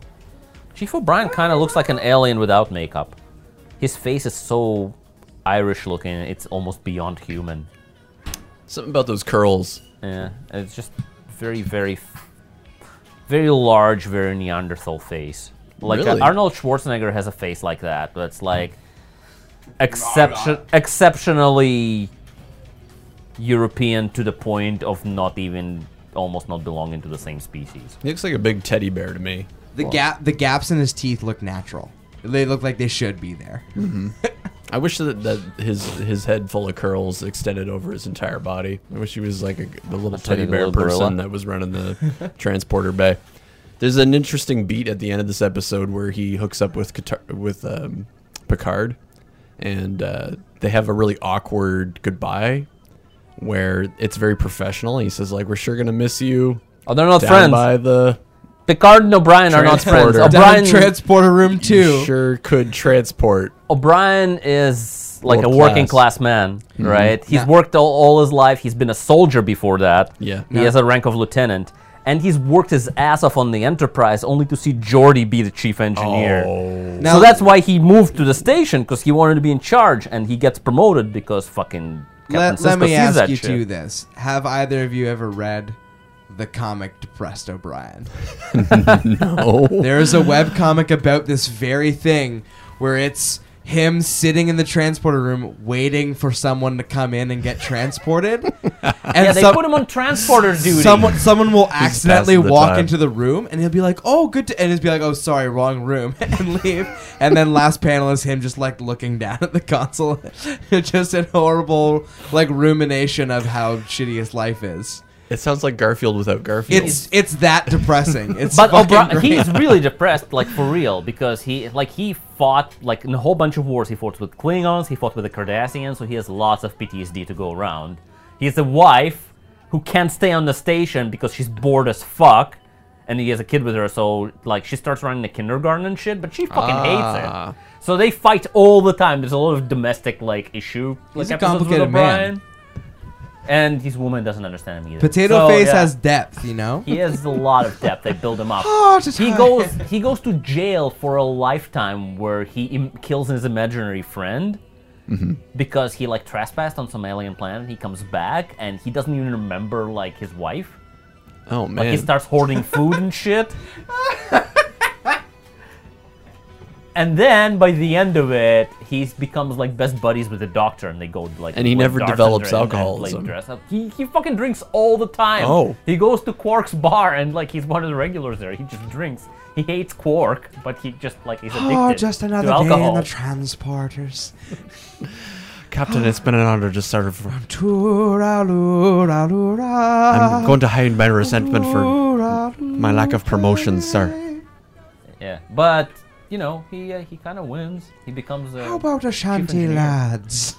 S7: Chief O'Brien kind of looks like an alien without makeup. His face is so Irish looking, it's almost beyond human.
S6: Something about those curls.
S7: Yeah, and it's just very, very, f- very large, very Neanderthal face. Like uh,
S6: Really?
S7: Arnold Schwarzenegger has a face like that, but it's like
S6: Hmm.
S7: exception, exceptionally European to the point of not even almost not belonging to the same species.
S6: He looks like a big teddy bear to me.
S5: The gap, the gaps in his teeth look natural. They look like they should be there.
S6: I wish that, that his his head full of curls extended over his entire body. I wish he was like a, the little
S7: Instead
S6: teddy
S7: of the
S6: bear
S7: little
S6: person
S7: gorilla.
S6: that was running the transporter bay. There's an interesting beat at the end of this episode where he hooks up with Qatar- with um, Picard, and uh, they have a really awkward goodbye where it's very professional. He says like, "We're sure gonna miss you."
S7: Oh, they're not
S6: down
S7: friends.
S6: by the
S7: Picard and O'Brien are not friends.
S6: Transporter. Down
S5: Down in
S7: O'Brien,
S5: transporter room two.
S6: you sure could transport.
S7: O'Brien is like
S6: World
S7: a working
S6: class. Mm-hmm.
S7: class, man, right? He's
S5: Yeah.
S7: worked all, all his life. He's been a soldier before that.
S6: Yeah.
S7: He has a rank of lieutenant. And he's worked his ass off on the Enterprise only to see Geordi be the chief engineer.
S6: Oh.
S5: Now,
S7: so that's why he moved to the station because he wanted to be in charge, and he gets promoted because fucking Captain
S5: let,
S7: Sisko
S5: let me
S7: sees
S5: ask
S7: that
S5: you
S7: shit.
S5: two this: Have either of you ever read the comic Depressed O'Brien?
S6: Oh,
S5: There is a webcomic about this very thing where it's him sitting in the transporter room waiting for someone to come in and get transported. and
S7: Yeah, they
S5: some-
S7: put him on transporter duty.
S5: Someone, someone will accidentally
S6: passing the
S5: walk
S6: time.
S5: into the room, and he'll be like, "Oh, good," to, and he'll be like, "Oh, sorry, wrong room," and leave. And then last panel is him just like looking down at the console, just in horrible like rumination of how shitty his life is.
S6: it sounds like Garfield without Garfield.
S5: It's it's that depressing. It's
S7: But
S5: fucking
S7: O'Brien,
S5: great.
S7: he's really depressed, like for real, because he like he fought like in a whole bunch of wars. He fought with Klingons, he fought with the Cardassians, so he has lots of PTSD to go around. He has a wife who can't stay on the station because she's bored as fuck, and he has a kid with her, so like she starts running the kindergarten and shit, but she fucking
S6: Ah.
S7: hates it. So they fight all the time. There's a lot of domestic like issue like
S5: He's a
S7: episodes with
S5: complicated man.
S7: O'Brien. And his woman doesn't understand him either.
S5: Potato
S7: So,
S5: Face
S7: yeah.
S5: has depth, you know.
S7: He has a lot of depth. They build him up.
S5: Heart
S7: he
S5: attack.
S7: goes. He goes to jail for a lifetime where he Im- kills his imaginary friend because he like trespassed on some alien planet. He comes back and he doesn't even remember like his wife.
S6: oh man,
S7: He starts hoarding food and shit. And then by the end of it, he becomes like best buddies with the doctor, and they go like.
S6: And he
S7: play
S6: never
S7: darts and
S6: develops
S7: dra- and, like,
S6: alcoholism.
S7: dress up. He, he fucking drinks all the time.
S6: Oh.
S7: He goes to Quark's bar and like he's one of the regulars there. He just drinks. He hates Quark, but he just like he's addicted
S5: Oh, just another
S7: to
S5: day
S7: alcohol.
S5: in the transporters.
S6: Captain, it's been an honor to serve.
S5: I'm Ah.
S6: I'm going to hide my resentment
S5: Oh.
S6: for my lack of promotion, sir.
S7: yeah, but you know he uh, he kind of wins. He becomes. Uh,
S5: How about Ashanti
S7: engineer.
S5: lads?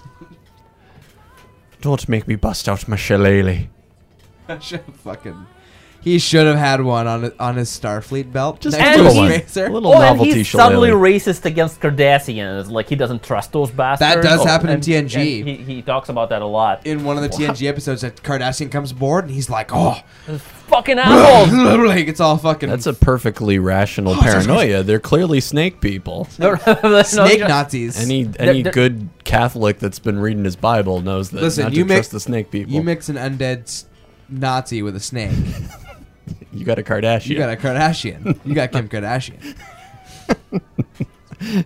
S6: Don't make me bust out my shillelagh.
S5: Fucking. He should have had one on on his Starfleet belt.
S6: Just
S5: next
S7: a
S5: to his
S7: little one.
S5: razor.
S6: A little
S7: Oh, and
S6: novelty
S7: he's suddenly
S6: shillelagh.
S7: racist against Cardassians. Like he doesn't trust those bastards.
S5: does happen in
S7: and-
S5: TNG.
S7: and he, he talks about that a lot.
S5: In one of the TNG episodes, that Cardassian comes aboard and he's like, "Oh,
S7: Fucking assholes.
S5: like it's all fucking
S6: That's a perfectly rational
S5: Oh,
S6: paranoia. They're clearly snake people.
S5: snake Nazis."
S6: Any
S7: They're-
S6: any
S7: they're-
S6: good Catholic that's been reading his Bible knows that
S5: Listen,
S6: not
S5: you
S6: to
S5: mix
S6: trust the snake people.
S5: You
S6: You,
S5: mix an undead s- Nazi with a snake,
S6: got a Kardashian.
S5: you got a Kardashian. You got Kim Kardashian.
S7: I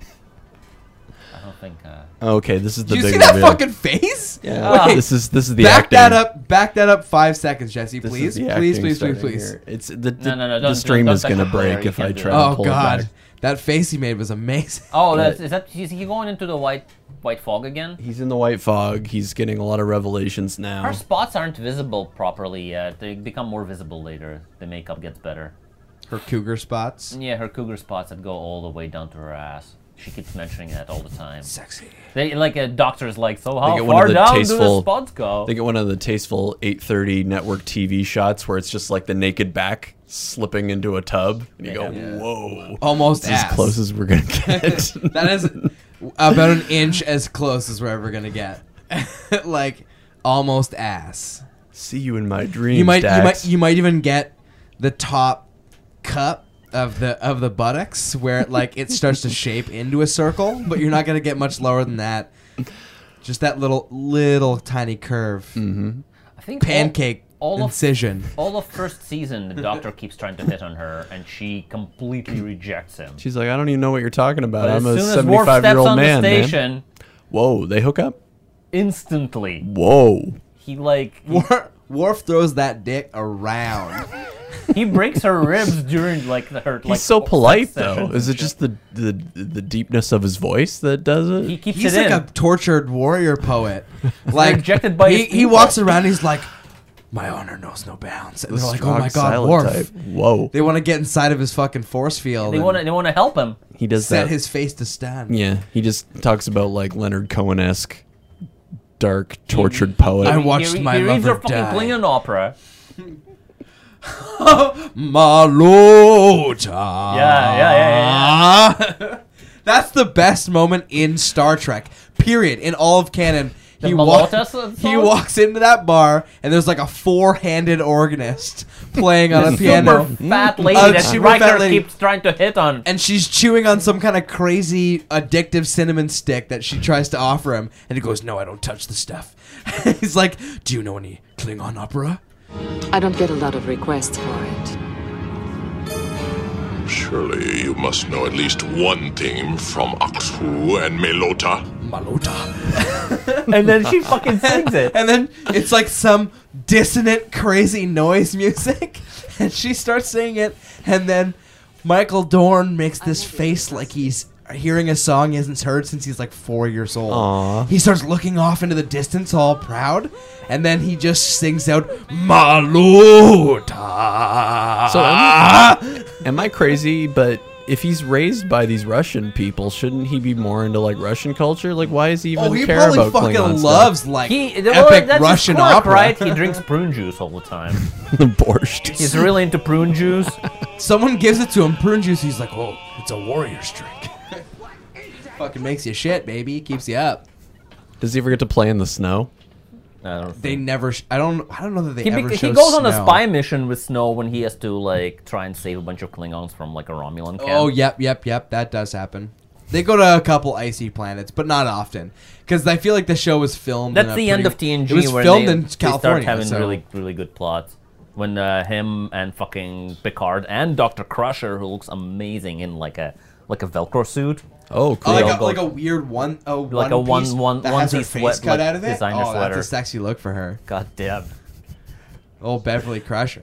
S7: don't think. Uh,
S6: okay, this is the
S5: Did you
S6: big
S5: see that
S6: reveal.
S5: fucking face?
S6: Yeah.
S5: Wait.
S6: this is this is the
S5: back
S6: acting.
S5: that up. Back that up five seconds, Jesse.
S6: This is
S5: Please,
S6: the
S5: please,
S6: acting
S5: please, please,
S6: starting
S5: please.
S6: here. It's the, the,
S7: no, no,
S6: the
S7: don't-
S6: stream
S7: don't
S6: is going to
S7: back up there.
S6: break
S7: You
S6: if
S7: can't
S6: I
S7: do
S6: try
S7: that.
S6: to
S5: Oh
S6: pull it
S5: god,
S6: back.
S5: that face he made was amazing.
S7: oh, that's,
S6: Yeah.
S7: is that is he going into the white white fog again?
S6: He's in the white fog. He's getting a lot of revelations now.
S7: Our spots aren't visible properly yet. They become more visible later. The makeup gets better.
S5: Her cougar spots.
S7: Yeah, her cougar spots that go all the way down to her ass. She keeps mentioning that all the time.
S5: Sexy.
S7: They like a doctor's like, so how
S6: get one of
S7: far
S6: the
S7: down do the
S6: tasteful-
S7: spots go?
S6: They get one of the tasteful 8:30 network TV shots where it's just like the naked back slipping into a tub, and you go, "Whoa!"
S5: Almost
S6: It's
S5: Oh, ass.
S6: as close as we're gonna get.
S5: That is about an inch as close as we're ever gonna get. like almost ass.
S6: See you in my dreams.
S5: You might
S6: Dax.
S5: you might you might even get the top cup of the of the buttocks where it, like it starts to shape into a circle, but you're not gonna get much lower than that. Just that little little tiny curve,
S7: I think all-
S5: pancake
S7: all of-
S5: incision.
S7: All of first season, the doctor keeps trying to hit on her, and she completely rejects him.
S6: She's like, "I don't even know what you're talking about.
S7: But
S6: I'm a
S7: as soon as
S6: 75
S7: Worf
S6: year
S7: steps
S6: old
S7: on
S6: man,
S7: the
S6: man."
S7: station,
S6: Whoa, they hook up.
S7: instantly
S6: Whoa.
S7: he like he-
S5: Worf, Worf throws that dick around.
S7: he breaks her ribs during like the her. like,
S6: He's so
S7: sex
S6: polite
S7: session
S6: though. Is it
S7: and
S6: just the, the the deepness of his voice that does it?
S7: shit. he keeps
S5: He's
S7: it
S5: like
S7: in?
S5: a tortured warrior poet. Like
S7: rejected by
S5: he,
S7: his
S5: he
S7: people.
S5: walks around. He's like, my honor knows no bounds. And they're like, oh
S6: Strong,
S5: my god,
S6: silent
S5: Worf.
S6: type. Whoa.
S5: They want to get inside of his fucking force field.
S7: They
S5: and
S7: want to they want to help him.
S6: he does
S5: set
S6: that.
S5: his face to stand.
S6: yeah, he just talks about like Leonard Cohen esque, dark, tortured poet.
S5: I
S7: He-
S5: watched
S7: he,
S5: my
S7: he reads
S5: lover
S7: her fucking
S5: die.
S7: Klingon opera.
S5: Malota.
S7: Yeah, yeah, yeah, yeah,
S5: That's the best moment in Star Trek. Period. In all of canon.
S7: The
S5: He, walk-
S7: Malota song?
S5: he walks into that bar and there's like a four-handed organist playing on a piano.
S7: Super fat lady
S5: Uh,
S7: that
S5: super fat
S7: Riker
S5: lady.
S7: keeps trying to hit on.
S5: and she's chewing on some kind of crazy addictive cinnamon stick that she tries to offer him, and he goes, "No, I don't touch the stuff." He's like, "Do you know any Klingon opera?"
S3: I don't get a lot of requests for it.
S1: Surely you must know at least one theme from Aksu and Melota.
S5: Malota.
S7: and then she fucking sings it.
S5: And then it's like some dissonant, crazy noise music, and she starts singing it, and then Michael Dorn makes this face like he's hearing a song he hasn't heard since he's like four years old.
S6: Aw.
S5: He starts looking off into the distance, all proud, and then he just sings out Malota.
S6: So am, am I crazy? But if he's raised by these Russian people, shouldn't he be more into like Russian culture? Like, why is he even
S5: oh, he
S6: care
S5: probably
S6: about
S5: fucking
S6: Klingon
S5: loves like
S7: He well,
S5: epic
S7: that's his
S5: Russian
S7: quirk,
S5: opera.
S7: right? He drinks prune juice all the time.
S6: stuff? the borscht?
S7: He's really into prune juice.
S5: Someone gives it to him prune juice. He's like, "Oh, it's a warrior's drink." fucking makes you shit, baby. Keeps you up.
S6: Does he ever get to play in the snow?
S7: I don't
S5: They never. Sh- I don't. I don't know that they
S7: He,
S5: ever.
S7: bec- he
S5: show
S7: goes on a
S5: snow.
S7: spy mission with Snow when he has to like try and save a bunch of Klingons from like a Romulan camp.
S5: Oh yep, yep, yep. That does happen. They go to a couple icy planets, but not often, because I feel like the show was filmed. in
S7: that's
S5: a
S7: the end of
S5: pretty-
S7: TNG
S5: It was
S7: where
S5: filmed
S7: they,
S5: in
S7: they
S5: California.
S7: start having
S5: so-
S7: really really good plots. When uh, him and fucking Picard and Doctor Crusher, who looks amazing in like a like a Velcro suit.
S13: Oh, cool.
S5: like,
S7: all
S5: a,
S7: go-
S5: like a weird one, a one
S7: Like a one-
S5: piece
S7: one-
S5: that has her
S7: onesie
S5: face
S7: sweat-
S5: cut
S7: like
S5: out of it.
S7: designer
S5: oh, that's a
S7: sweater.
S5: sexy look for her.
S7: God damn.
S5: Old Beverly Crusher.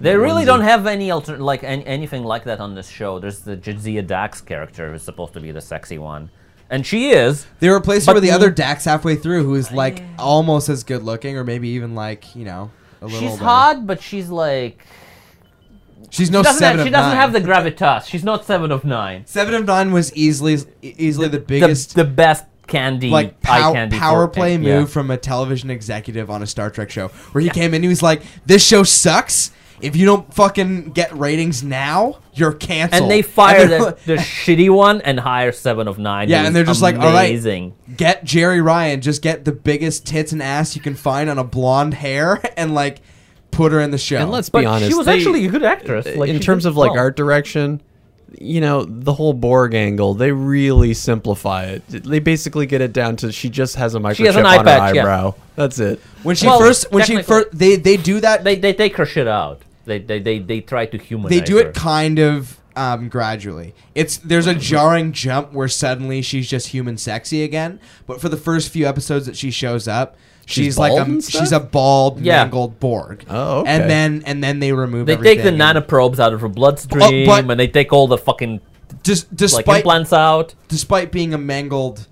S7: They really don't have any alter like an anything like that on this show. There's the Jadzia Dax character who's supposed to be the sexy one, and she is.
S5: They replaced her
S7: But
S5: with the
S7: the-
S5: other Dax halfway through, who
S7: Oh,
S5: is like almost as good looking, or maybe even like you know a little.
S7: She's
S5: better.
S7: hot, but she's like
S5: She's no
S7: she doesn't
S5: seven.
S7: have, she
S5: of
S7: doesn't
S5: nine.
S7: have the gravitas. She's not seven of nine.
S5: seven of nine was easily easily the,
S7: The,
S5: biggest
S7: the best candy
S5: like
S7: eye
S5: pow-
S7: candy for-
S5: power play
S7: yeah.
S5: move from a television executive on a Star Trek show, where he came in and he was like, "This show sucks. If you don't fucking get ratings now, you're canceled."
S7: And they fire
S5: they're
S7: the,
S5: like,
S7: the shitty one and hire seven of nine.
S5: Yeah, and
S7: It was
S5: they're just like, "All right."
S7: amazing.
S5: get Jerry Ryan, just get the biggest tits and ass you can find on a blonde hair, and like put her in the show.
S6: And let's
S7: But
S6: be honest,
S7: she was
S6: they-
S7: actually a good actress. Like,
S6: in
S7: she
S6: terms
S7: did
S6: of like
S7: well.
S6: art direction, you know, the whole Borg angle, they really simplify it. They basically get it down to she just has a microchip
S7: has an eye
S6: on
S7: patch,
S6: her
S7: yeah.
S6: eyebrow. That's it.
S5: when she
S7: Well,
S5: first, when she
S7: technically-
S5: first, they they do that.
S7: They, they take her shit out. They they they, they try to humanize.
S5: they do
S7: her.
S5: it kind of um, gradually. It's there's a jarring jump where suddenly she's just human sexy again. But for the first few episodes that she shows up, she's,
S6: She's
S5: like
S6: bald
S5: a
S6: and stuff?
S5: she's a bald
S7: Yeah.
S5: mangled Borg.
S6: Oh, okay.
S5: And then and then they remove.
S7: They
S5: everything
S7: take the
S5: and
S7: nanoprobes out of her bloodstream,
S5: but-
S7: and they take all the fucking
S5: Dis-
S7: like
S5: despite
S7: implants out.
S5: despite being a mangled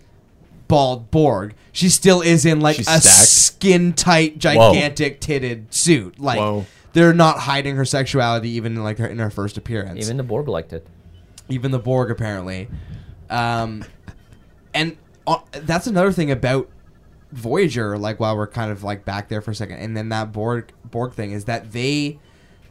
S5: bald Borg, she still is in like
S6: She's
S5: a
S6: stacked.
S5: skin tight, gigantic titted suit. Like
S6: Whoa.
S5: they're not hiding her sexuality even in, like her, in her first appearance.
S7: Even the Borg liked it.
S5: even the Borg apparently. Um, and uh, that's another thing about Voyager. Like while we're kind of like back there for a second, and then that Borg Borg thing is that they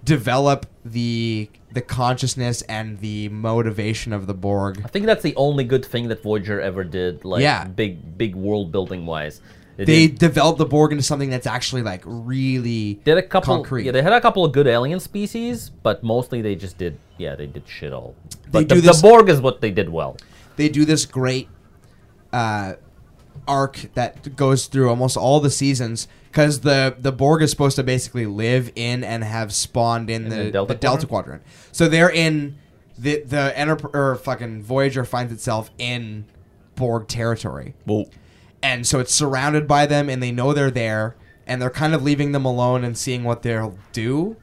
S5: develop the the consciousness and the motivation of the Borg.
S7: I think that's the only good thing that Voyager ever did. Like
S5: Yeah.
S7: big big world building wise. They,
S5: They
S7: did,
S5: develop the Borg into something that's actually like really
S7: did a couple.
S5: concrete.
S7: Yeah, they had a couple of good alien species, but mostly they just did. Yeah, they did shit all.
S5: They
S7: But the,
S5: do this-
S7: the Borg is what they did well.
S5: they do this great uh, arc that goes through almost all the seasons because the the Borg is supposed to basically live in and have spawned in, the, the, Delta, quadrant. So they're in the the Enter- or fucking Voyager finds itself in Borg territory,
S6: Well,
S5: and so it's surrounded by them, and they know they're there, and they're kind of leaving them alone and seeing what they'll do.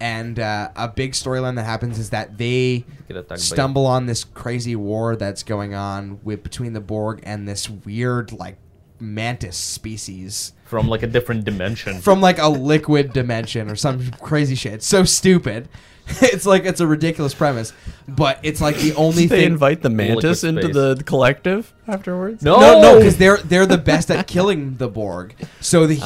S5: And uh, a big storyline that happens is that they
S7: Get attacked by-
S5: stumble on this crazy war that's going on with between the Borg and this weird like mantis species
S7: From like a different dimension.
S5: from like a liquid dimension or some crazy shit. It's so stupid. It's like it's a ridiculous premise, but it's like the only
S6: did they
S5: thing.
S6: invite the mantis
S7: Liquid
S6: into
S7: space.
S6: the collective afterwards?
S7: no,
S5: no, no, because they're they're the best at killing the Borg. So the, the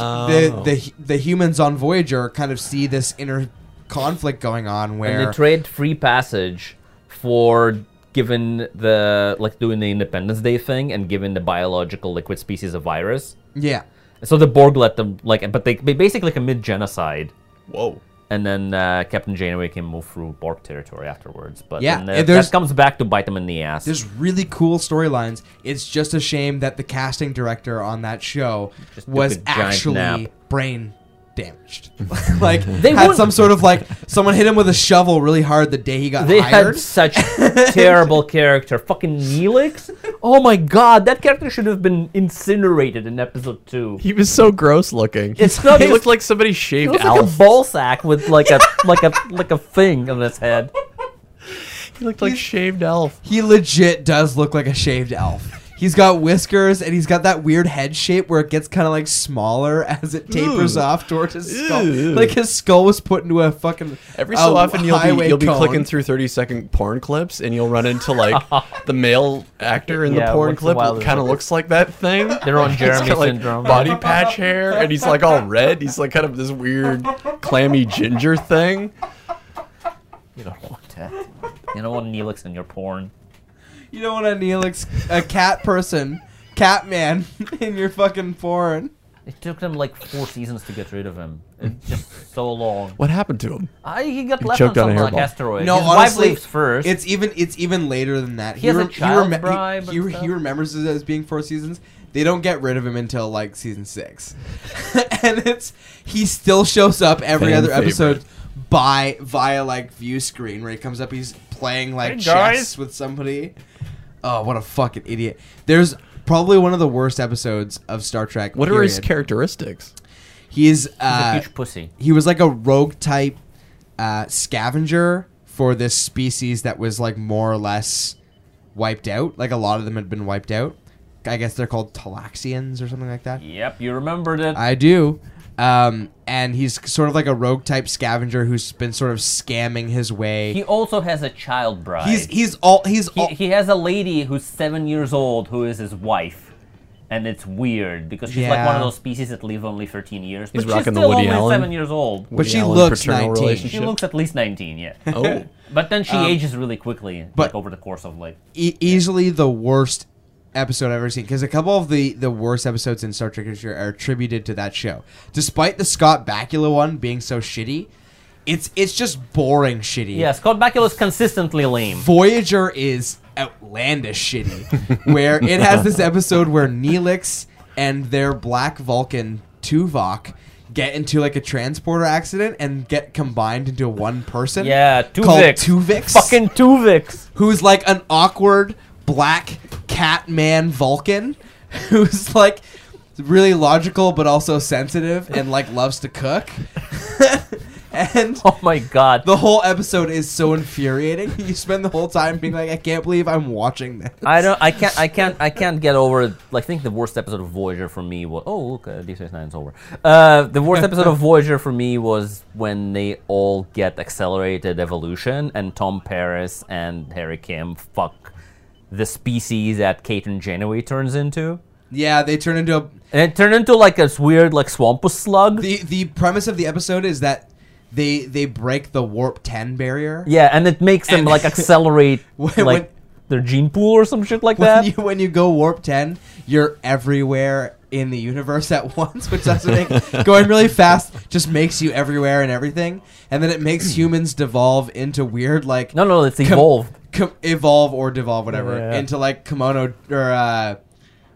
S6: Oh.
S5: the the humans on Voyager kind of see this inner conflict going on
S7: And
S5: where
S7: they trade free passage for given the like doing the Independence Day thing and giving the biological liquid species a virus.
S5: yeah,
S7: So the Borg let them like, but they, they basically commit genocide,
S6: Whoa.
S7: and then uh, Captain Janeway can move through Borg territory afterwards. But
S5: Yeah,
S7: and
S5: and
S7: that,
S5: there's-
S7: that comes back to bite them in the ass.
S5: There's really cool storylines. It's just a shame that the casting director on that show
S7: Just took a
S5: was
S7: giant
S5: actually
S7: nap.
S5: brain damaged. like
S7: They
S5: had
S7: won't-
S5: some sort of like someone hit him with a shovel really hard the day he got
S7: They
S5: hired.
S7: had such terrible character. Fucking Neelix. Oh my god, that character should have been incinerated in episode two.
S6: He was so gross looking.
S7: It's not-
S6: he looked like somebody
S7: He
S6: shaved
S7: looks like
S6: Alf.
S7: a ball sack with like a like a like a thing on his head.
S6: he looked like shaved Alf.
S5: he legit does look like a shaved elf. He's got whiskers and he's got that weird head shape where it gets kind of like smaller as it tapers
S6: Ew.
S5: off towards his skull.
S6: Ew.
S5: Like his skull was put into a fucking
S6: Every so
S5: a
S6: often you'll be
S5: highway
S6: you'll be
S5: cone.
S6: clicking through 30 second porn clips and you'll run into like the male actor in
S7: Yeah,
S6: the porn
S7: once in a
S6: clip
S7: while
S6: that kind of
S7: there's-
S6: looks like that thing.
S7: They're on
S6: He's
S7: Jeremy
S6: got, like,
S7: syndrome.
S6: Body patch hair, and he's like all red. He's like kind of this weird clammy ginger thing.
S7: You don't want that. You don't want Neelix in your porn.
S5: You don't want a Neelix, a cat person, cat man in your fucking porn.
S7: It took them like four seasons to get rid of him. It's just so long.
S6: What happened to him?
S7: I, he got
S6: He
S7: left on
S6: choked on
S7: some
S6: a
S7: like
S6: hairball.
S7: asteroid.
S5: No,
S7: His
S5: honestly,
S7: wife leaves first.
S5: It's even it's even later than that. He,
S7: has a
S5: rem-
S7: child
S5: remem-
S7: bribe
S5: He,
S7: and
S5: he, re- he
S7: stuff.
S5: remembers it as being four seasons. They don't get rid of him until like season six, and it's he still shows up every
S6: Fan
S5: other episode,
S6: favorite.
S5: by via like view screen where he comes up, he's playing like
S14: Hey, guys.
S5: chess with somebody. Oh, what a fucking idiot! There's probably one of the worst episodes of Star Trek.
S6: What are his
S5: period.
S6: characteristics?
S5: He is
S14: a
S5: uh,
S14: huge pussy.
S5: he was like a rogue type uh, scavenger for this species that was like more or less wiped out. Like a lot of them had been wiped out. I guess they're called Talaxians or something like that.
S14: Yep, you remembered it.
S5: I do. Um, and he's sort of like a rogue type scavenger who's been sort of scamming his way.
S14: he also has a child bride.
S5: he's he's all he's
S14: he,
S6: oh.
S5: all,
S14: he has a lady who's seven years old who is his wife. And it's weird because she's like one
S5: Yeah.
S14: of those species that live only 13 years. But
S6: He's
S14: she's
S6: rocking the
S14: still
S6: Woody
S14: only
S6: Allen.
S14: seven years old.
S5: but she
S6: Woody Allen
S5: looks
S6: paternal
S5: 19.
S14: She
S6: relationship.
S14: looks at least 19, yeah.
S6: Oh,
S14: But then she ages really quickly
S5: but-
S14: like, over the course of like.
S5: E- easily the worst episode I've ever seen because a couple of the the worst episodes in Star Trek history are attributed to that show. Despite the Scott Bakula one being so shitty, it's it's just boring shitty.
S14: Yeah, Scott Bakula is consistently lame.
S5: Voyager is outlandish shitty, where it has this episode where Neelix and their black Vulcan Tuvok get into like a transporter accident and get combined into one person.
S7: Yeah,
S5: called
S7: Tuvix.
S5: Tuvix.
S7: Fucking Tuvix.
S5: who's like an awkward black cat man Vulcan who's like really logical but also sensitive and like loves to cook. and
S7: Oh my god.
S5: the whole episode is so infuriating. You spend the whole time being like, I can't believe I'm watching this.
S7: I don't. I can't. I can't. I can't get over. it. Like, I think the worst episode of Voyager for me was. Oh, look, uh, Deep Space Nine's over. Uh, the worst episode of Voyager for me was when they all get accelerated evolution, and Tom Paris and Harry Kim fuck the species that Caitlin Janeway turns into,
S5: Yeah, they turn into a.
S7: and it turned into like this weird like swampus slug.
S5: The, the premise of the episode is that they they break the warp 10 barrier.
S7: yeah, and it makes them
S5: And-
S7: like accelerate
S5: When-
S7: like
S5: when-
S7: their gene pool or some shit like
S5: When
S7: that.
S5: you, when you go warp 10, you're everywhere in the universe at once, which doesn't make going really fast just makes you everywhere and everything. And then it makes humans devolve into weird, like,
S7: Hmm. no, no, it's evolved.
S5: com- evolve or devolve, whatever,
S7: Yeah.
S5: into like kimono or uh,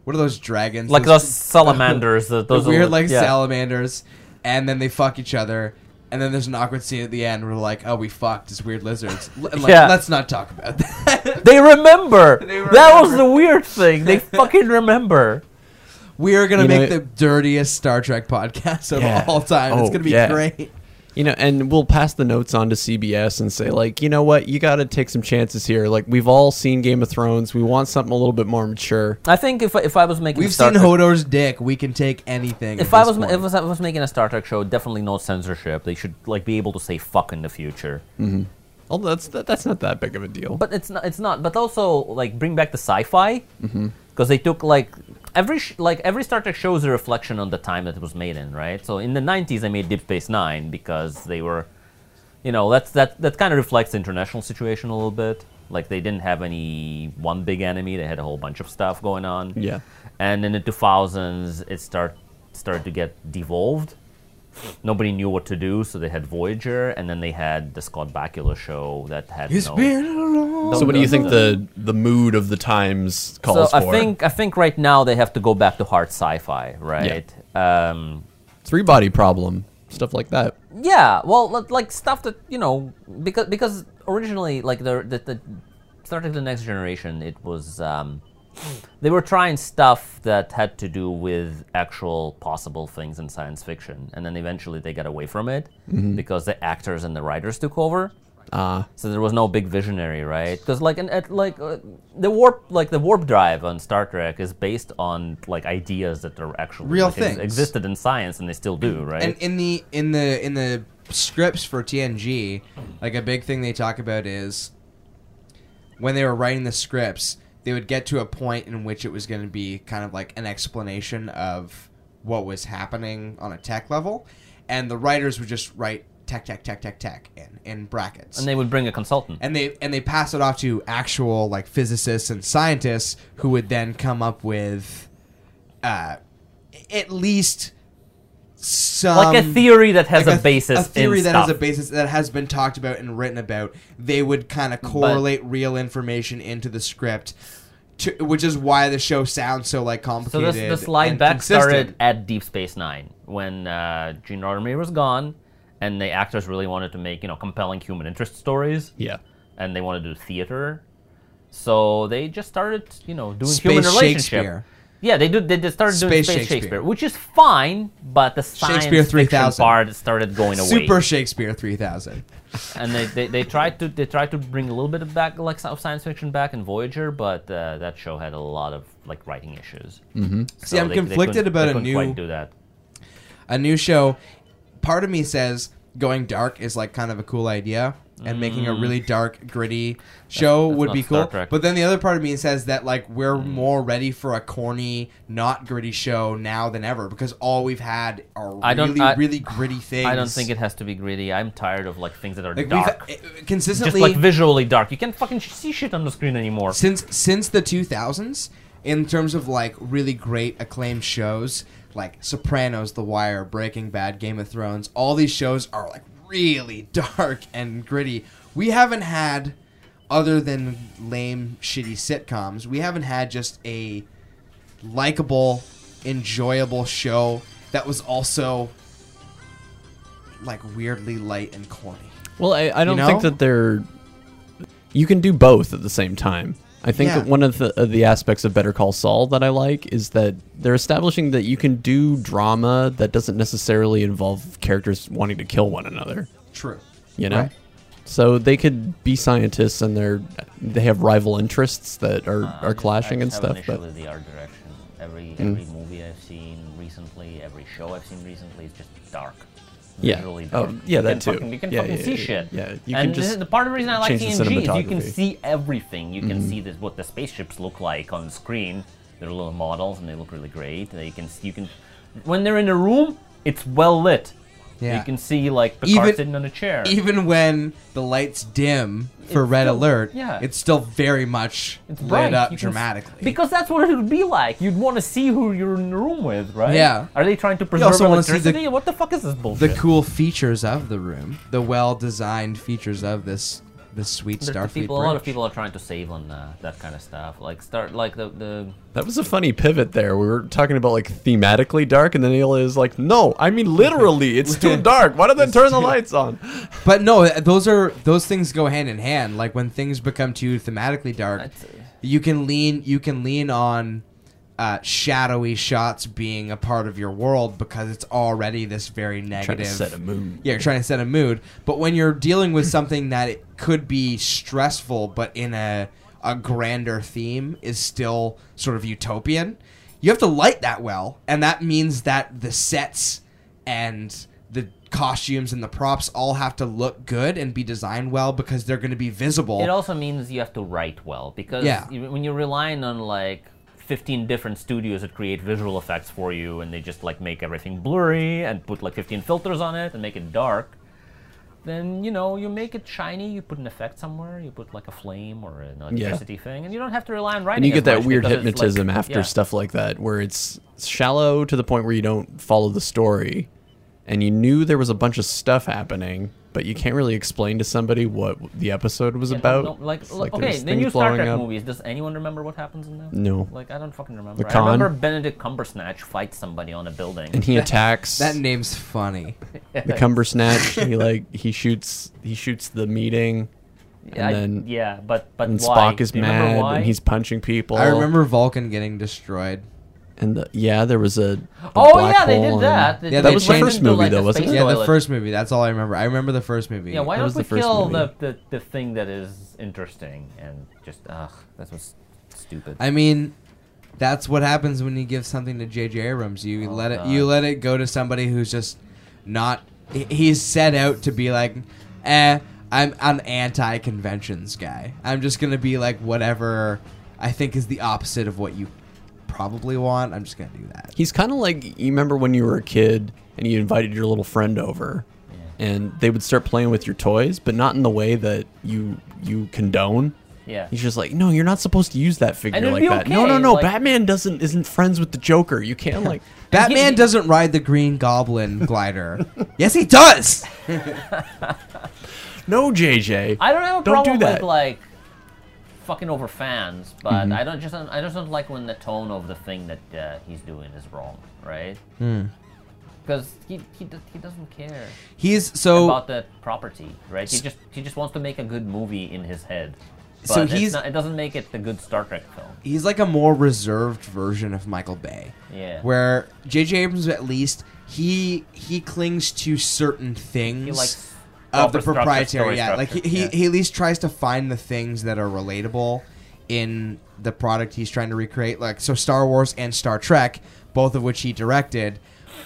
S5: what are those dragons?
S7: Like those salamanders, the,
S5: the
S7: those
S5: weird,
S7: are-
S5: like
S7: yeah.
S5: salamanders. And then they fuck each other. And then there's an awkward scene at the end where, like, oh, we fucked as weird lizards. L- and, like,
S7: Yeah.
S5: Let's not talk about that.
S7: They remember. That was
S5: remember.
S7: the weird thing. They fucking remember.
S5: We are gonna
S6: You know,
S5: make
S6: it-
S5: the dirtiest Star Trek podcast of
S6: Yeah.
S5: all time. it's
S6: Oh,
S5: gonna be
S6: yeah.
S5: great.
S6: You know, and we'll pass the notes on to CBS and say, like, you know what, you got to take some chances here. Like, we've all seen Game of Thrones. We want something a little bit more mature.
S7: I think if I- if I was making
S5: We've
S7: a Star
S5: seen
S7: Trek-
S5: Hodor's dick. We can take anything.
S7: if
S5: at
S7: I
S5: this
S7: was ma-
S5: point.
S7: if I was- I was making a Star Trek show, definitely no censorship. They should like be able to say fuck in the future.
S6: Although that's that, that's not that big of a deal.
S7: But it's not. It's not. But also like bring back the sci-fi because they took like every sh- like every Star Trek show is a reflection on the time that it was made in, right? So in the '90s, I made Deep Space Nine because they were, you know, that's that that kind of reflects the international situation a little bit. Like they didn't have any one big enemy; they had a whole bunch of stuff going on.
S6: yeah,
S7: And in the 2000s, it start started to get devolved. Nobody knew what to do, so they had Voyager, and then they had the Scott Bakula show that had
S5: It's
S7: no.
S5: been a long-
S6: So what do you think the the mood of the times
S7: So
S6: calls
S7: I
S6: for?
S7: think I think right now they have to go back to hard sci-fi, right? Yeah. Um,
S6: three body problem stuff like that.
S7: yeah. Well, li- like stuff that you know because because originally like the the, the Star Trek: The Next Generation, it was um, they were trying stuff that had to do with actual possible things in science fiction, and then eventually they got away from it
S5: Mm-hmm.
S7: because the actors and the writers took over.
S5: Uh.
S6: Ah,
S7: So there was no big visionary, right? Because like, an, at, like uh, the warp, like the warp drive on Star Trek is based on like ideas that are actually
S5: Real
S7: like, ex-
S5: things.
S7: existed in science and they still do, right?
S5: And in the in the in the scripts for TNG, like a big thing they talk about is when they were writing the scripts, they would get to a point in which it was going to be kind of like an explanation of what was happening on a tech level, and the writers would just write tech tech tech tech tech in in brackets.
S7: And they would bring a consultant.
S5: and they and they pass it off to actual like physicists and scientists who would then come up with uh, at least some
S7: like a theory that has
S5: Um, like
S7: a, basis
S5: a theory
S7: in
S5: that
S7: stuff.
S5: has a basis that has been talked about and written about they would kind of correlate real information into the script to, which is why the show sounds so like
S7: So
S5: complicated
S7: this, the slide
S5: and
S7: back
S5: consistent.
S7: started at Deep Space Nine when uh, Gene Roddenberry was gone, and the actors really wanted to make you know compelling human interest stories,
S6: Yeah.
S7: and they wanted to do theater, so they just started you know doing
S5: Space
S7: human relationship.
S5: Shakespeare.
S7: Yeah, they did. They just started doing
S5: Space
S7: space Shakespeare.
S5: Shakespeare.
S7: which is fine, but the science
S5: Shakespeare
S7: fiction
S5: 3000.
S7: part started going away.
S5: Super Shakespeare 3000.
S7: and they, they, they tried to they tried to bring a little bit of back like of science fiction back in Voyager, but uh, that show had a lot of like writing issues. Mm-hmm.
S5: See, I'm conflicted about a new-
S7: Quite do that.
S5: A new show. Part of me says going dark is like kind of a cool idea, and making a really dark, gritty show
S7: Mm. that's
S5: would
S7: not
S5: be
S7: Star
S5: cool.
S7: Trek. Mm.
S5: But then the other part of me says that like we're more ready for a corny, not gritty show now than ever because all we've had are
S7: I don't-
S5: really,
S7: I-
S5: really gritty things.
S7: I don't think it has to be gritty. I'm tired of like things that are
S5: like
S7: dark,
S5: we've uh,
S7: just
S5: consistently
S7: like visually dark. You can't fucking sh- see shit on the screen anymore.
S5: since since the 2000s in terms of like really great acclaimed shows like Sopranos, The Wire, Breaking Bad, Game of Thrones, all these shows are like really dark and gritty. We haven't had other than lame shitty sitcoms. We haven't had just a likable, enjoyable show that was also like weirdly light and corny.
S6: Well, I, I don't think
S5: know?
S6: that they're. You can do both at the same time. I think
S5: Yeah.
S6: that one of the, of the aspects of Better Call Saul that I like is that they're establishing that you can do drama that doesn't necessarily involve characters wanting to kill one another.
S5: True.
S6: You know,
S5: Right.
S6: so they could be scientists and they're they have rival interests that are, are clashing
S15: Uh, I
S6: and
S15: just have an
S6: stuff.
S15: issue
S6: But Mm.
S15: with the art direction. Every every movie I've seen recently, every show I've seen recently is just dark.
S6: yeah,
S15: Visually dark.
S6: oh yeah,
S15: You
S6: that
S15: can
S6: too.
S15: Fucking, you can
S6: yeah,
S15: fucking
S6: yeah,
S15: see
S6: yeah,
S15: shit.
S6: Yeah, you
S15: and
S6: can
S15: this
S6: just
S15: is the part of the reason I like
S6: change the
S15: TNG is you can
S6: cinematography. Mm-hmm.
S15: see everything. You can see this what the spaceships look like on screen. They're little models and they look really great. They can you can when they're in a room, it's well lit.
S5: Yeah.
S15: You can see like Picard
S5: Even-
S15: sitting on a chair.
S5: even when the lights dim for red
S15: still-
S5: alert,
S15: yeah.
S5: it's still very much
S15: it's bright.
S5: lit up
S15: you can s-
S5: dramatically.
S15: because that's what it would be like. You'd want to see who you're in the room with, right?
S5: Yeah.
S15: Are they trying to preserve
S5: also wanna see the-
S15: electricity? what the fuck is this bullshit?
S5: the cool features of the room, the well-designed features of this this sweet
S7: There's
S5: Starfleet
S7: people, a lot of
S5: bridge.
S7: people are trying to save on uh, that kind of stuff. Like start like the the
S6: That was a funny pivot there. We were talking about like thematically dark, and then Neil is like, "No, I mean literally, it's too dark. Why don't they turn the lights on?"
S5: But no, uh, those are those things go hand in hand. Like when things become too thematically dark,
S15: uh,
S7: That's-
S5: you can lean you can lean on uh, shadowy shots being a part of your world because it's already this very negative.
S6: mood.
S5: Yeah, you're trying to set a mood. But when you're dealing with something that it could be stressful, but in a a grander theme is still sort of utopian, you have to light that well, and that means that the sets and the costumes and the props all have to look good and be designed well because they're going to be visible.
S7: It
S6: Oh.
S7: also means you have to write well because
S5: Yeah.
S7: you- when you're relying on like 15 different studios that create visual effects for you and they just like make everything blurry and put like 15 filters on it and make it dark, then you know you make it shiny. You put an effect somewhere. You put like a flame or an electricity thing, and you don't have to rely on writing.
S6: And you
S7: as
S6: get that
S7: much
S6: weird
S7: because it's, like-
S6: hypnotism after
S7: yeah.
S6: stuff like that, where it's shallow to the point where you don't follow the story, and you knew there was a bunch of stuff happening, but you can't really explain to somebody what the episode was
S7: Yeah, no,
S6: about.
S7: no, like,
S6: It's
S7: l-
S6: there's
S7: okay, the
S6: things
S7: new Star
S6: blowing
S7: Trek
S6: up.
S7: movies. Does anyone remember what happens in them?
S6: No.
S7: Like I don't fucking remember. I
S6: Khan?
S7: remember Benedict Cumbersnatch fights somebody on a building.
S6: And he attacks
S5: that name's funny.
S6: the cumber snatch. he like he shoots he shoots the meeting.
S7: Yeah, I-
S6: then-
S7: yeah, but but
S6: and
S7: why?
S6: Spock is
S7: Do you remember
S6: mad
S7: why?
S6: and he's punching people.
S5: I remember Vulcan getting destroyed.
S6: and the, yeah, there was a, a
S7: Oh
S6: black
S7: yeah, they
S6: hole
S7: did
S6: and-
S7: that. They-
S5: Yeah,
S7: they
S5: that was the
S7: went
S6: first
S7: into,
S6: movie,
S7: like, a
S6: though, wasn't it?
S7: space
S5: Yeah, the
S7: toilet.
S5: first movie. That's all I remember. I remember the first movie.
S7: Yeah, why
S6: That was
S7: don't we
S6: the first
S7: kill
S6: movie.
S7: the, the the thing that is interesting and just ugh, that was stupid.
S5: I mean, that's what happens when you give something to J.J. Abrams. You let it
S7: Oh, God.
S5: you let it go to somebody who's just not. he- He's set out to be like, eh, I'm an anti-conventions guy. I'm just gonna be like whatever I think is the opposite of what you probably want. I'm just gonna do that.
S6: He's kind of like you remember when you were a kid and you invited your little friend over, and they would start playing with your toys, but not in the way that you you condone.
S7: yeah.
S6: He's just like, no, you're not supposed to use that figure
S7: it'd
S6: like
S7: be
S6: that. no,
S7: okay,
S6: no, no.
S7: like-
S6: Batman doesn't isn't friends with the Joker. You can't like.
S5: Batman
S7: he-
S5: doesn't ride the Green Goblin glider. yes, he does.
S6: No, JJ.
S7: I don't have
S6: Don't
S7: a
S6: do
S7: problem with
S6: that.
S7: like fucking over fans, but
S6: Mm-hmm.
S7: I don't just
S6: Hmm.
S7: I just don't like when the tone of the thing that uh, he's doing is wrong, right? Because because he, he do- he doesn't care
S5: He's so
S7: about the property, right? He just he just wants to make a good movie in his head. But
S5: So
S7: it's
S5: he's-
S7: not, it doesn't make it the good Star Trek film.
S5: he's like a more reserved version of Michael Bay.
S7: Yeah.
S5: Where J.J. Abrams, at least, he he clings to certain things
S7: He likes
S5: of
S7: proper
S5: the
S7: structure,
S5: proprietary.
S7: story
S5: Yeah, like he,
S7: structure,
S5: he,
S7: yeah.
S5: he at least tries to find the things that are relatable in the product he's trying to recreate. Like so, Star Wars and Star Trek, both of which he directed,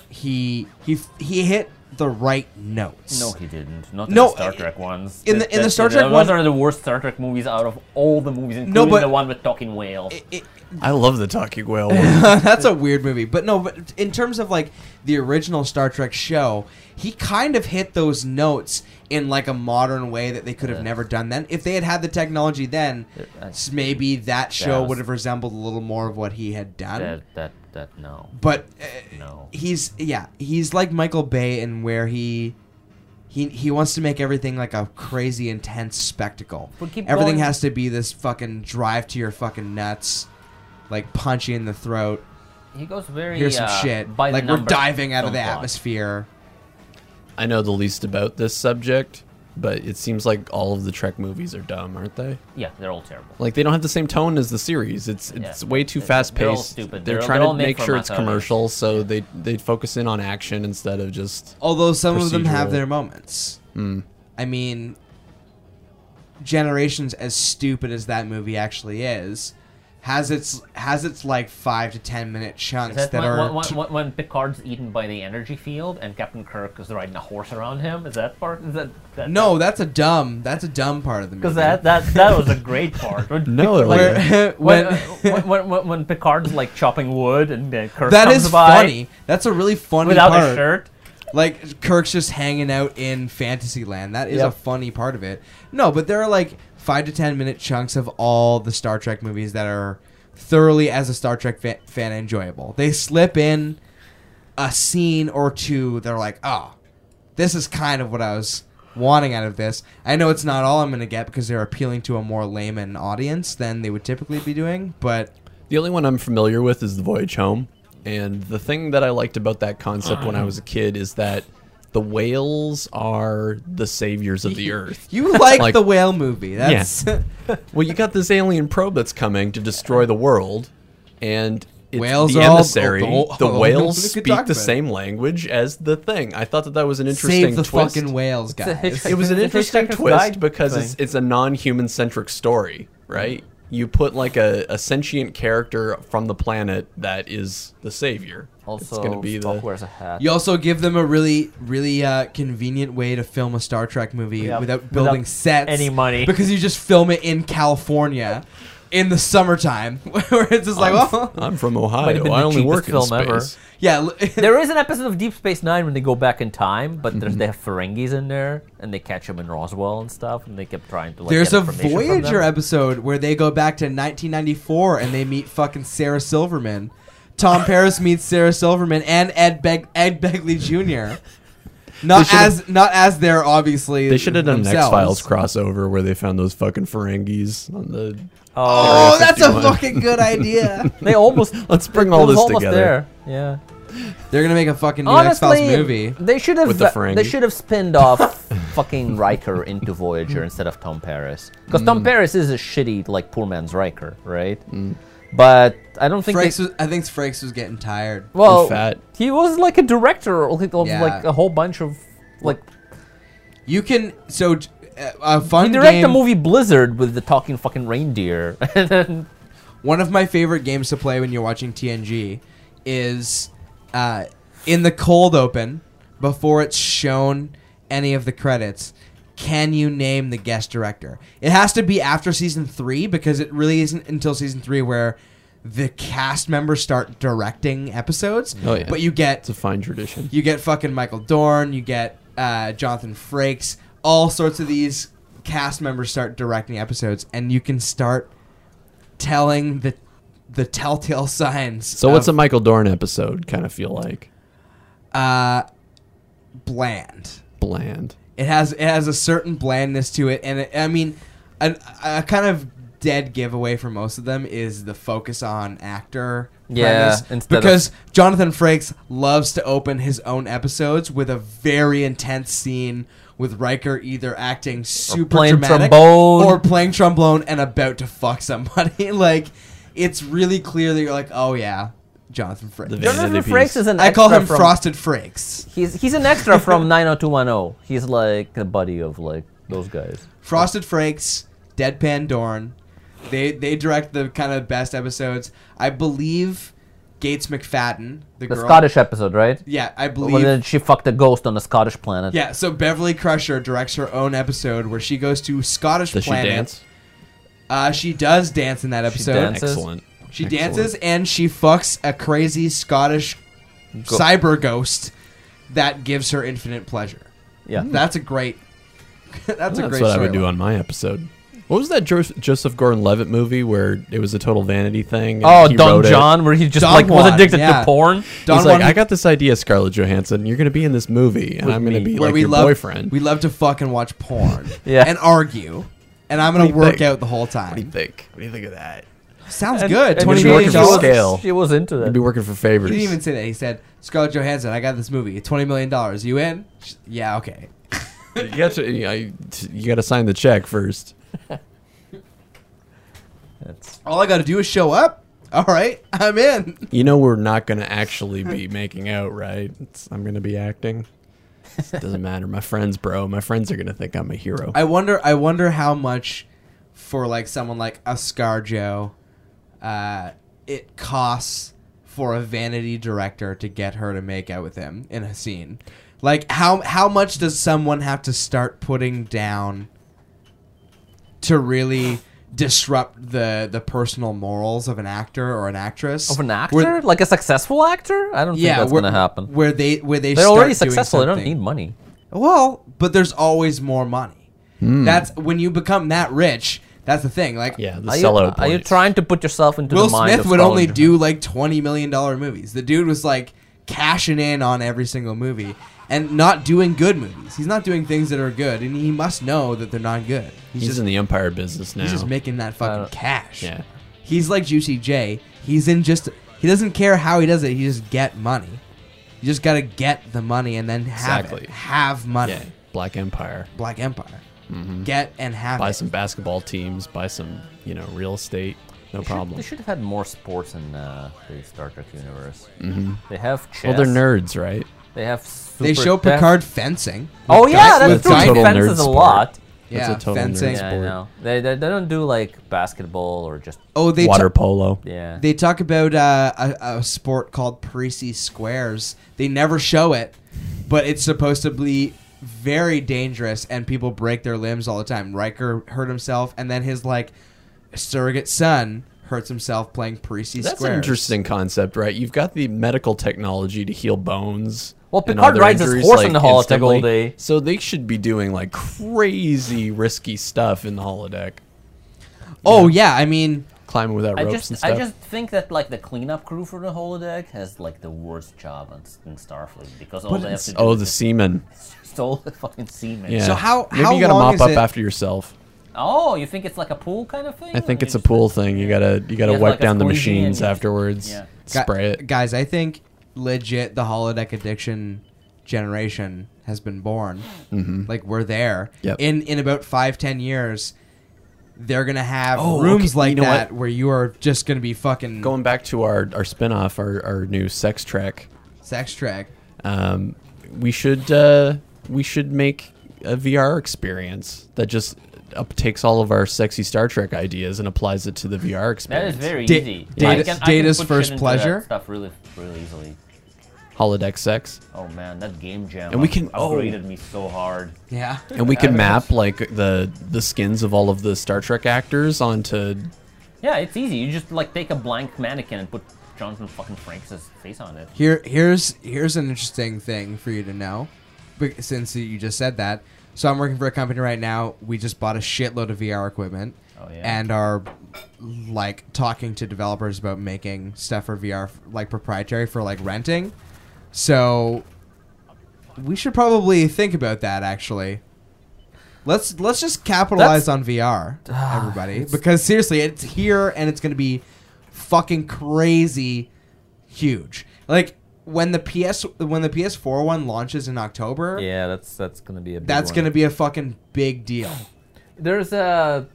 S5: he he he hit the right notes.
S7: No, he didn't. Not
S5: No,
S7: in the Star
S5: I-
S7: Trek ones.
S5: in the- in the Star Trek
S7: ones
S5: one-
S7: are the worst Star Trek movies out of all the movies, including
S5: but-
S7: the one with talking whales.
S5: It-
S6: I love the talking whale. one.
S5: That's a weird movie, but no. But in terms of like the original Star Trek show, he kind of hit those notes in like a modern way that they could have never done then. If they had had the technology then,
S7: I-
S5: s- maybe that show
S7: was-
S5: would have resembled a little more of what he had done.
S7: that that that no.
S5: But uh,
S7: No.
S5: he's yeah, he's like Michael Bay in where he. He, he wants to make everything like a crazy intense spectacle.
S7: But keep
S5: Everything
S7: going-
S5: has to be this fucking drive to your fucking nuts, like punch you in the throat
S7: He goes very
S5: here's
S7: uh,
S5: some shit.
S7: By the
S5: like we're
S7: numbers
S5: diving out of the
S7: film plot.
S5: atmosphere.
S6: I know the least about this subject, but it seems like all of the Trek movies are dumb, aren't they?
S7: Yeah, they're all terrible.
S6: Like they don't have the same tone as the series. It's it's
S7: Yeah.
S6: way too
S7: They're-
S6: fast
S7: they're all
S6: paced.
S7: stupid.
S6: They're
S7: They're-
S6: trying
S7: they're
S6: to
S7: all made
S6: make
S7: for
S6: sure it's
S7: mass audience.
S6: commercial, so they they focus in on action instead of just.
S5: Although some of them have
S6: Procedural.
S5: their moments. I mean, Generations, as stupid as that movie actually is, has its has its like five to ten minute chunks
S7: Is
S5: that,
S7: that when,
S5: are.
S7: when, when, when Picard's eaten by the energy field and Captain Kirk is riding a horse around him? Is that part? Is that, that
S5: no, that's a dumb. That's a dumb part of the movie.
S7: Because that, that that was a great part. When,
S6: No,
S5: Where-
S6: like,
S5: when-
S7: when, uh, when, when, when, when Picard's like chopping wood and uh, Kirk
S5: that
S7: comes
S5: is
S7: by
S5: funny. That's a really funny
S7: without
S5: part.
S7: a shirt.
S5: Like Kirk's just hanging out in Fantasyland. That is a
S7: Yep.
S5: funny part of it. No, but there are like five to ten minute chunks of all the Star Trek movies that are thoroughly, as a Star Trek fa- fan, enjoyable. They slip in a scene or two. They're like, oh, this is kind of what I was wanting out of this. I know it's not all I'm going to get because they're appealing to a more layman audience than they would typically be doing, but
S6: The only one I'm familiar with is The Voyage Home. And the thing that I liked about that concept when I was a kid is that the whales are the saviors of the earth.
S5: you like,
S6: Like-
S5: the whale movie. That's
S6: Well, you got this alien probe that's coming to destroy the world, and it's
S5: Whales
S6: the
S5: are all-
S6: emissary.
S5: oh,
S6: the
S5: oh,
S6: whales
S5: we could
S6: speak
S5: talk
S6: the
S5: about it.
S6: same language as the thing. I thought that that was an interesting
S5: save the
S6: twist.
S5: fucking whales, guys.
S6: It was an
S7: It's a
S6: interesting
S7: Hitchhiker's
S6: twist
S7: Guide
S6: because
S7: thing.
S6: it's, it's a non-human centric story, right? You put like a, a sentient character from the planet that is the savior.
S10: Also,
S6: it's gonna be
S10: Spock
S6: the
S10: wears a hat.
S5: You also give them a really, really uh, convenient way to film a Star Trek movie
S7: Yeah.
S5: without building
S7: Without
S5: sets,
S7: any money.
S5: because you just film it in California in the summertime, where it's just like, well,
S6: I'm from
S10: Might have
S6: Ohio.
S10: been
S6: I
S10: the
S6: only work in
S10: cheapest film ever.
S6: space.
S5: yeah, l-
S10: There is an episode of Deep Space Nine when they go back in time, but there's, they have Ferengis in there, and they catch them in Roswell and stuff, and they kept trying to like.
S5: there's
S10: get
S5: a
S10: information from them.
S5: Voyager episode where they go back to 1994 and they meet fucking Sarah Silverman. Tom Paris meets Sarah Silverman and Ed Beg- Ed Begley Jr. Not
S6: should've-
S5: as not as they're obviously
S6: They should have done an X
S5: themselves.
S6: Files crossover where they found those fucking Ferengis on the.
S5: Oh,
S6: Area
S5: that's a
S6: 51.
S5: fucking good idea.
S10: They almost.
S6: Let's bring
S10: it
S6: all
S10: was
S6: this
S10: almost
S6: together.
S10: there. Yeah.
S5: They're gonna make a fucking new X Files
S10: Honestly,
S5: movie.
S10: they should have
S6: With the Ferengi.
S10: they should have spinned off fucking Riker into Voyager instead of Tom Paris because Tom
S5: Mm.
S10: Paris is a shitty like poor man's Riker, right? But I don't think they-
S5: Frakes was, I think Frakes was getting tired.
S10: well
S6: fat.
S10: he was like a director of like, of,
S5: Yeah.
S10: like a whole bunch of like
S5: You can so uh, a fun
S10: he directed the
S5: game.
S10: movie Blizzard with the talking fucking reindeer. And then-
S5: One of my favorite games to play when you're watching TNG is uh, in the cold open before it's shown any of the credits. Can you name the guest director? It has to be after season three because it really isn't until season three where the cast members start directing episodes.
S6: Oh, yeah.
S5: But you get
S6: It's a fine tradition.
S5: You get fucking Michael Dorn. You get uh, Jonathan Frakes. All sorts of these cast members start directing episodes, and you can start telling the the telltale signs.
S6: So what's a
S5: of,
S6: Michael Dorn episode kind of feel like?
S5: bland?
S6: Bland.
S5: It has it has a certain blandness to it, and it, I mean, an, a kind of dead giveaway for most of them is the focus on actor
S10: Yeah,
S5: premise,
S10: instead of-
S5: because Jonathan Frakes loves to open his own episodes with a very intense scene with Riker either acting super
S10: playing
S5: dramatic
S10: trombone.
S5: or playing trombone and about to fuck somebody. like it's really clear that you're like, oh yeah, Jonathan Frakes.
S6: Vanity
S10: Jonathan
S6: piece.
S10: Frakes is an
S5: I call
S10: extra
S5: him
S10: from-
S5: Frosted Frakes.
S10: He's he's an extra from 90210. He's like a buddy of like those guys.
S5: Frosted Frakes, Deadpan Dorn. They they direct the kind of best episodes. I believe Gates McFadden, the,
S10: The
S5: girl.
S10: Scottish episode, right?
S5: Yeah, I
S10: When
S5: believe.
S10: then she fucked a ghost on a Scottish planet.
S5: Yeah, so Beverly Crusher directs her own episode where she goes to Scottish
S6: Does she
S5: planet.
S6: dance?
S5: Uh, she does dance in that episode.
S10: dances.
S5: She,
S6: Excellent.
S5: dances and she fucks a crazy Scottish cyber ghost that gives her infinite pleasure.
S10: Yeah.
S5: That's a great. that's a
S6: Hmm. That's
S5: great.
S6: what I would do
S5: storyline.
S6: on my episode. What was that jo- Joseph Gordon-Levitt movie where it was a total vanity thing? and
S10: Oh,
S6: he
S10: Don
S6: wrote it?
S10: John, where he just
S5: Don
S10: like was
S5: Juan,
S10: addicted
S5: yeah.
S10: to porn.
S5: Don
S6: He's like,
S5: Juan-
S6: I got this idea, Scarlett Johansson. You're going to be in this movie, and I'm going to be
S5: where
S6: like
S5: we
S6: your
S5: love
S6: boyfriend.
S5: we love to fucking watch porn
S10: Yeah.
S5: and argue and i'm gonna
S6: What do you
S5: work
S6: think?
S5: out the whole
S6: what do you
S5: time
S6: think? What do you think of that?
S5: sounds good
S10: And
S5: 20
S10: she-
S5: million
S6: working for
S5: dollars
S10: she was-
S6: scale.
S10: She was into
S6: I'd be
S10: that.
S6: working for favors.
S5: he didn't even say that he said scarlett johansson i got this movie 20 million dollars you in She- yeah okay
S6: you got to you, got to sign the check first.
S5: all i gotta do is show up all right i'm in
S6: You know we're not going to actually be making out, right? It's, I'm going to be acting. It doesn't matter. My friends, bro. My friends are going to think I'm a hero.
S5: i wonder i wonder how much for like someone like a scarjo uh, it costs for a vanity director to get her to make out with him in a scene like how how much does someone have to start putting down to really disrupt the the personal morals of an actor or an actress
S10: Of an actor,
S5: Where-
S10: like a successful actor. I don't
S5: yeah
S10: think that's
S5: where-
S10: gonna happen.
S5: where they where they
S10: They're
S5: start
S10: already
S5: doing
S10: successful. They don't
S5: something.
S10: need money.
S5: Well, but there's always more money. That's when you become that rich. That's the thing. Like,
S6: Hmm. yeah, the
S10: Are you,
S6: sellout.
S10: are you
S6: point.
S10: trying to put yourself into
S5: Will
S10: the mind
S5: Smith
S10: of
S5: would
S10: Scarlett
S5: only
S10: Johansson?
S5: do like twenty million dollar movies. The dude was like cashing in on every single movie and not doing good movies. He's not doing things that are good, and he must know that they're not good. He's,
S6: He's
S5: just
S6: in the empire business now.
S5: he's just making that fucking
S10: don't-
S5: cash.
S6: yeah.
S5: He's like Juicy J. He's in just he doesn't care how he does it. He just get money. You just gotta get the money and then have it.
S6: Exactly.
S5: have money.
S6: Yeah. Black Empire.
S5: Black Empire. Get and have
S6: Mm-hmm. Buy
S5: it.
S6: some basketball teams. Buy some, you know, real estate. No
S10: They should-
S6: problem.
S10: They should have had more sports in uh, the Star Trek universe.
S5: Mm-hmm.
S10: They have chess.
S6: Well, they're nerds, right?
S10: They have. Super
S5: They show
S10: tech-
S5: Picard fencing.
S10: Oh yeah,
S5: Dyson-
S10: that's
S5: with
S10: true. He
S5: Dyson.
S10: fences a
S6: Total nerd
S10: lot.
S5: Yeah,
S6: a total
S5: fencing.
S6: nerd
S10: Yeah, I
S6: sport.
S10: know. They, they they don't do like basketball or just
S5: Oh, they
S6: Water
S5: ta-
S6: polo.
S10: yeah.
S5: they talk about uh, a, a sport called Parisi squares. They never show it, but it's supposed to be very dangerous, and people break their limbs all the time. Riker hurt himself, and then his like surrogate son hurts himself playing Parisi
S6: That's
S5: squares.
S6: an interesting concept, right? You've got the medical technology to heal bones.
S10: Well,
S6: and
S10: Picard
S6: other
S10: rides his
S6: injuries,
S10: horse
S6: like,
S10: in the holodeck all
S6: instantly.
S10: day.
S6: So they should be doing like crazy risky stuff in the holodeck,
S5: Oh yeah, I mean,
S6: climbing without
S10: I
S6: ropes and
S10: just
S6: stuff.
S10: I just think that like the cleanup crew for the holodeck has like the worst job in, in Starfleet because all they have to do
S6: oh,
S10: is
S6: the semen.
S10: just all the fucking semen.
S6: Yeah.
S5: So how-
S6: Maybe
S5: how
S6: you gotta
S5: long
S6: mop
S5: is
S6: up
S5: it-
S6: after yourself.
S10: Oh, you think it's like a pool kind of thing?
S6: I think
S10: You
S6: it's a
S10: just-
S6: pool thing. You gotta you gotta
S10: have,
S6: wipe
S10: like, a
S6: down the
S10: squeegee and
S6: machines
S10: you-
S6: afterwards.
S10: yeah.
S5: gu-
S6: Spray it.
S5: guys. I think legit the holodeck addiction generation has been born. Like we're there.
S6: Mm-hmm. Yep.
S5: In in about five ten years, they're gonna have
S6: Oh,
S5: rooms
S6: okay,
S5: like
S6: you know
S5: that
S6: what?
S5: where you are just gonna be fucking
S6: Going back to our our spinoff, our our new sex track.
S5: sex track.
S6: um, we should uh, we should make a VR experience that just up takes all of our sexy Star Trek ideas and applies it to the VR
S7: That is
S6: experience.
S7: very
S5: Da-
S7: easy.
S5: data-
S7: I can- I can
S5: data's
S7: put shit
S5: first
S7: into that
S5: pleasure?
S7: Stuff really, really easily.
S6: holodeck sex,
S7: Oh man, that game jam.
S6: And we
S7: up-
S6: can- oh.
S7: upgraded me so hard.
S5: Yeah.
S6: and we can map like the the skins of all of the Star Trek actors onto.
S7: Yeah, it's easy. You just like take a blank mannequin and put Jonathan fucking Franks' face on it.
S5: Here here's here's an interesting thing for you to know, bec- since you just said that. So I'm working for a company right now. We just bought a shitload of VR equipment,
S7: Oh, yeah.
S5: and are like talking to developers about making stuff for VR like proprietary for like renting. So we should probably think about that actually. Let's let's
S7: Ah,
S5: just capitalize on VR, everybody, because seriously, it's here and it's going to be fucking crazy huge. Like when the PS when the PS4 one launches in October,
S7: Yeah, that's that's gonna be a. Big
S5: that's
S7: one.
S5: gonna be a fucking big deal.
S7: There's a.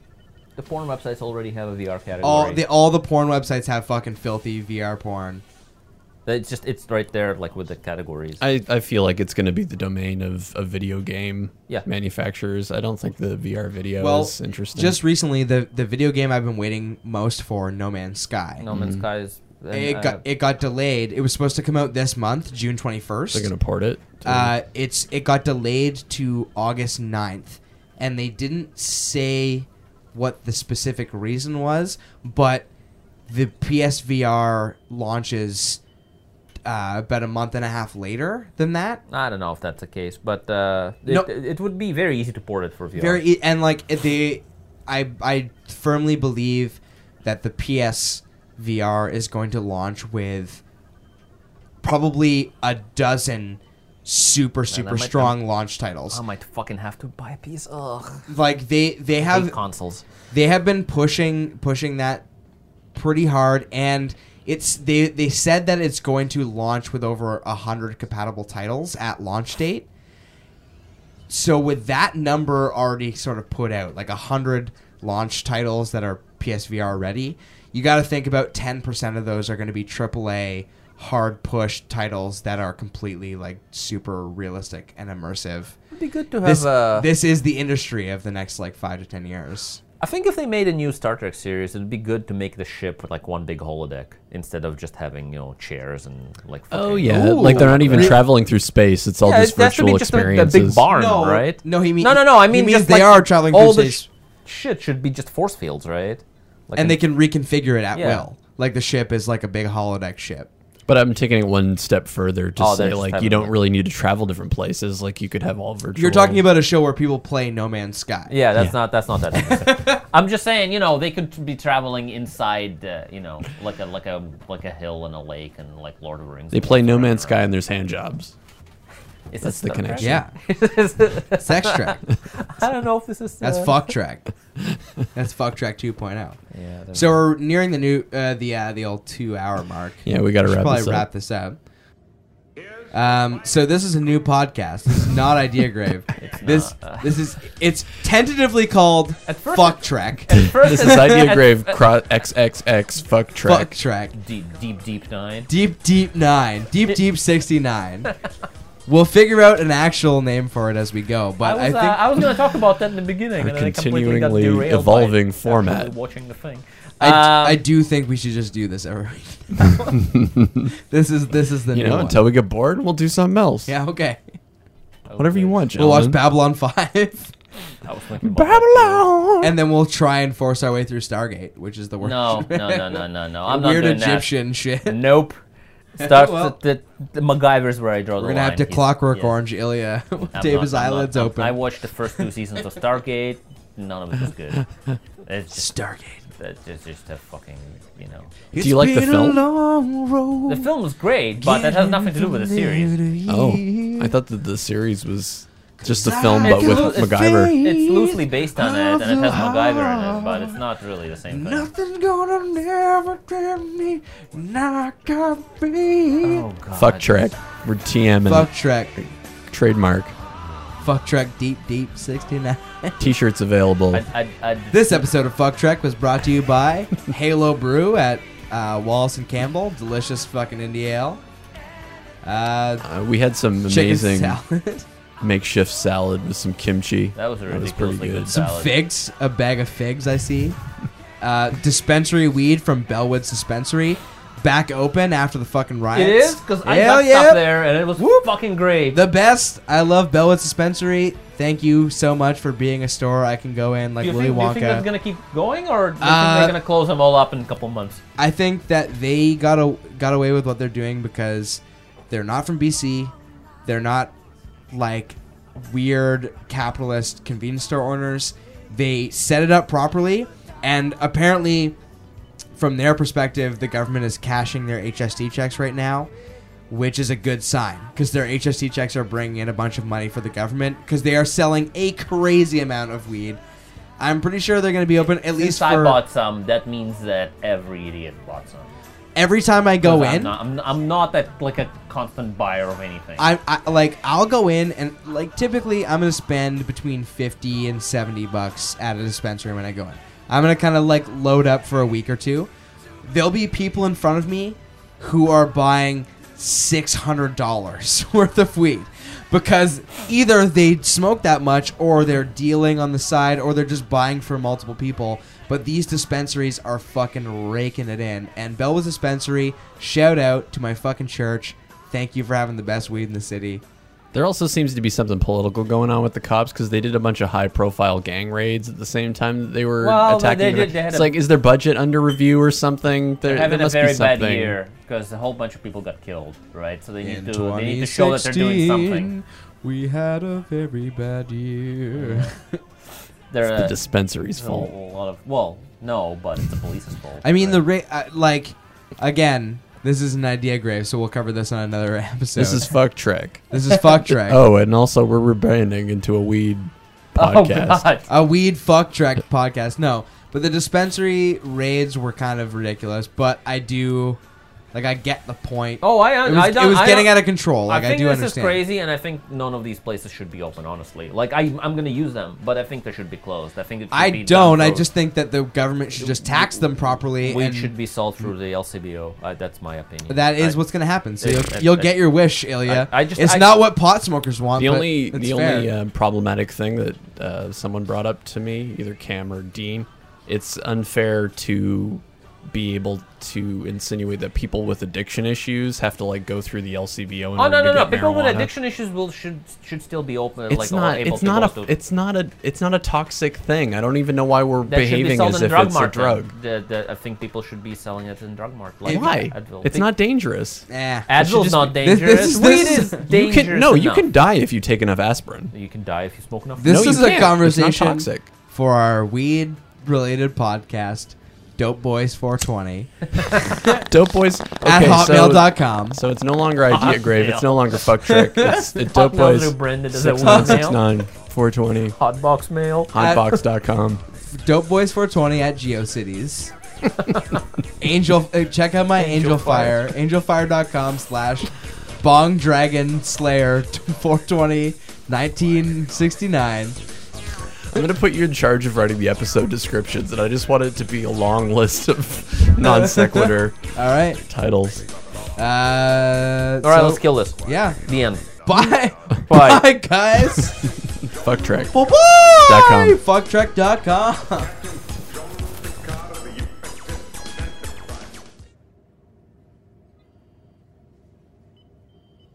S7: The porn websites already have a VR category.
S5: All the all the porn websites have fucking filthy VR porn.
S7: It's just it's right there, like with the categories.
S6: I, I feel like it's going to be the domain of, of video game
S7: Yeah.
S6: manufacturers. I don't think the VR video
S5: Well,
S6: is interesting.
S5: just recently the the video game I've been waiting most for, No Man's Sky.
S7: no Man's Sky is. and,
S5: It
S7: uh,
S5: got it got delayed. It was supposed to come out this month, June twenty first.
S6: they're going to port it. to-
S5: Uh, it's it got delayed to August 9th, and they didn't say what the specific reason was, but the PSVR launches uh, about a month and a half later than that.
S7: I don't know if that's the case, but uh, it,
S5: No.
S7: it would be very easy to port it for VR.
S5: Very e- and like they, I I firmly believe that the PSVR is going to launch with probably a dozen super super
S7: might- Um,
S5: strong launch titles.
S7: I might fucking have to buy a piece. Ugh.
S5: like they they
S7: Hate
S5: have
S7: consoles.
S5: they have been pushing pushing that pretty hard and it's they they said that it's going to launch with over 100 compatible titles at launch date so with that number already sort of put out like 100 launch titles that are psvr ready you got to think about 10% of those are going to be aaa hard push titles that are completely like super realistic and immersive
S7: It'd be good to have uh,
S5: this,
S7: a.
S5: this is the industry of the next like five to ten years
S7: I think if they made a new Star Trek series, it'd be good to make the ship with like one big holodeck instead of just having you know chairs and like.
S6: oh,
S7: fucking-
S6: yeah. like they're not even traveling through space. It's all
S7: Yeah,
S6: just
S7: it has to be
S6: virtual
S7: just a, a
S6: experiences.
S7: big barn,
S5: No,
S7: right?
S5: no, he mean-
S7: no, no, no. I
S5: he
S7: mean,
S5: means
S7: just
S5: they
S7: like
S5: are traveling
S7: all
S5: through
S7: the
S5: space.
S7: sh- shit should be just force fields, right? Like
S5: and they can reconfigure it at
S7: Yeah.
S5: will. Like the ship is like a big holodeck ship.
S6: But I'm taking it one step further to
S7: Oh, they're
S6: say,
S7: just
S6: like,
S7: having
S6: you don't
S7: it.
S6: really need to travel different places. Like, you could have all virtual.
S5: You're talking about a show where people play No Man's Sky.
S7: Yeah, that's
S6: Yeah.
S7: not that's not that. specific. I'm just saying, you know, they could t- be traveling inside, uh, you know, like a like a like a hill and a lake and like Lord of the Rings.
S6: They play No Man's Sky and there's hand jobs. That's the connection.
S5: Yeah. Sex track.
S7: I don't know if this is.
S5: That's
S7: uh,
S5: fuck track. That's fuck track 2.0.
S7: Yeah, that-
S5: So we're nearing the new uh, the uh, the old 2 hour mark.
S6: Yeah, we got to
S5: should
S6: wrap
S5: probably
S6: this up.
S5: wrap this up. Um, so this is a new podcast. This is not Idea Grave. this this is it's tentatively called
S7: first-
S5: Fuck Track.
S7: First
S6: this
S7: is
S6: is Idea Grave cro- XXX fuck
S5: Fuck
S6: track.
S5: Track.
S7: deep deep deep nine.
S5: Deep Deep Nine. Deep Deep 69. we'll figure out an actual name for it as we go,
S16: I
S5: but I,
S16: was, uh, I was going to talk about that in the beginning, and then I completely got
S6: continuingly
S16: derailed
S6: evolving
S16: by
S6: format.
S16: actually Watching the thing.
S5: think I,
S7: um,
S5: I do think we should just do this every week. this is this is the
S6: You
S5: new
S6: know,
S5: one.
S6: until we get bored, we'll do something else.
S5: yeah, okay.
S6: Whatever you want,
S5: We'll watch
S6: gentlemen.
S5: Babylon 5
S7: I was thinking about that.
S6: Babylon.
S5: and then we'll try and force our way through Stargate, which is the worst.
S7: No, no, no, no, no, no. I'm not
S5: Weird
S7: doing
S5: Egyptian shit.
S7: that. Nope. Start
S5: Well-
S7: the, the, the MacGyver's where I draw the
S5: We're
S7: line.
S5: gonna have to
S7: He's-
S5: clockwork
S7: yeah.
S5: orange Ilya.
S7: I'm
S5: Dave
S7: not-
S5: his
S7: I'm not-
S5: eyelids
S7: I'm-
S5: open.
S7: I watched the first two seasons of Stargate. None of it was good. It's just
S5: Stargate.
S7: That's just, just a fucking, you know.
S5: Do
S6: you like the film?
S5: Long
S7: The
S5: road
S7: film was great, but that has nothing to do with the series.
S6: Oh,
S5: I
S6: I thought that the series was just a film, but with
S7: It's-
S6: MacGyver.
S7: It's loosely based on it, and it has MacGyver in it, but it's not really the same thing.
S5: Nothing's gonna never get me. Now I got me.
S7: Oh god.
S6: Fuck track. We're TM and
S5: Fuck Trek.
S6: trademark.
S5: Fuck Trek Deep Deep 69.
S6: T-shirts available.
S16: I'd, I'd, I'd,
S5: This episode of Fuck Trek was brought to you by Halo Brew at uh, Wallace and Campbell. Delicious fucking indie ale. Uh,
S6: Uh, we had some
S5: chicken
S6: amazing
S5: salad.
S6: makeshift salad with some kimchi.
S16: that was a
S6: That was pretty
S16: ridiculously
S6: good.
S16: good
S6: Some
S16: salad.
S5: figs. A bag of figs, I see. Uh, dispensary weed from Bellwood Dispensary. Back open after the fucking
S16: It
S5: riots.
S16: is because I
S5: Hell
S16: got
S5: yeah.
S16: stuck there, and it was
S5: Whoop.
S16: fucking great.
S5: The best. I love Bellwood Dispensary. Thank you so much for being a store I can go in like
S16: do, you
S5: Willy
S16: think, do you
S5: Wonka.
S16: think that's gonna keep going, or do you
S5: Uh,
S16: think they're gonna close them all up in a couple months?
S5: I think that they got a, got away with what they're doing because they're not from BC. They're not like weird capitalist convenience store owners. They set it up properly, and apparently, from their perspective, the government is cashing their HST checks right now, which is a good sign because their HST checks are bringing in a bunch of money for the government because they are selling a crazy amount of weed I'm pretty sure they're going to be open at least
S7: Since I
S5: for
S7: bought some, that means that every idiot bought some.
S5: every time I go
S7: I'm
S5: in.
S7: not, I'm, I'm not that like a constant buyer of anything.
S5: I, I like I'll go in and like typically I'm gonna spend between fifty and seventy bucks at a dispensary when I go in. I'm gonna kind of like load up for a week or two. There'll be people in front of me who are buying six hundred dollars worth of weed because either they smoke that much or they're dealing on the side or they're just buying for multiple people. But these dispensaries are fucking raking it in. And Bellwoods Dispensary, shout out to my fucking church. Thank you for having the best weed in the city.
S6: There also seems to be something political going on with the cops because they did a bunch of high-profile gang raids at the same time that they were
S7: Well,
S6: attacking.
S7: they
S6: the-
S7: did- they had
S6: it's
S7: a-
S6: like, is their budget under review or something? There,
S7: They're
S6: there
S7: having a
S6: must be
S7: very bad
S6: something.
S7: year because a whole bunch of people got killed, right? So they need
S5: In
S7: to they need to show that they're doing something.
S5: 2016, We had a very bad year.
S7: They're
S6: The
S7: uh,
S6: dispensary's
S7: a
S6: fault.
S7: lot of well, no, but it's the police's fault.
S5: I mean,
S7: right?
S5: the ra- uh, like again. This is an idea grave, so we'll cover this on another episode.
S6: This is fuck trick.
S5: this is fuck track.
S6: Oh, and also we're rebranding into a weed podcast.
S7: Oh God!
S5: a weed fuck track podcast. No, but the dispensary raids were kind of ridiculous. But I do, like, I get the point.
S10: Oh, I,
S5: it was,
S10: I don't,
S5: it was
S10: I
S5: getting
S10: don't-
S5: out of control. Like I,
S10: I think
S5: do
S10: this
S5: understand.
S10: is crazy, and I think none of these places should be open. Honestly, like I, I'm gonna use them, but I think they should be closed. I think it should
S5: I
S10: be done
S5: don't. I
S10: through-
S5: just think that the government should just tax them properly.
S10: weed
S5: and
S10: should be sold through the LCBO. Uh, that's my opinion.
S5: That is
S10: I-
S5: what's going to happen. So
S10: I-
S5: you'll,
S10: I-
S5: you'll
S10: I-
S5: get your wish, Ilya.
S10: I- I just-
S5: it's
S10: I-
S5: not what pot smokers want.
S6: The
S5: but
S6: only
S5: it's
S6: the
S5: fair.
S6: only uh, problematic thing that uh, someone brought up to me, either Cam or Dean, it's unfair to be able to insinuate that people with addiction issues have to like go through the LCBO. In
S10: Oh
S6: order
S10: no
S6: to
S10: no no!
S6: get
S10: People with
S6: marijuana.
S10: addiction issues will should should still be open.
S6: It's
S10: like,
S6: not.
S10: Able
S6: It's
S10: to
S6: not
S10: go
S6: a.
S10: to,
S6: It's not a. It's not a toxic thing. I don't even know why we're
S10: that should be
S6: behaving
S10: sold
S6: as
S10: in
S6: if
S10: drug
S6: it's
S10: mart.
S6: a drug.
S10: The, the, I think people should be selling it in drug mart. Like
S6: Why?
S10: Advil.
S6: It's
S10: Be-
S6: not dangerous.
S5: Eh.
S10: Advil's
S6: just
S10: not
S6: be-
S5: this-
S10: dangerous.
S5: this is-
S10: weed
S5: this
S10: is
S5: is-
S6: You
S10: dangerous.
S6: can no. You
S10: enough.
S6: can die if you take enough aspirin.
S10: You can die if you smoke enough.
S5: This
S6: No, you
S5: is
S6: can't.
S5: a
S6: It's not
S5: conversation
S6: toxic.
S5: for our weed related podcast, Dope Boys 420
S6: Dope boys
S5: at
S6: okay, so-
S5: hotmail.com.
S6: So it's no longer idea grave. It's no longer fuck trick. It's it dope
S10: Hotmail
S6: boys.
S10: through Brandon as a
S6: 6969 420
S10: Hotbox mail.
S6: hotbox.com.
S5: Dope Boys 420 at GeoCities. Angel, uh, check out my Angel,
S10: Angel
S5: Fire,
S10: Fire.
S5: angelfire.com slash Bong Dragon Slayer 420 1969.
S6: I'm gonna put you in charge of writing the episode descriptions, and I just want it to be a long list of non sequitur
S5: All right.
S6: titles.
S5: Uh,
S10: All right,
S5: so-
S10: let's kill this.
S5: Yeah.
S10: The end.
S5: Bye.
S10: Bye.
S5: Bye, guys.
S6: Fuck track.
S5: Bye.
S6: com.
S5: Fucktrek.com.